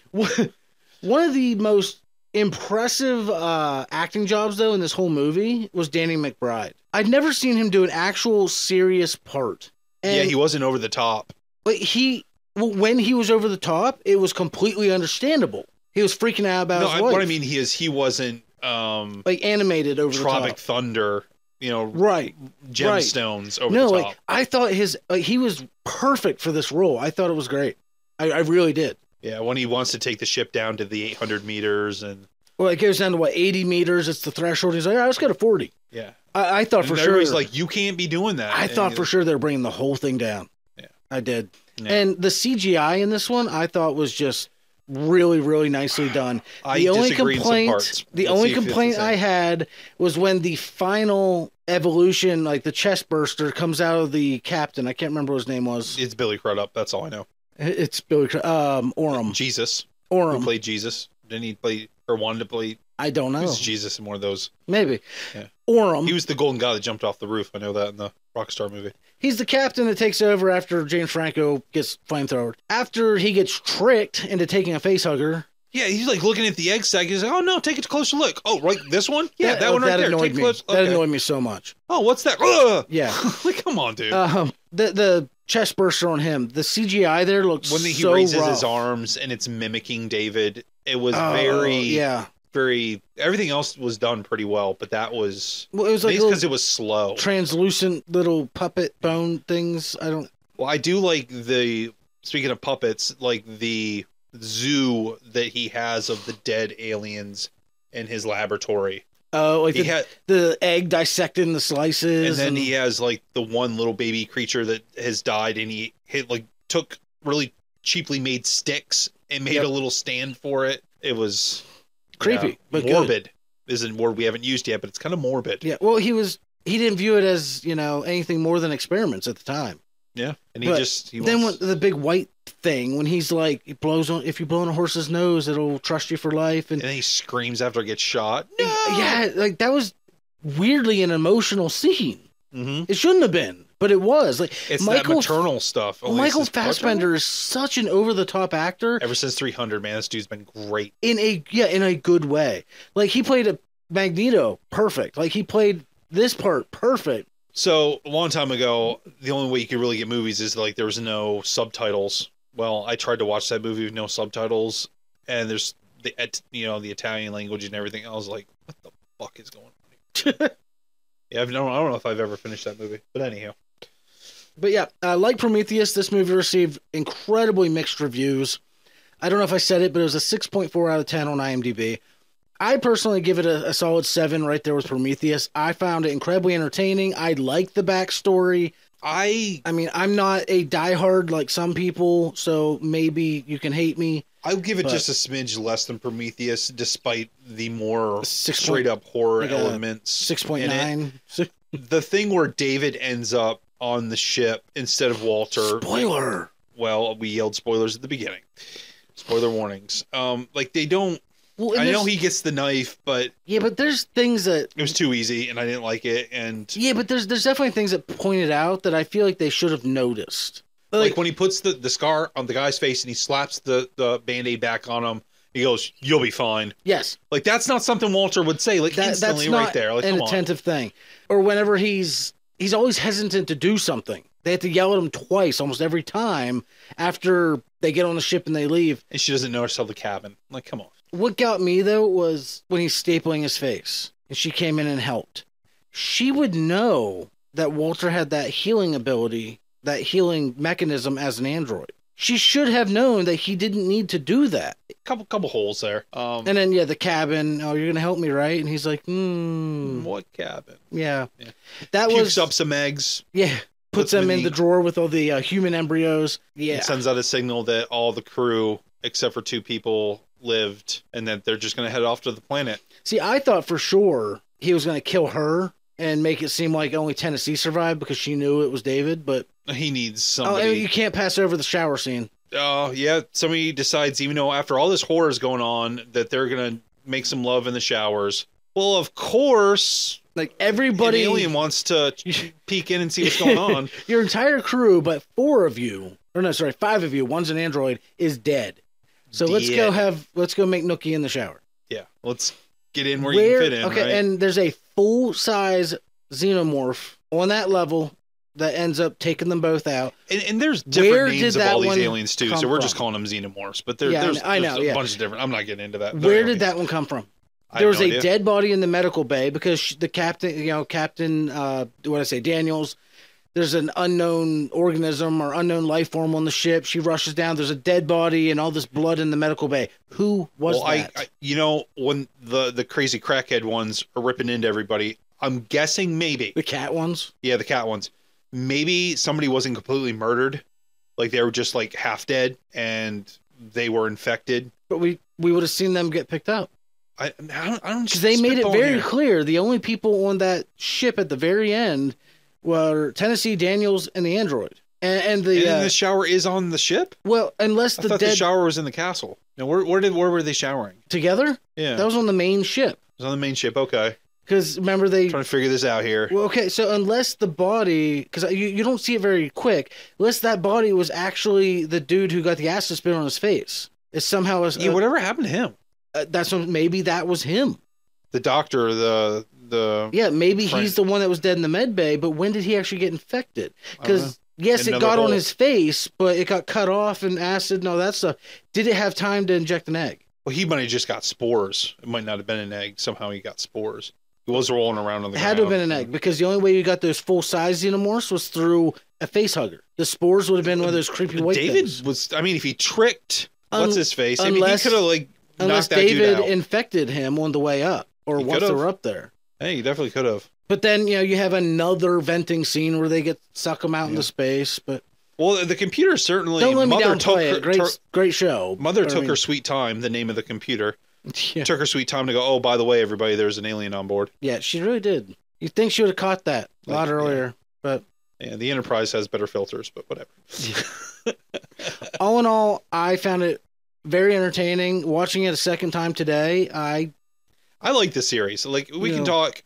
One of the most impressive uh, acting jobs, though, in this whole movie was Danny McBride. I'd never seen him do an actual serious part. And yeah he wasn't over the top like, he, well, when he was over the top, it was completely understandable. He was freaking out about no his I, wife. what i mean he is he wasn't um like animated over the tropic top. thunder you know Right. gemstones over no, the top like I thought his like, he was perfect for this role. I thought it was great. I, I really did. Yeah, when he wants to take the ship down to the 800 meters, and Well, it goes down to what eighty meters. It's the threshold. He's like, "All right, let's go to forty. yeah, I, I thought and Oh, for sure. everybody's like, "You can't be doing that." I And thought he- for sure they were bringing the whole thing down. Yeah. I did. Yeah. And the CGI in this one, I thought was just really, really nicely done. I the only disagree in some complaint, parts. the Let's only see if it's the complaint same. I had was when the final evolution, like the chest burster, comes out of the captain. I can't remember what his name was. it's Billy Crudup. That's all I know. It's Billy, Cr- um, Orem, Jesus, who Orem. played Jesus? Didn't he play or wanted to play? I don't He know. was Jesus in one of those. Maybe Yeah. Orem. He was the golden guy that jumped off the roof. I know that in the Rockstar movie. He's the captain that takes over after James Franco gets flamethrowered. After he gets tricked into taking a facehugger, Yeah, he's like looking at the egg sack. He's like, "Oh no, take a closer look." Oh, right, this one. Yeah, that, one right there. annoyed Take me. close. oh, That okay. annoyed me so much. Oh, what's that? Ugh! Yeah. like, come on, dude. Um, the the chest burster on him, the CGI there looks when he so raises rough. his arms and it's mimicking David, it was Oh, very yeah. very everything else was done pretty well, but that was Well, it was like maybe because little it was slow. translucent little puppet bone things. I don't. well, I do like the speaking of puppets, like the zoo that he has of the dead aliens in his laboratory. Oh, like He the, had, the egg dissecting the and slices, then he has like the one little baby creature that has died, and he hit like took really cheaply made sticks and made Yep. a little stand for it. It was creepy, yeah, but good. morbid isn't a word we haven't used yet, but it's kind of morbid. Yeah. Well, he was. He didn't view it as you know anything more than experiments at the time. Yeah, and he But just he then wants- when the big white thing, when he's like, it blows on. If you blow on a horse's nose, it'll trust you for life. And and then he screams after he gets shot. Yeah, like that was weirdly an emotional scene. hmm It shouldn't have been, but it was. Like It's Michael- that maternal stuff. Elise, Michael it's paternal. Fassbender is such an over the top actor Ever since 300, man, this dude's been great. in a yeah, in a good way. Like he played a Magneto perfect. Like he played this part perfect. So a long time ago, the only way you could really get movies is like there was no subtitles. Well, I tried to watch that movie with no subtitles, and there's the et- you know the Italian language and everything. I was like, what the fuck is going on? Here? yeah, I've no, I don't know if I've ever finished that movie, but anyhow, But yeah, uh, like Prometheus, this movie received incredibly mixed reviews. I don't know if I said it, but it was a 6.4 out of 10 on IMDb. I personally give it a, a solid 7 right there with Prometheus. I found it incredibly entertaining. I liked the backstory. I I mean, I'm not a diehard like some people, so maybe you can hate me. I would give it But- just a smidge less than Prometheus, despite the more Six point- straight up horror like a elements. 6.9. Si- The thing where David ends up on the ship instead of Walter. Spoiler. Well, we yelled spoilers at the beginning. Spoiler warnings. Um, like they don't. Well, and I know there's- he gets the knife, but Yeah, but there's things that it was too easy, and I didn't like it. And Yeah, but there's there's definitely things that pointed out that I feel like they should have noticed. like, when he puts the, the scar on the guy's face and he slaps the the band aid back on him, he goes, "You'll be fine." Yes, Like that's not something Walter would say. Like That, instantly, that's not right there. Like an come on. attentive thing. Or whenever he's he's always hesitant to do something. They have to yell at him twice almost every time after they get on the ship and they leave. and she doesn't notice how the cabin. Like, come on. What got me though was when he's stapling his face and she came in and helped. She would know that Walter had that healing ability, that healing mechanism as an android. She should have known that he didn't need to do that. Couple couple holes there. Um And then yeah, the cabin, oh you're gonna help me, right? And he's like, Hmm what cabin? Yeah. Yeah. That Pukes was up some eggs Yeah, puts Puts 'em them in in the the- drawer with all the uh, human embryos. Yeah, and sends out a signal that all the crew except for two people lived and that they're just gonna head off to the planet. See, I thought for sure he was going to kill her and make it seem like only Tennessee survived because she knew it was David. But He needs oh, and you somebody. can't pass over the shower scene. Oh, yeah. Somebody decides, even though after all this horror is going on, that they're gonna make some love in the showers. Well, of course, Like but everybody, alien wants to peek in and see what's going on. your entire crew, but four of you, or no, sorry, five of you, one's an android, is dead. So let's go Dead. have let's go make Nookie in the shower. yeah, let's get in where, you Where- can fit in. okay, right? and there's a full size xenomorph on that level that ends up taking them both out. And, and there's different Where names did of all that these one aliens too, so come we're just from? calling them xenomorphs. But there, Yeah, I there's, know- I there's know, a yeah. bunch of different. I'm not getting into that. Where did that one come from? I There have was no a idea. dead body in the medical bay because sh- the captain, you know, Captain, uh, what I say, Daniels. There's an unknown organism or unknown life form on the ship. She rushes down. There's a dead body and all this blood in the medical bay. Who was Well, I, that? I, you know, when the the crazy crackhead ones are ripping into everybody, I'm guessing maybe, the cat ones. yeah, the cat ones, maybe somebody wasn't completely murdered, like they were just like half dead and they were infected. But we we would have seen them get picked up I, I don't, I don't. because they made it spitballing very here. clear. The only people on that ship at the very end were Tennessee Daniels and the android. And, and And the then uh, the shower is on the ship. well, unless I the thought the dead shower was in the castle. Now, where, where did where were they showering? together Yeah, that was on the main ship. it was on the main ship. Okay, Because remember they trying to figure this out here. Well, okay, so unless the body, because you, you don't see it very quick, unless that body was actually the dude who got the acid spit on his face. It's somehow, a, Yeah, whatever happened to him? uh, that's what, maybe that was him. The doctor, the the Yeah, maybe Frank. he's the one that was dead in the med bay, but when did he actually get infected? I don't know. Because, yes, it Another got on hole. his face, but it got cut off and acid and all that stuff. Did it have time to inject an egg? well, he might have just got spores. It might not have been an egg. Somehow he got spores. He was rolling around on the It had to have been ground. an egg because the only way you got those full size xenomorphs was through a face hugger. The spores would have been one of those creepy white David things. was. I mean, if he tricked Un- what's his face, I mean, unless- he could have like unless knocked that David dude out. infected him on the way up or He once could've. they're up there. hey, he definitely could have. But then you know you have another venting scene where they get suck them out Yeah. into space. But Well, the computer certainly. don't let me mother took downplay her, it. Great, tur- great show. mother But I took her mean, sweet time. The name of the computer Yeah, took her sweet time to go. Oh, by the way, everybody, there's an alien on board. yeah, she really did. You think she would have caught that a lot Like, yeah. earlier? And the Enterprise has better filters, but whatever. All in all, I found it very entertaining. Watching it a second time today, I I like the series. Like we Yeah. can talk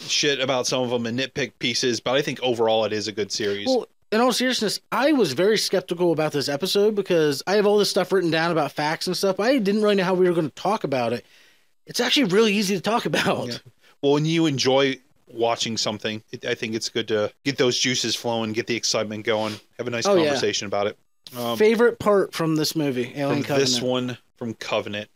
shit about some of them and nitpick pieces, but I think overall it is a good series. Well, in all seriousness, I was very skeptical about this episode because I have all this stuff written down about facts and stuff. I didn't really know how we were going to talk about it. It's actually really easy to talk about. Yeah. well, when you enjoy watching something, it, I think it's good to get those juices flowing, get the excitement going, have a nice Oh, yeah. conversation about it. Um, favorite part from this movie, Alien from Covenant. this one from Covenant.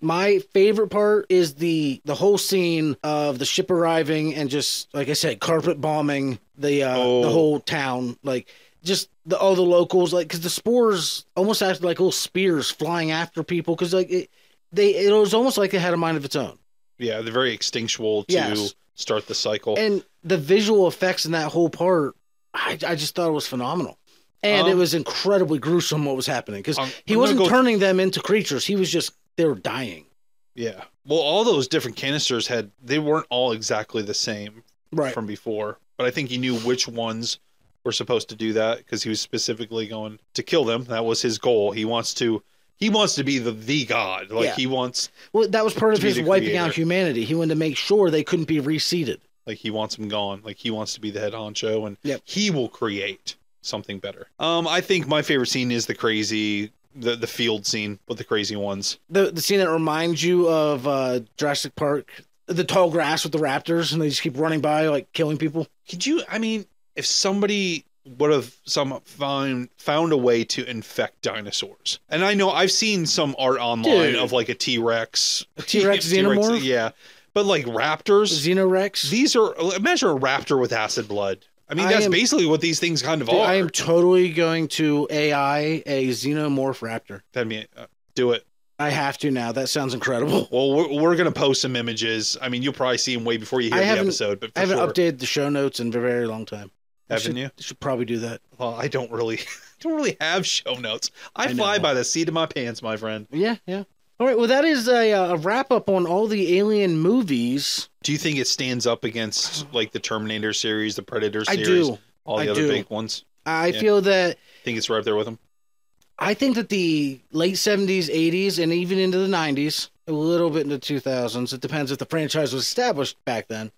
My favorite part is the the whole scene of the ship arriving and just like I said, carpet bombing the uh, the Oh. whole town. Like just the all the locals, like because the spores almost acted like little spears flying after people. Because like it, they it was almost like they had a mind of its own. Yeah, they're very extinctual to Yes. start the cycle. And the visual effects in that whole part, I, I just thought it was phenomenal. And it Um, was incredibly gruesome what was happening because I'm- he I'm gonna wasn't go- turning them into creatures. He was just they were dying. Yeah. Well, all those different canisters had they weren't all exactly the same Right. from before, but I think he knew which ones were supposed to do that because he was specifically going to kill them. That was his goal. He wants to he wants to be the the god. Like Yeah. he wants Well, that was part of To be his the wiping out creator. humanity. He wanted to make sure they couldn't be reseeded. like he wants them gone. Like he wants to be the head honcho and Yep. he will create something better. Um I think my favorite scene is the crazy the the field scene with the crazy ones. The the scene that reminds you of uh, Jurassic Park, the tall grass with the raptors, and they just keep running by like killing people. Could you I mean if somebody would have some found found a way to infect dinosaurs. And I know I've seen some art online Dude. of like a T-Rex T-Rex xenomorph? yeah. But like raptors, Xenorex. these are measure a raptor with acid blood. I mean I that's am- basically what these things kind of Dude, are. I am totally going to AI a xenomorph raptor. That'd be uh, do it. I have to now. That sounds incredible. Well, we're, we're gonna post some images. I mean, you'll probably see them way before you I hear the haven't- episode. But for I haven't sure, updated the show notes in a very long time. I haven't should, you? Should probably do that. Well, I don't really, don't really have show notes. I, I fly know. by the seat of my pants, my friend. Yeah, yeah. All right. Well, that is a, uh, a wrap up on all the Alien movies. Do you think it stands up against like the Terminator series, the Predator I series, do. all the I other do. big ones? I Yeah. feel that Think it's right up there with them. I think that the late seventies, eighties, and even into the nineties, a little bit into two thousands. It depends if the franchise was established back then.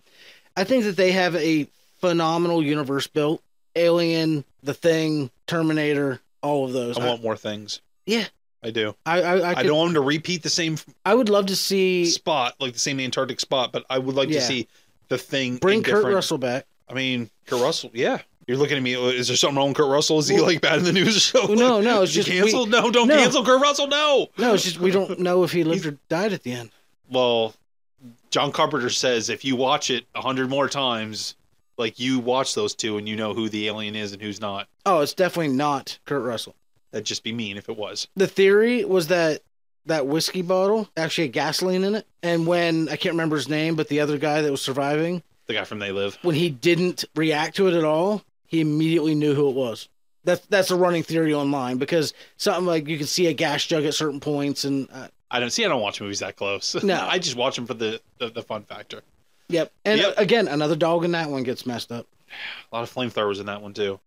I think that they have a phenomenal universe built: Alien, The Thing, Terminator, all of those. I want more things. Yeah. I do. I I, I, I, could- I, don't want them to repeat the same would love to see spot, like the same Antarctic spot, but I would like Yeah. to see the thing. in bring Kurt different- Russell back. I mean, Kurt Russell. Yeah, you're looking at me. uh, Is there something wrong with Kurt Russell? Is he like bad in the news or something? no, no, it's Is he just we- canceled. no, don't No. cancel Kurt Russell. No. No, it's just we don't know if he lived or died at the end. Well, John Carpenter says if you watch it a hundred more times, like you watch those two and you know who the alien is and who's not. Oh, it's definitely not Kurt Russell. That'd just be mean if it was. the theory was that that whiskey bottle actually had gasoline in it and when i can't remember his name but the other guy that was surviving The guy from They Live. when he didn't react to it at all he immediately knew who it was that's that's a running theory online because something like you can see a gas jug at certain points and uh, I don't see. I don't watch movies that close. No. I just watch them for the, the the fun factor. yep and uh, Yep. again another dog in that one gets messed up A lot of flamethrowers in that one too.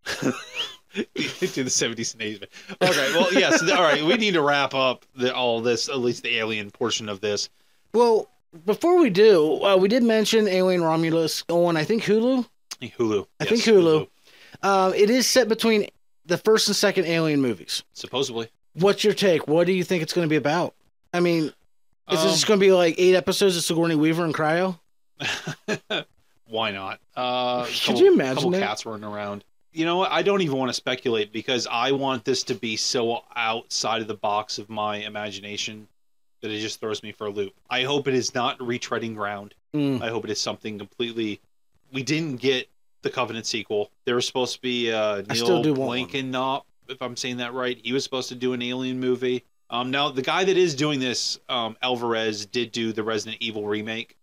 Do the seventies and eighties. Okay, well, yes. all right, we need to wrap up the, all this, at least the alien portion of this. well before we do uh, we did mention alien romulus on i think hulu Hulu. I think Hulu. uh, it is set between the first and second alien movies supposedly. what's your take? What do you think it's going to be about? I mean, is Um, this going to be like eight episodes of Sigourney Weaver and Cryo? Why not? Uh, Could couple- you imagine couple that? cats running around? You know, what? I don't even want to speculate because I want this to be so outside of the box of my imagination that it just throws me for a loop. I hope it is not retreading ground. Mm, I hope it is something completely. We didn't get the Covenant sequel. There was supposed to be uh, Neil I still do want one. Blankenop, if I'm saying that right. He was supposed to do an Alien movie. Um, now the guy that is doing this, um, Alvarez, did do the Resident Evil remake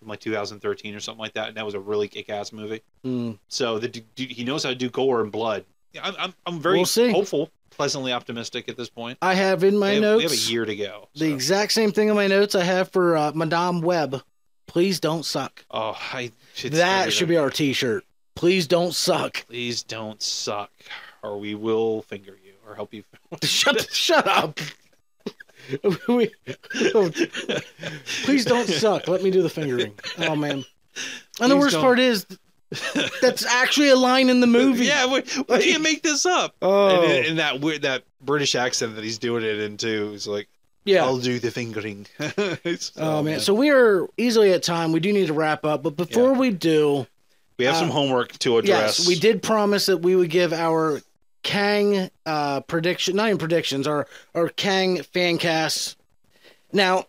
from like 2013 or something like that, and that was a really kick-ass movie. mm. So the, d- d- he knows how to do gore and blood. Yeah, I'm, I'm, I'm very We'll see. hopeful, pleasantly optimistic at this point. I have in my we, have, we have notes a year to go. the so. exact same thing in my notes I have for uh, Madame Web. Please don't suck. oh, I, it's that gonna should be our T-shirt. Please don't suck. please don't suck or we will finger you or help you shut shut up. We- oh, please don't suck. Let me do the fingering. Oh man. And the Please worst don't. part is that's actually a line in the movie. yeah we, we can't make this up Oh. and, and that weird that british accent that he's doing it into is like Yeah. I'll do the fingering. It's- oh man. So we are easily at time. We do need to wrap up, but before we do, we have some uh, homework to address. yes, we did promise that we would give our Kang uh prediction, not even predictions, our our Kang fan casts. Now,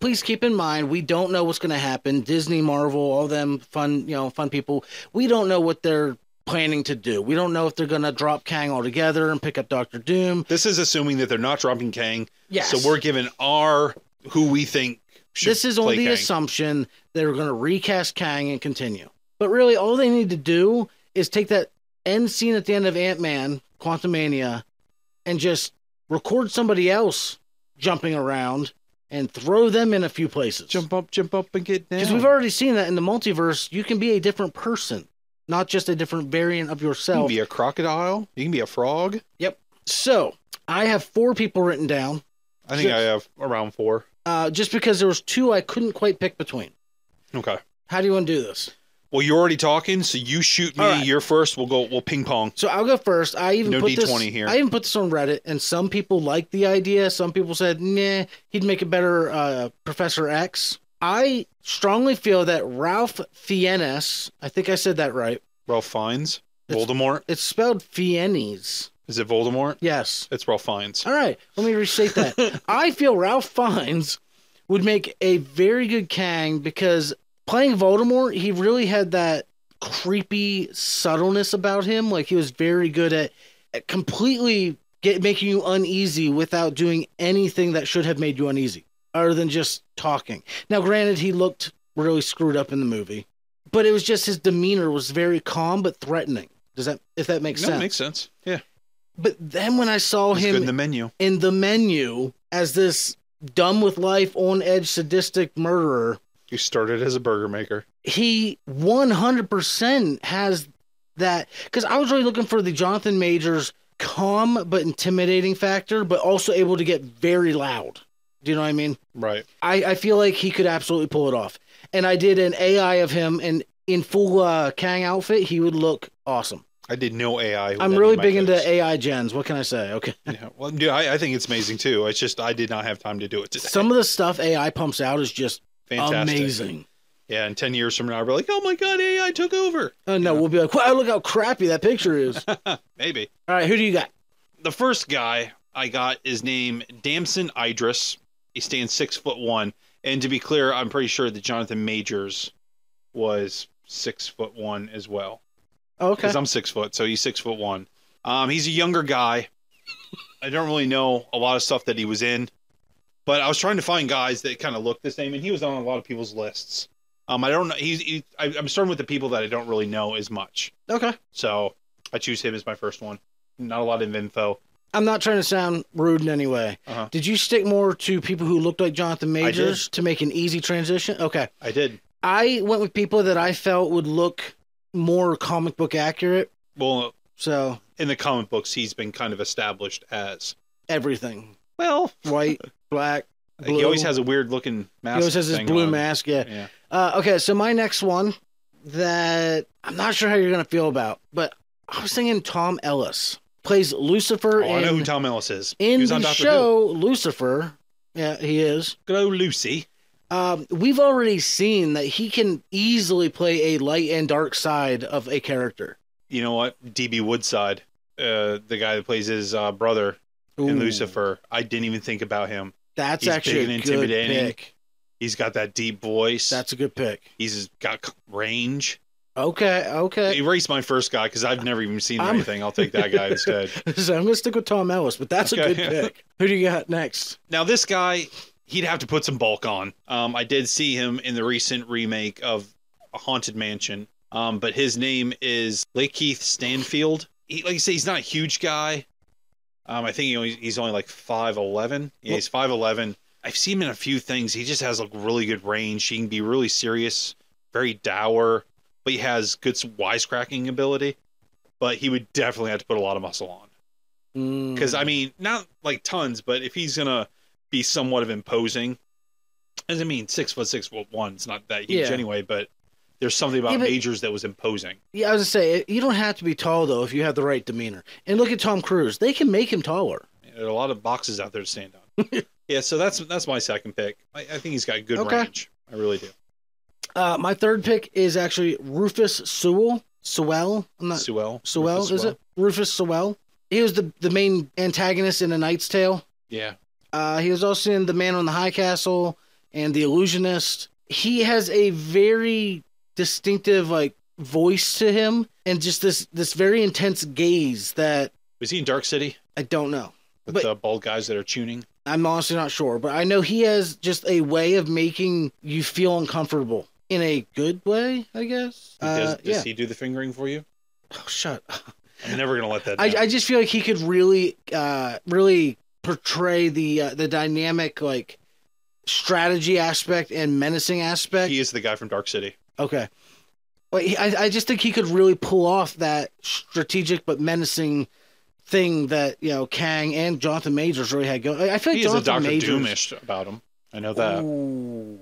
please keep in mind we don't know what's going to happen. Disney, Marvel, all them fun, you know, fun people. We don't know what they're planning to do. We don't know if they're going to drop Kang altogether and pick up Doctor Doom. This is assuming that they're not dropping Kang. Yes. So we're given our who we think should this is play on the Kang. assumption they're going to recast Kang and continue. But really, all they need to do is take that end scene at the end of Ant Man, Quantumania, and just record somebody else jumping around and throw them in a few places. Jump up, jump up, and get down. Because we've already seen that in the multiverse, you can be a different person, not just a different variant of You can yourself. be a crocodile. You can be a frog. So I have four people written down, I think Sure. I have around four. uh, just because there was two I couldn't quite pick between. Okay. How do you want to do this? Well, you're already talking, so you shoot me. All right. You're first. We'll go. We'll ping pong. So I'll go first. I even No put D20 this, here. I even put this on Reddit, and some people liked the idea. Some people said, "Nah, he'd make a better uh, Professor X." I strongly feel that Ralph Fiennes. I think I said that right. Ralph Fiennes. It's- Voldemort. It's spelled Fiennes. Is it Voldemort? Yes. It's Ralph Fiennes. All right. Let me restate that. I feel Ralph Fiennes would make a very good Kang because playing Voldemort, he really had that creepy subtleness about him. Like he was very good at, at completely get, making you uneasy without doing anything that should have made you uneasy, other than just talking. Now, granted, he looked really screwed up in the movie, but it was just his demeanor was very calm but threatening. Does that if that makes no, sense? makes sense. Yeah. but then when I saw He's him good in the menu. in the menu as this dumb with life, on edge, sadistic murderer. You started as a burger maker. He 100% has that. Because I was really looking for the Jonathan Majors calm but intimidating factor, but also able to get very loud. Do you know what I mean? Right. I, I feel like he could absolutely pull it off. And I did an AI of him, and in full uh, Kang outfit, he would look awesome. I did no AI. with any I'm of really my big into picks. AI gens. What can I say? Okay. Yeah. Well, dude, I, I think it's amazing too. It's just I did not have time to do it today. Some of the stuff AI pumps out is just Fantastic. amazing. Yeah, and ten years from now, we're like, oh my god, AI took over. Uh, no, Yeah. we'll be like, wow, look how crappy that picture is. All Maybe. right, who do you got? The first guy I got is named Damson Idris. He stands six foot one. And to be clear, I'm pretty sure that Jonathan Majors was six foot one as well. Okay. Because I'm six foot, so he's six foot one. Um, he's a younger guy. I don't really know a lot of stuff that he was in, but I was trying to find guys that kind of looked the same, and he was on a lot of people's lists. Um, I don't know. He's he, I, I'm starting with the people that I don't really know as much. okay. So I choose him as my first one. Not a lot of info. I'm not trying to sound rude in any way. Uh-huh. Did you stick more to people who looked like Jonathan did. Majors to make an easy transition? Okay. I did. I went with people that I felt would look more comic book accurate. Well, So in the comic books, he's been kind of established as everything well. white, black, blue. He always has a weird looking He mask. always has his thing blue on. mask. Yeah. Yeah. Uh, okay, so my next one that I'm not sure how you're gonna feel about, but I was thinking Tom Ellis plays Lucifer Oh, I in know who Tom Ellis is. He in was the on Doctor Who. show Lucifer. Yeah, he is. Good old Lucy. Um, we've already seen that he can easily play a light and dark side of a character. You know what? DB Woodside, uh, the guy that plays his uh, brother in Ooh, Lucifer. I didn't even think about him. That's he's actually big a and good intimidating. pick. He's got that deep voice. That's a good pick. He's got c- range. Okay, okay. Erase my first guy because I've never even seen I'm- anything. I'll take that guy instead. so I'm gonna stick with Tom Ellis, but that's a Okay. good pick. Who do you got next? Now this guy, he'd have to put some bulk on. Um, I did see him in the recent remake of Haunted Mansion. Um, but his name is Lake Keith Stanfield. He, like you say, he's not a huge guy. Um, I think he only, he's only like five eleven. Yeah, he's five eleven. I've seen him in a few things. He just has a really good range. He can be really serious, very dour, but he has good s- wisecracking ability. But he would definitely have to put a lot of muscle on Mm. because I mean, not like tons, but if he's gonna be somewhat of imposing, as I mean, six foot six foot one, it's not that huge Yeah. anyway. But there's something about Yeah, but- Majors that was imposing. yeah, I was gonna say you don't have to be tall though if you have the right demeanor. And look at Tom Cruise; they can make him taller. There are a lot of boxes out there to stand on. yeah, so that's that's my second pick. I, I think he's got good Okay. range. I really do. Uh, my third pick is actually Rufus Sewell. Sewell. I'm not Sewell. Sewell. Rufus is it Rufus Sewell? He was the the main antagonist in A Knight's Tale. Yeah. Uh, he was also in The Man on the High Castle and The Illusionist. He has a very distinctive like voice to him, and just this this very intense gaze that Was he in Dark City I don't know. with But- the bald guys that are tuning? I'm honestly not sure, but I know he has just a way of making you feel uncomfortable in a good way. I guess. He does Uh, does yeah. he do the fingering for you? Oh, shut. up. I'm never gonna let that. I, Down. I just feel like he could really uh really portray the uh, the dynamic like strategy aspect and menacing aspect he is the guy from Dark City. okay like he- I, I just think he could really pull off that strategic but menacing thing that you know kang and jonathan majors really had going i I feel like He is a jonathan Doctor majors Doomish about him. I know that, Ooh.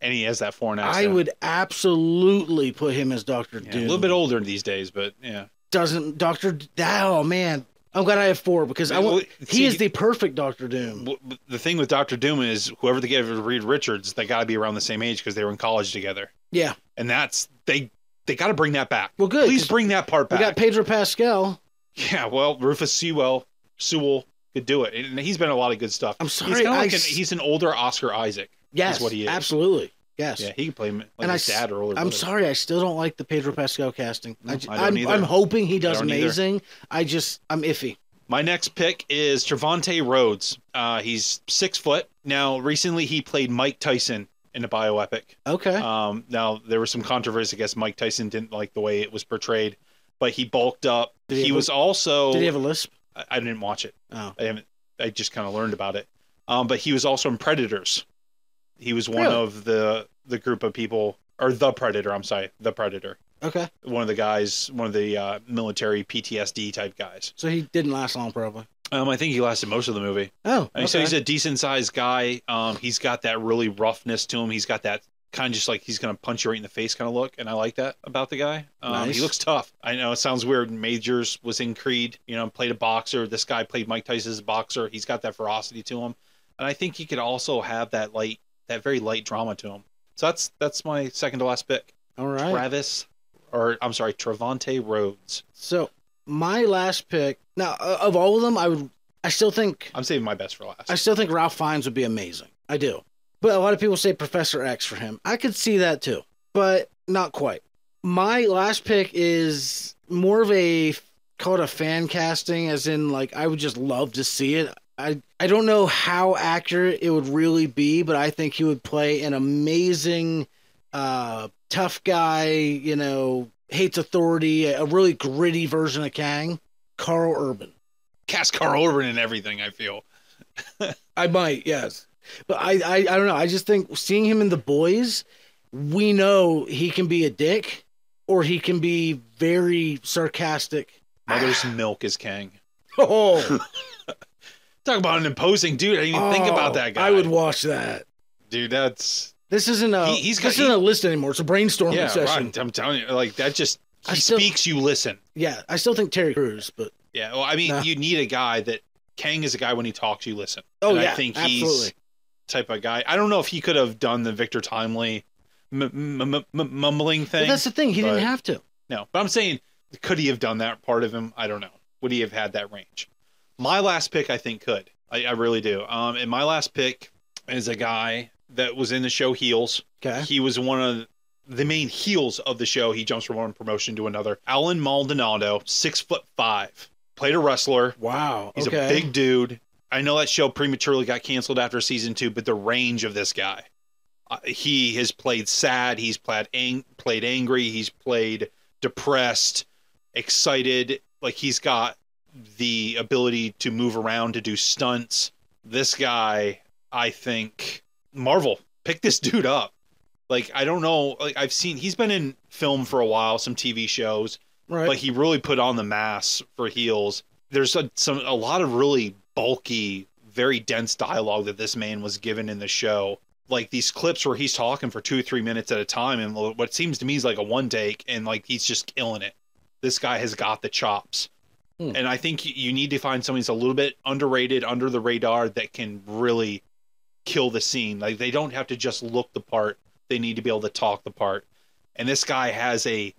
and he has that foreign i accent. would absolutely put him as dr Yeah, a doom little bit older these days, but yeah. doesn't dr D- oh man i'm glad i have four because i want Well, he see, is the perfect dr doom w- w- the thing with Doctor Doom is whoever they gave it to Reed Richards, they got to be around the same age because they were in college together, yeah and that's they they got to bring that back. Well, good. Please 'cause bring that part we back. got Pedro Pascal. yeah, well, Rufus Sewell Sewell could do it, and he's been in a lot of good stuff. I'm he's sorry, kind of I like an, s- he's an older Oscar Isaac. Yes, what he is. absolutely. Yes. Yeah, he could play him like And I his s- dad or older. I'm brother. sorry, I still don't like the Pedro Pascal casting. I just, I don't I am either. I'm hoping he does don't either. amazing. I just, I'm iffy. My next pick is Trevante Rhodes. Uh, he's six foot. Now, recently he played Mike Tyson in a bioepic. Okay. Um, now there was some controversy. I guess Mike Tyson didn't like the way it was portrayed, but he bulked up. Did He, he have a- was also. Did he have a lisp? I I didn't watch it. Oh, I haven't. I just kind of learned about it. Um, but he was also in Predators. He was one Really? of the the group of people, or the Predator. I'm sorry, the Predator. okay. One of the guys, one of the uh, military PTSD type guys. So he didn't last long, probably. Um, I think he lasted most of the movie. Oh, I mean, So okay. he's a decent sized guy. Um, he's got that really roughness to him. He's got that kind of just like he's gonna punch you right in the face kind of look, and I like that about the guy. Um, Nice. He looks tough. I know it sounds weird. Majors was in Creed, you know, played a boxer. This guy played Mike Tyson's boxer. He's got that ferocity to him, and I think he could also have that light, that very light drama to him. So that's that's my second to last pick, All right. Travis, or I'm sorry, Travante Rhodes. so my last pick. Now, uh, of all of them, I would. I still think. I'm saving my best for last. I still think Ralph Fiennes would be amazing. I do. But a lot of people say Professor X for him. I could see that too, but not quite. My last pick is more of a call it a fan casting, as in like I would just love to see it. I I don't know how accurate it would really be, but I think he would play an amazing, uh, tough guy. You know, hates authority, a really gritty version of Kang. Carl Urban. Cast Carl Urban and everything. I feel. I might, yes. But I, I, I don't know. I just think seeing him in the boys, we know he can be a dick or he can be very sarcastic. Mother's milk is Kang. Oh, Talk about an imposing dude. I didn't even think Oh, about that guy. I would watch that. dude. That's This isn't a He- he's got- this isn't he- a list anymore. It's a brainstorming yeah. session. Right. I'm telling you, like that just he I still- speaks. You listen. Yeah, I still think Terry Crews, but Yeah. Well, I mean, Nah. you need a guy that Kang is a guy when he talks, you listen. oh And yeah, I think absolutely. he's type of guy. I don't know if he could have done the Victor Timely m- m- m- m- mumbling But thing. that's the thing. He but- didn't have to. No, but I'm saying, could he have done that part of him? I don't know. Would he have had that range? My last pick, I think, could. I, I really do. Um, and my last pick is a guy that was in the show Heels. Okay. He was one of the main heels of the show. He jumps from one promotion to another. Alan Maldonado, six foot five, played a wrestler. Wow. He's okay. a big dude. I know that show prematurely got canceled after season two, but the range of this guy, uh, he has played sad, he's played ang- played angry, he's played depressed, excited. Like he's got the ability to move around to do stunts. This guy, I think, Marvel pick this dude up. Like I don't know, like I've seen he's been in film for a while, some TV shows right. but he really put on the mass for heels. There's a, some a lot of really bulky, very dense dialogue that this man was given in the show. Like these clips where he's talking for two or three minutes at a time, and what seems to me is like a one take, and like he's just killing it. This guy has got the chops. Hmm. And I think y- you need to find somebody that's a little bit underrated, under the radar that can really kill the scene. Like they don't have to just look the part; they need to be able to talk the part. And this guy has a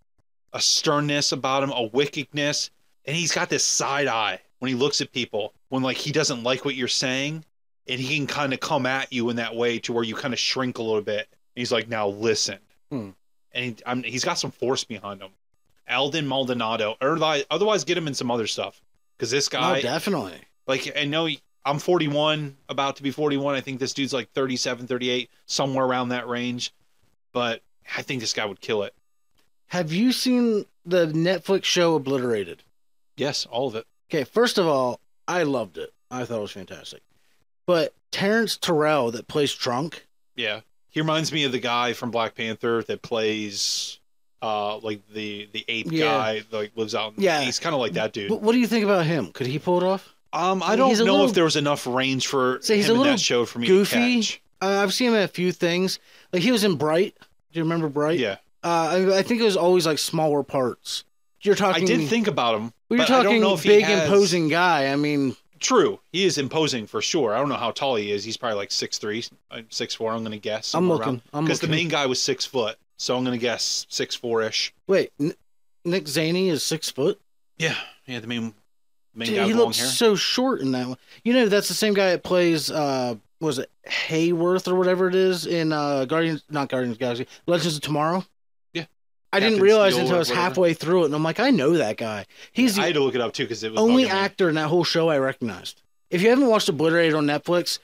a sternness about him, a wickedness, and he's got this side eye when he looks at people. When like he doesn't like what you're saying, and he can kind of come at you in that way to where you kind of shrink a little bit. He's like, "Now listen," Hmm. and he, I'm, he's got some force behind him. Alden Maldonado, or li- otherwise get him in some other stuff because this Oh, guy, definitely. like, I know he- I'm 41, about to be 41. I think this dude's like 37, 38, somewhere around that range. But I think this guy would kill it. Have you seen the Netflix show Obliterated? Yes, all of it. Okay, first of all, I loved it. I thought it was fantastic. But Terrence Terrell that plays Trunk, Yeah, he reminds me of the guy from Black Panther that plays, uh, like the the ape Yeah. guy that like, lives out. In, Yeah. he's kind of like that dude. what, what do you think about him? Could he pull it off? Um, I He's don't a know little- if there was enough range for So he's him a in little that show for me goofy. to catch. Uh, I've seen him in a few things. Like he was in Bright. Do you remember Bright? Yeah, Uh, I, I think it was always like smaller parts. You're I talking. did think about him. we were but I don't talking know if he big, has- imposing guy. I mean, True, he is imposing for sure. I don't know how tall he is. He's probably like six three, uh, six four. I'm gonna guess. I'm looking. I'm because the looking. main guy was six foot, so I'm gonna guess six four ish. Wait, N- Nick Zaney is six foot. Yeah, yeah. The main main Dude, guy he with long looks hair. so short in that one. You know, that's the same guy that plays. uh Was it Hayworth or whatever it is in uh Guardians? Not Guardians of the Galaxy. Legends of Tomorrow. Yeah. I didn't Captain realize Steel until or I was whatever. halfway through it, and I'm like, I know that guy. He's I the had to look it up too because it was only bugging me. actor in that whole show I recognized. If you haven't watched Obliterated on Netflix,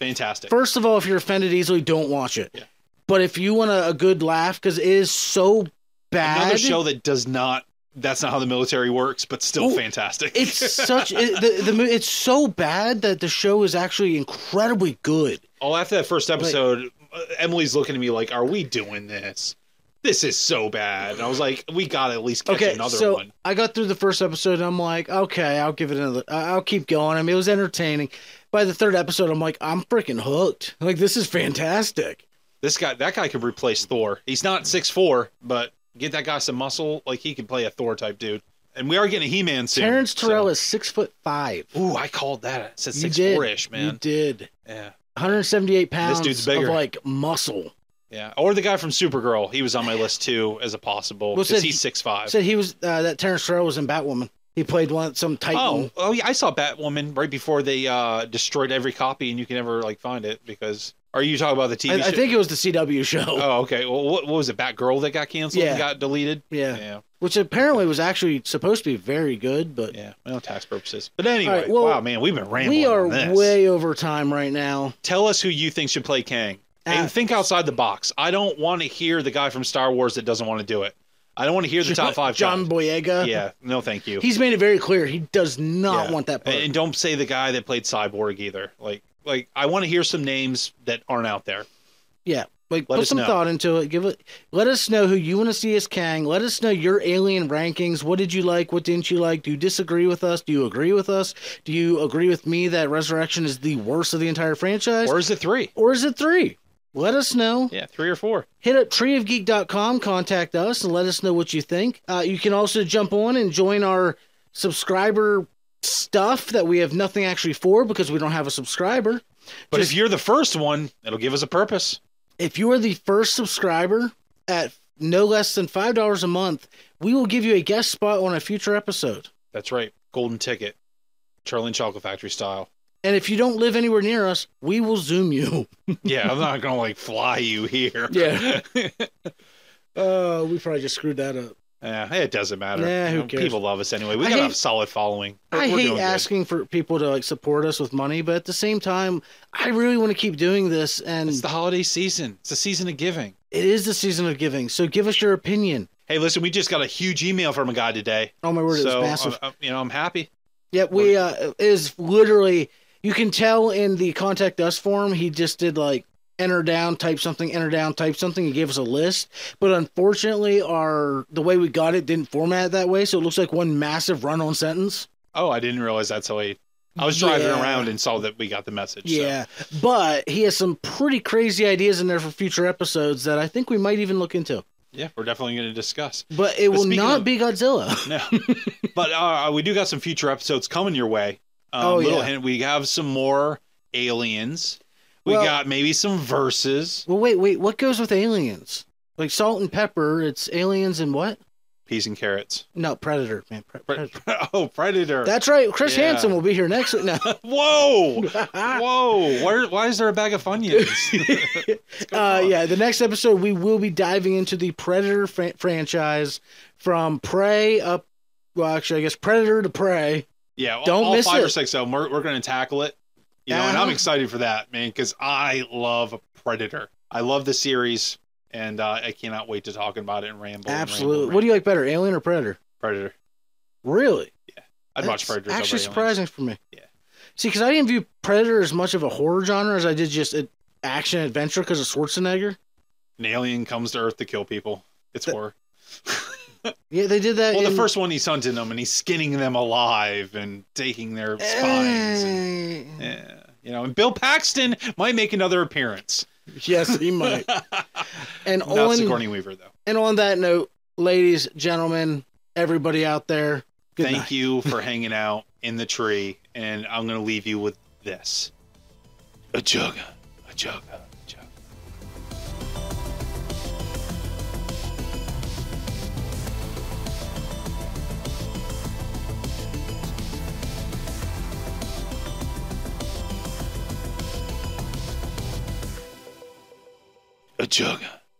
Fantastic. First of all, if you're offended easily, don't watch it. Yeah. But if you want a, a good laugh, because it is so bad, Another show that does not. That's not how the military works, but still Oh, fantastic. it's such it, the, the mo- it's so bad that the show is actually incredibly good. Oh, after that first episode, uh Emily's looking at me like, "Are we doing this? This is so bad." And I was like, "We got to at least catch Okay, another so one." I got through the first episode and I'm like, okay, I'll give it another. I- I'll keep going. I mean, it was entertaining. By the third episode, I'm like, I'm freaking hooked. Like this is fantastic. This guy, that guy, could replace Thor. He's not six four, but get that guy some muscle, like he can play a Thor type dude. And we are getting a He Man soon. Terrence Terrell so- is six foot five. Ooh, I called that. It said You six did. four ish, You man. did. Yeah, 178 pounds. dude's bigger. Of like muscle. yeah. Or the guy from Supergirl. He was on my list too as a possible Well, because said- he's six five. said he was uh, that Terrence Terrell was in Batwoman. He played one some Titan. Oh, oh yeah, I saw Batwoman right before they uh, destroyed every copy, and you can never like find it because. Are you talking about the TV I, show? I think it was the CW show. Oh, okay. Well, what, what was it? Batgirl that got canceled Yeah. and got deleted? yeah. Yeah. which apparently was actually supposed to be very good, but Yeah. Well, tax purposes. But anyway, All right, well, wow, man, we've been rambling. we are on this. way over time right now. Tell us who you think should play Kang. Uh, and think outside the box. I don't want to hear the guy from Star Wars that doesn't want to do it. I don't want to hear the top five. John guys. Boyega. Yeah. No, thank you. he's made it very clear he does not Yeah. want that part. and, and don't say the guy that played Cyborg either. Like, like I want to hear some names that aren't out there. yeah, like Let put us some know. thought into it. Give it. Let us know who you want to see as Kang. Let us know your alien rankings. What did you like? What didn't you like? Do you disagree with us? Do you agree with us? Do you agree with me that Resurrection is the worst of the entire franchise? Or is it three? or is it three? Let us know. Yeah, three or four. Hit up treeofgeek.com, contact us, and let us know what you think. Uh, you can also jump on and join our subscriber stuff that we have nothing actually for because we don't have a subscriber. But Just- if you're the first one, it'll give us a purpose. If you are the first subscriber at no less than $5 a month, we will give you a guest spot on a future episode. That's right. Golden ticket. Charlie and Chocolate Factory style. And if you don't live anywhere near us, we will Zoom you. Yeah, I'm not gonna like fly you here. Yeah. Uh, we probably just screwed that up. yeah, it doesn't matter. Nah, who You know, cares? People love us anyway. We I got hate- a solid following. I We're hate doing good. asking for people to like support us with money, but at the same time, I really want to keep doing this, and It's the holiday season. It's the season of giving. it is the season of giving. So give us your opinion. Hey, listen, we just got a huge email from a guy today. Oh my word, it's so uh, massive. I'm- I'm- you know, I'm happy. yep, we uh, it is literally. You can tell in the contact us form, he just did like enter down, type something, enter down, type something. He gave us a list, but unfortunately, our the way we got it didn't format it that way, so it looks like one massive run-on sentence. Oh, I didn't realize that's how he. I was driving Yeah. around and saw that we got the message. so- Yeah, but he has some pretty crazy ideas in there for future episodes that I think we might even look into. yeah, we're definitely going to discuss. But it But will speaking not of- be Godzilla. No, but uh, we do got some future episodes coming your way. Um, Oh, little yeah. hint: we have some more aliens. We Well- got maybe some verses. Well, wait, wait. What goes with aliens? Like salt and pepper, it's aliens and what? Peas and carrots. No, predator, man. Pre- Pre- predator. oh, predator! That's right. Chris Yeah. Hansen will be here next week. No. Whoa! uh, Whoa! Where, why is there a bag of Funyuns? on? Uh, yeah, the next episode we will be diving into the Predator fran- franchise from Prey up. Well, actually, I guess Predator to Prey. yeah, all- Don't all miss five or it. six of them. We're, we're going to tackle it. You know, and I'm Uh-huh. excited for that, man, because I love Predator. I love the series, and uh, I cannot wait to talk about it and ramble. Absolutely. What do you like better, Alien or Predator? Predator? Really? I'd watch That's Predator. Actually, over Aliens. surprising for me. Yeah. See, because I didn't view Predator as much of a horror genre as I did just an action adventure because of Schwarzenegger. An alien comes to Earth to kill people. It's The- horror. Yeah, they did that. Well, the in- first one, he's hunting them and he's skinning them alive and taking their spines. Eh. And, yeah, you know, and Bill Paxton might make another appearance. Yes, he might. and Not on Sigourney Weaver, though. and on that note, ladies, gentlemen, everybody out there, good Thank night. you for hanging out in the tree, and I'm going to leave you with this. A jugga, a jugga, a jugga. A jugga.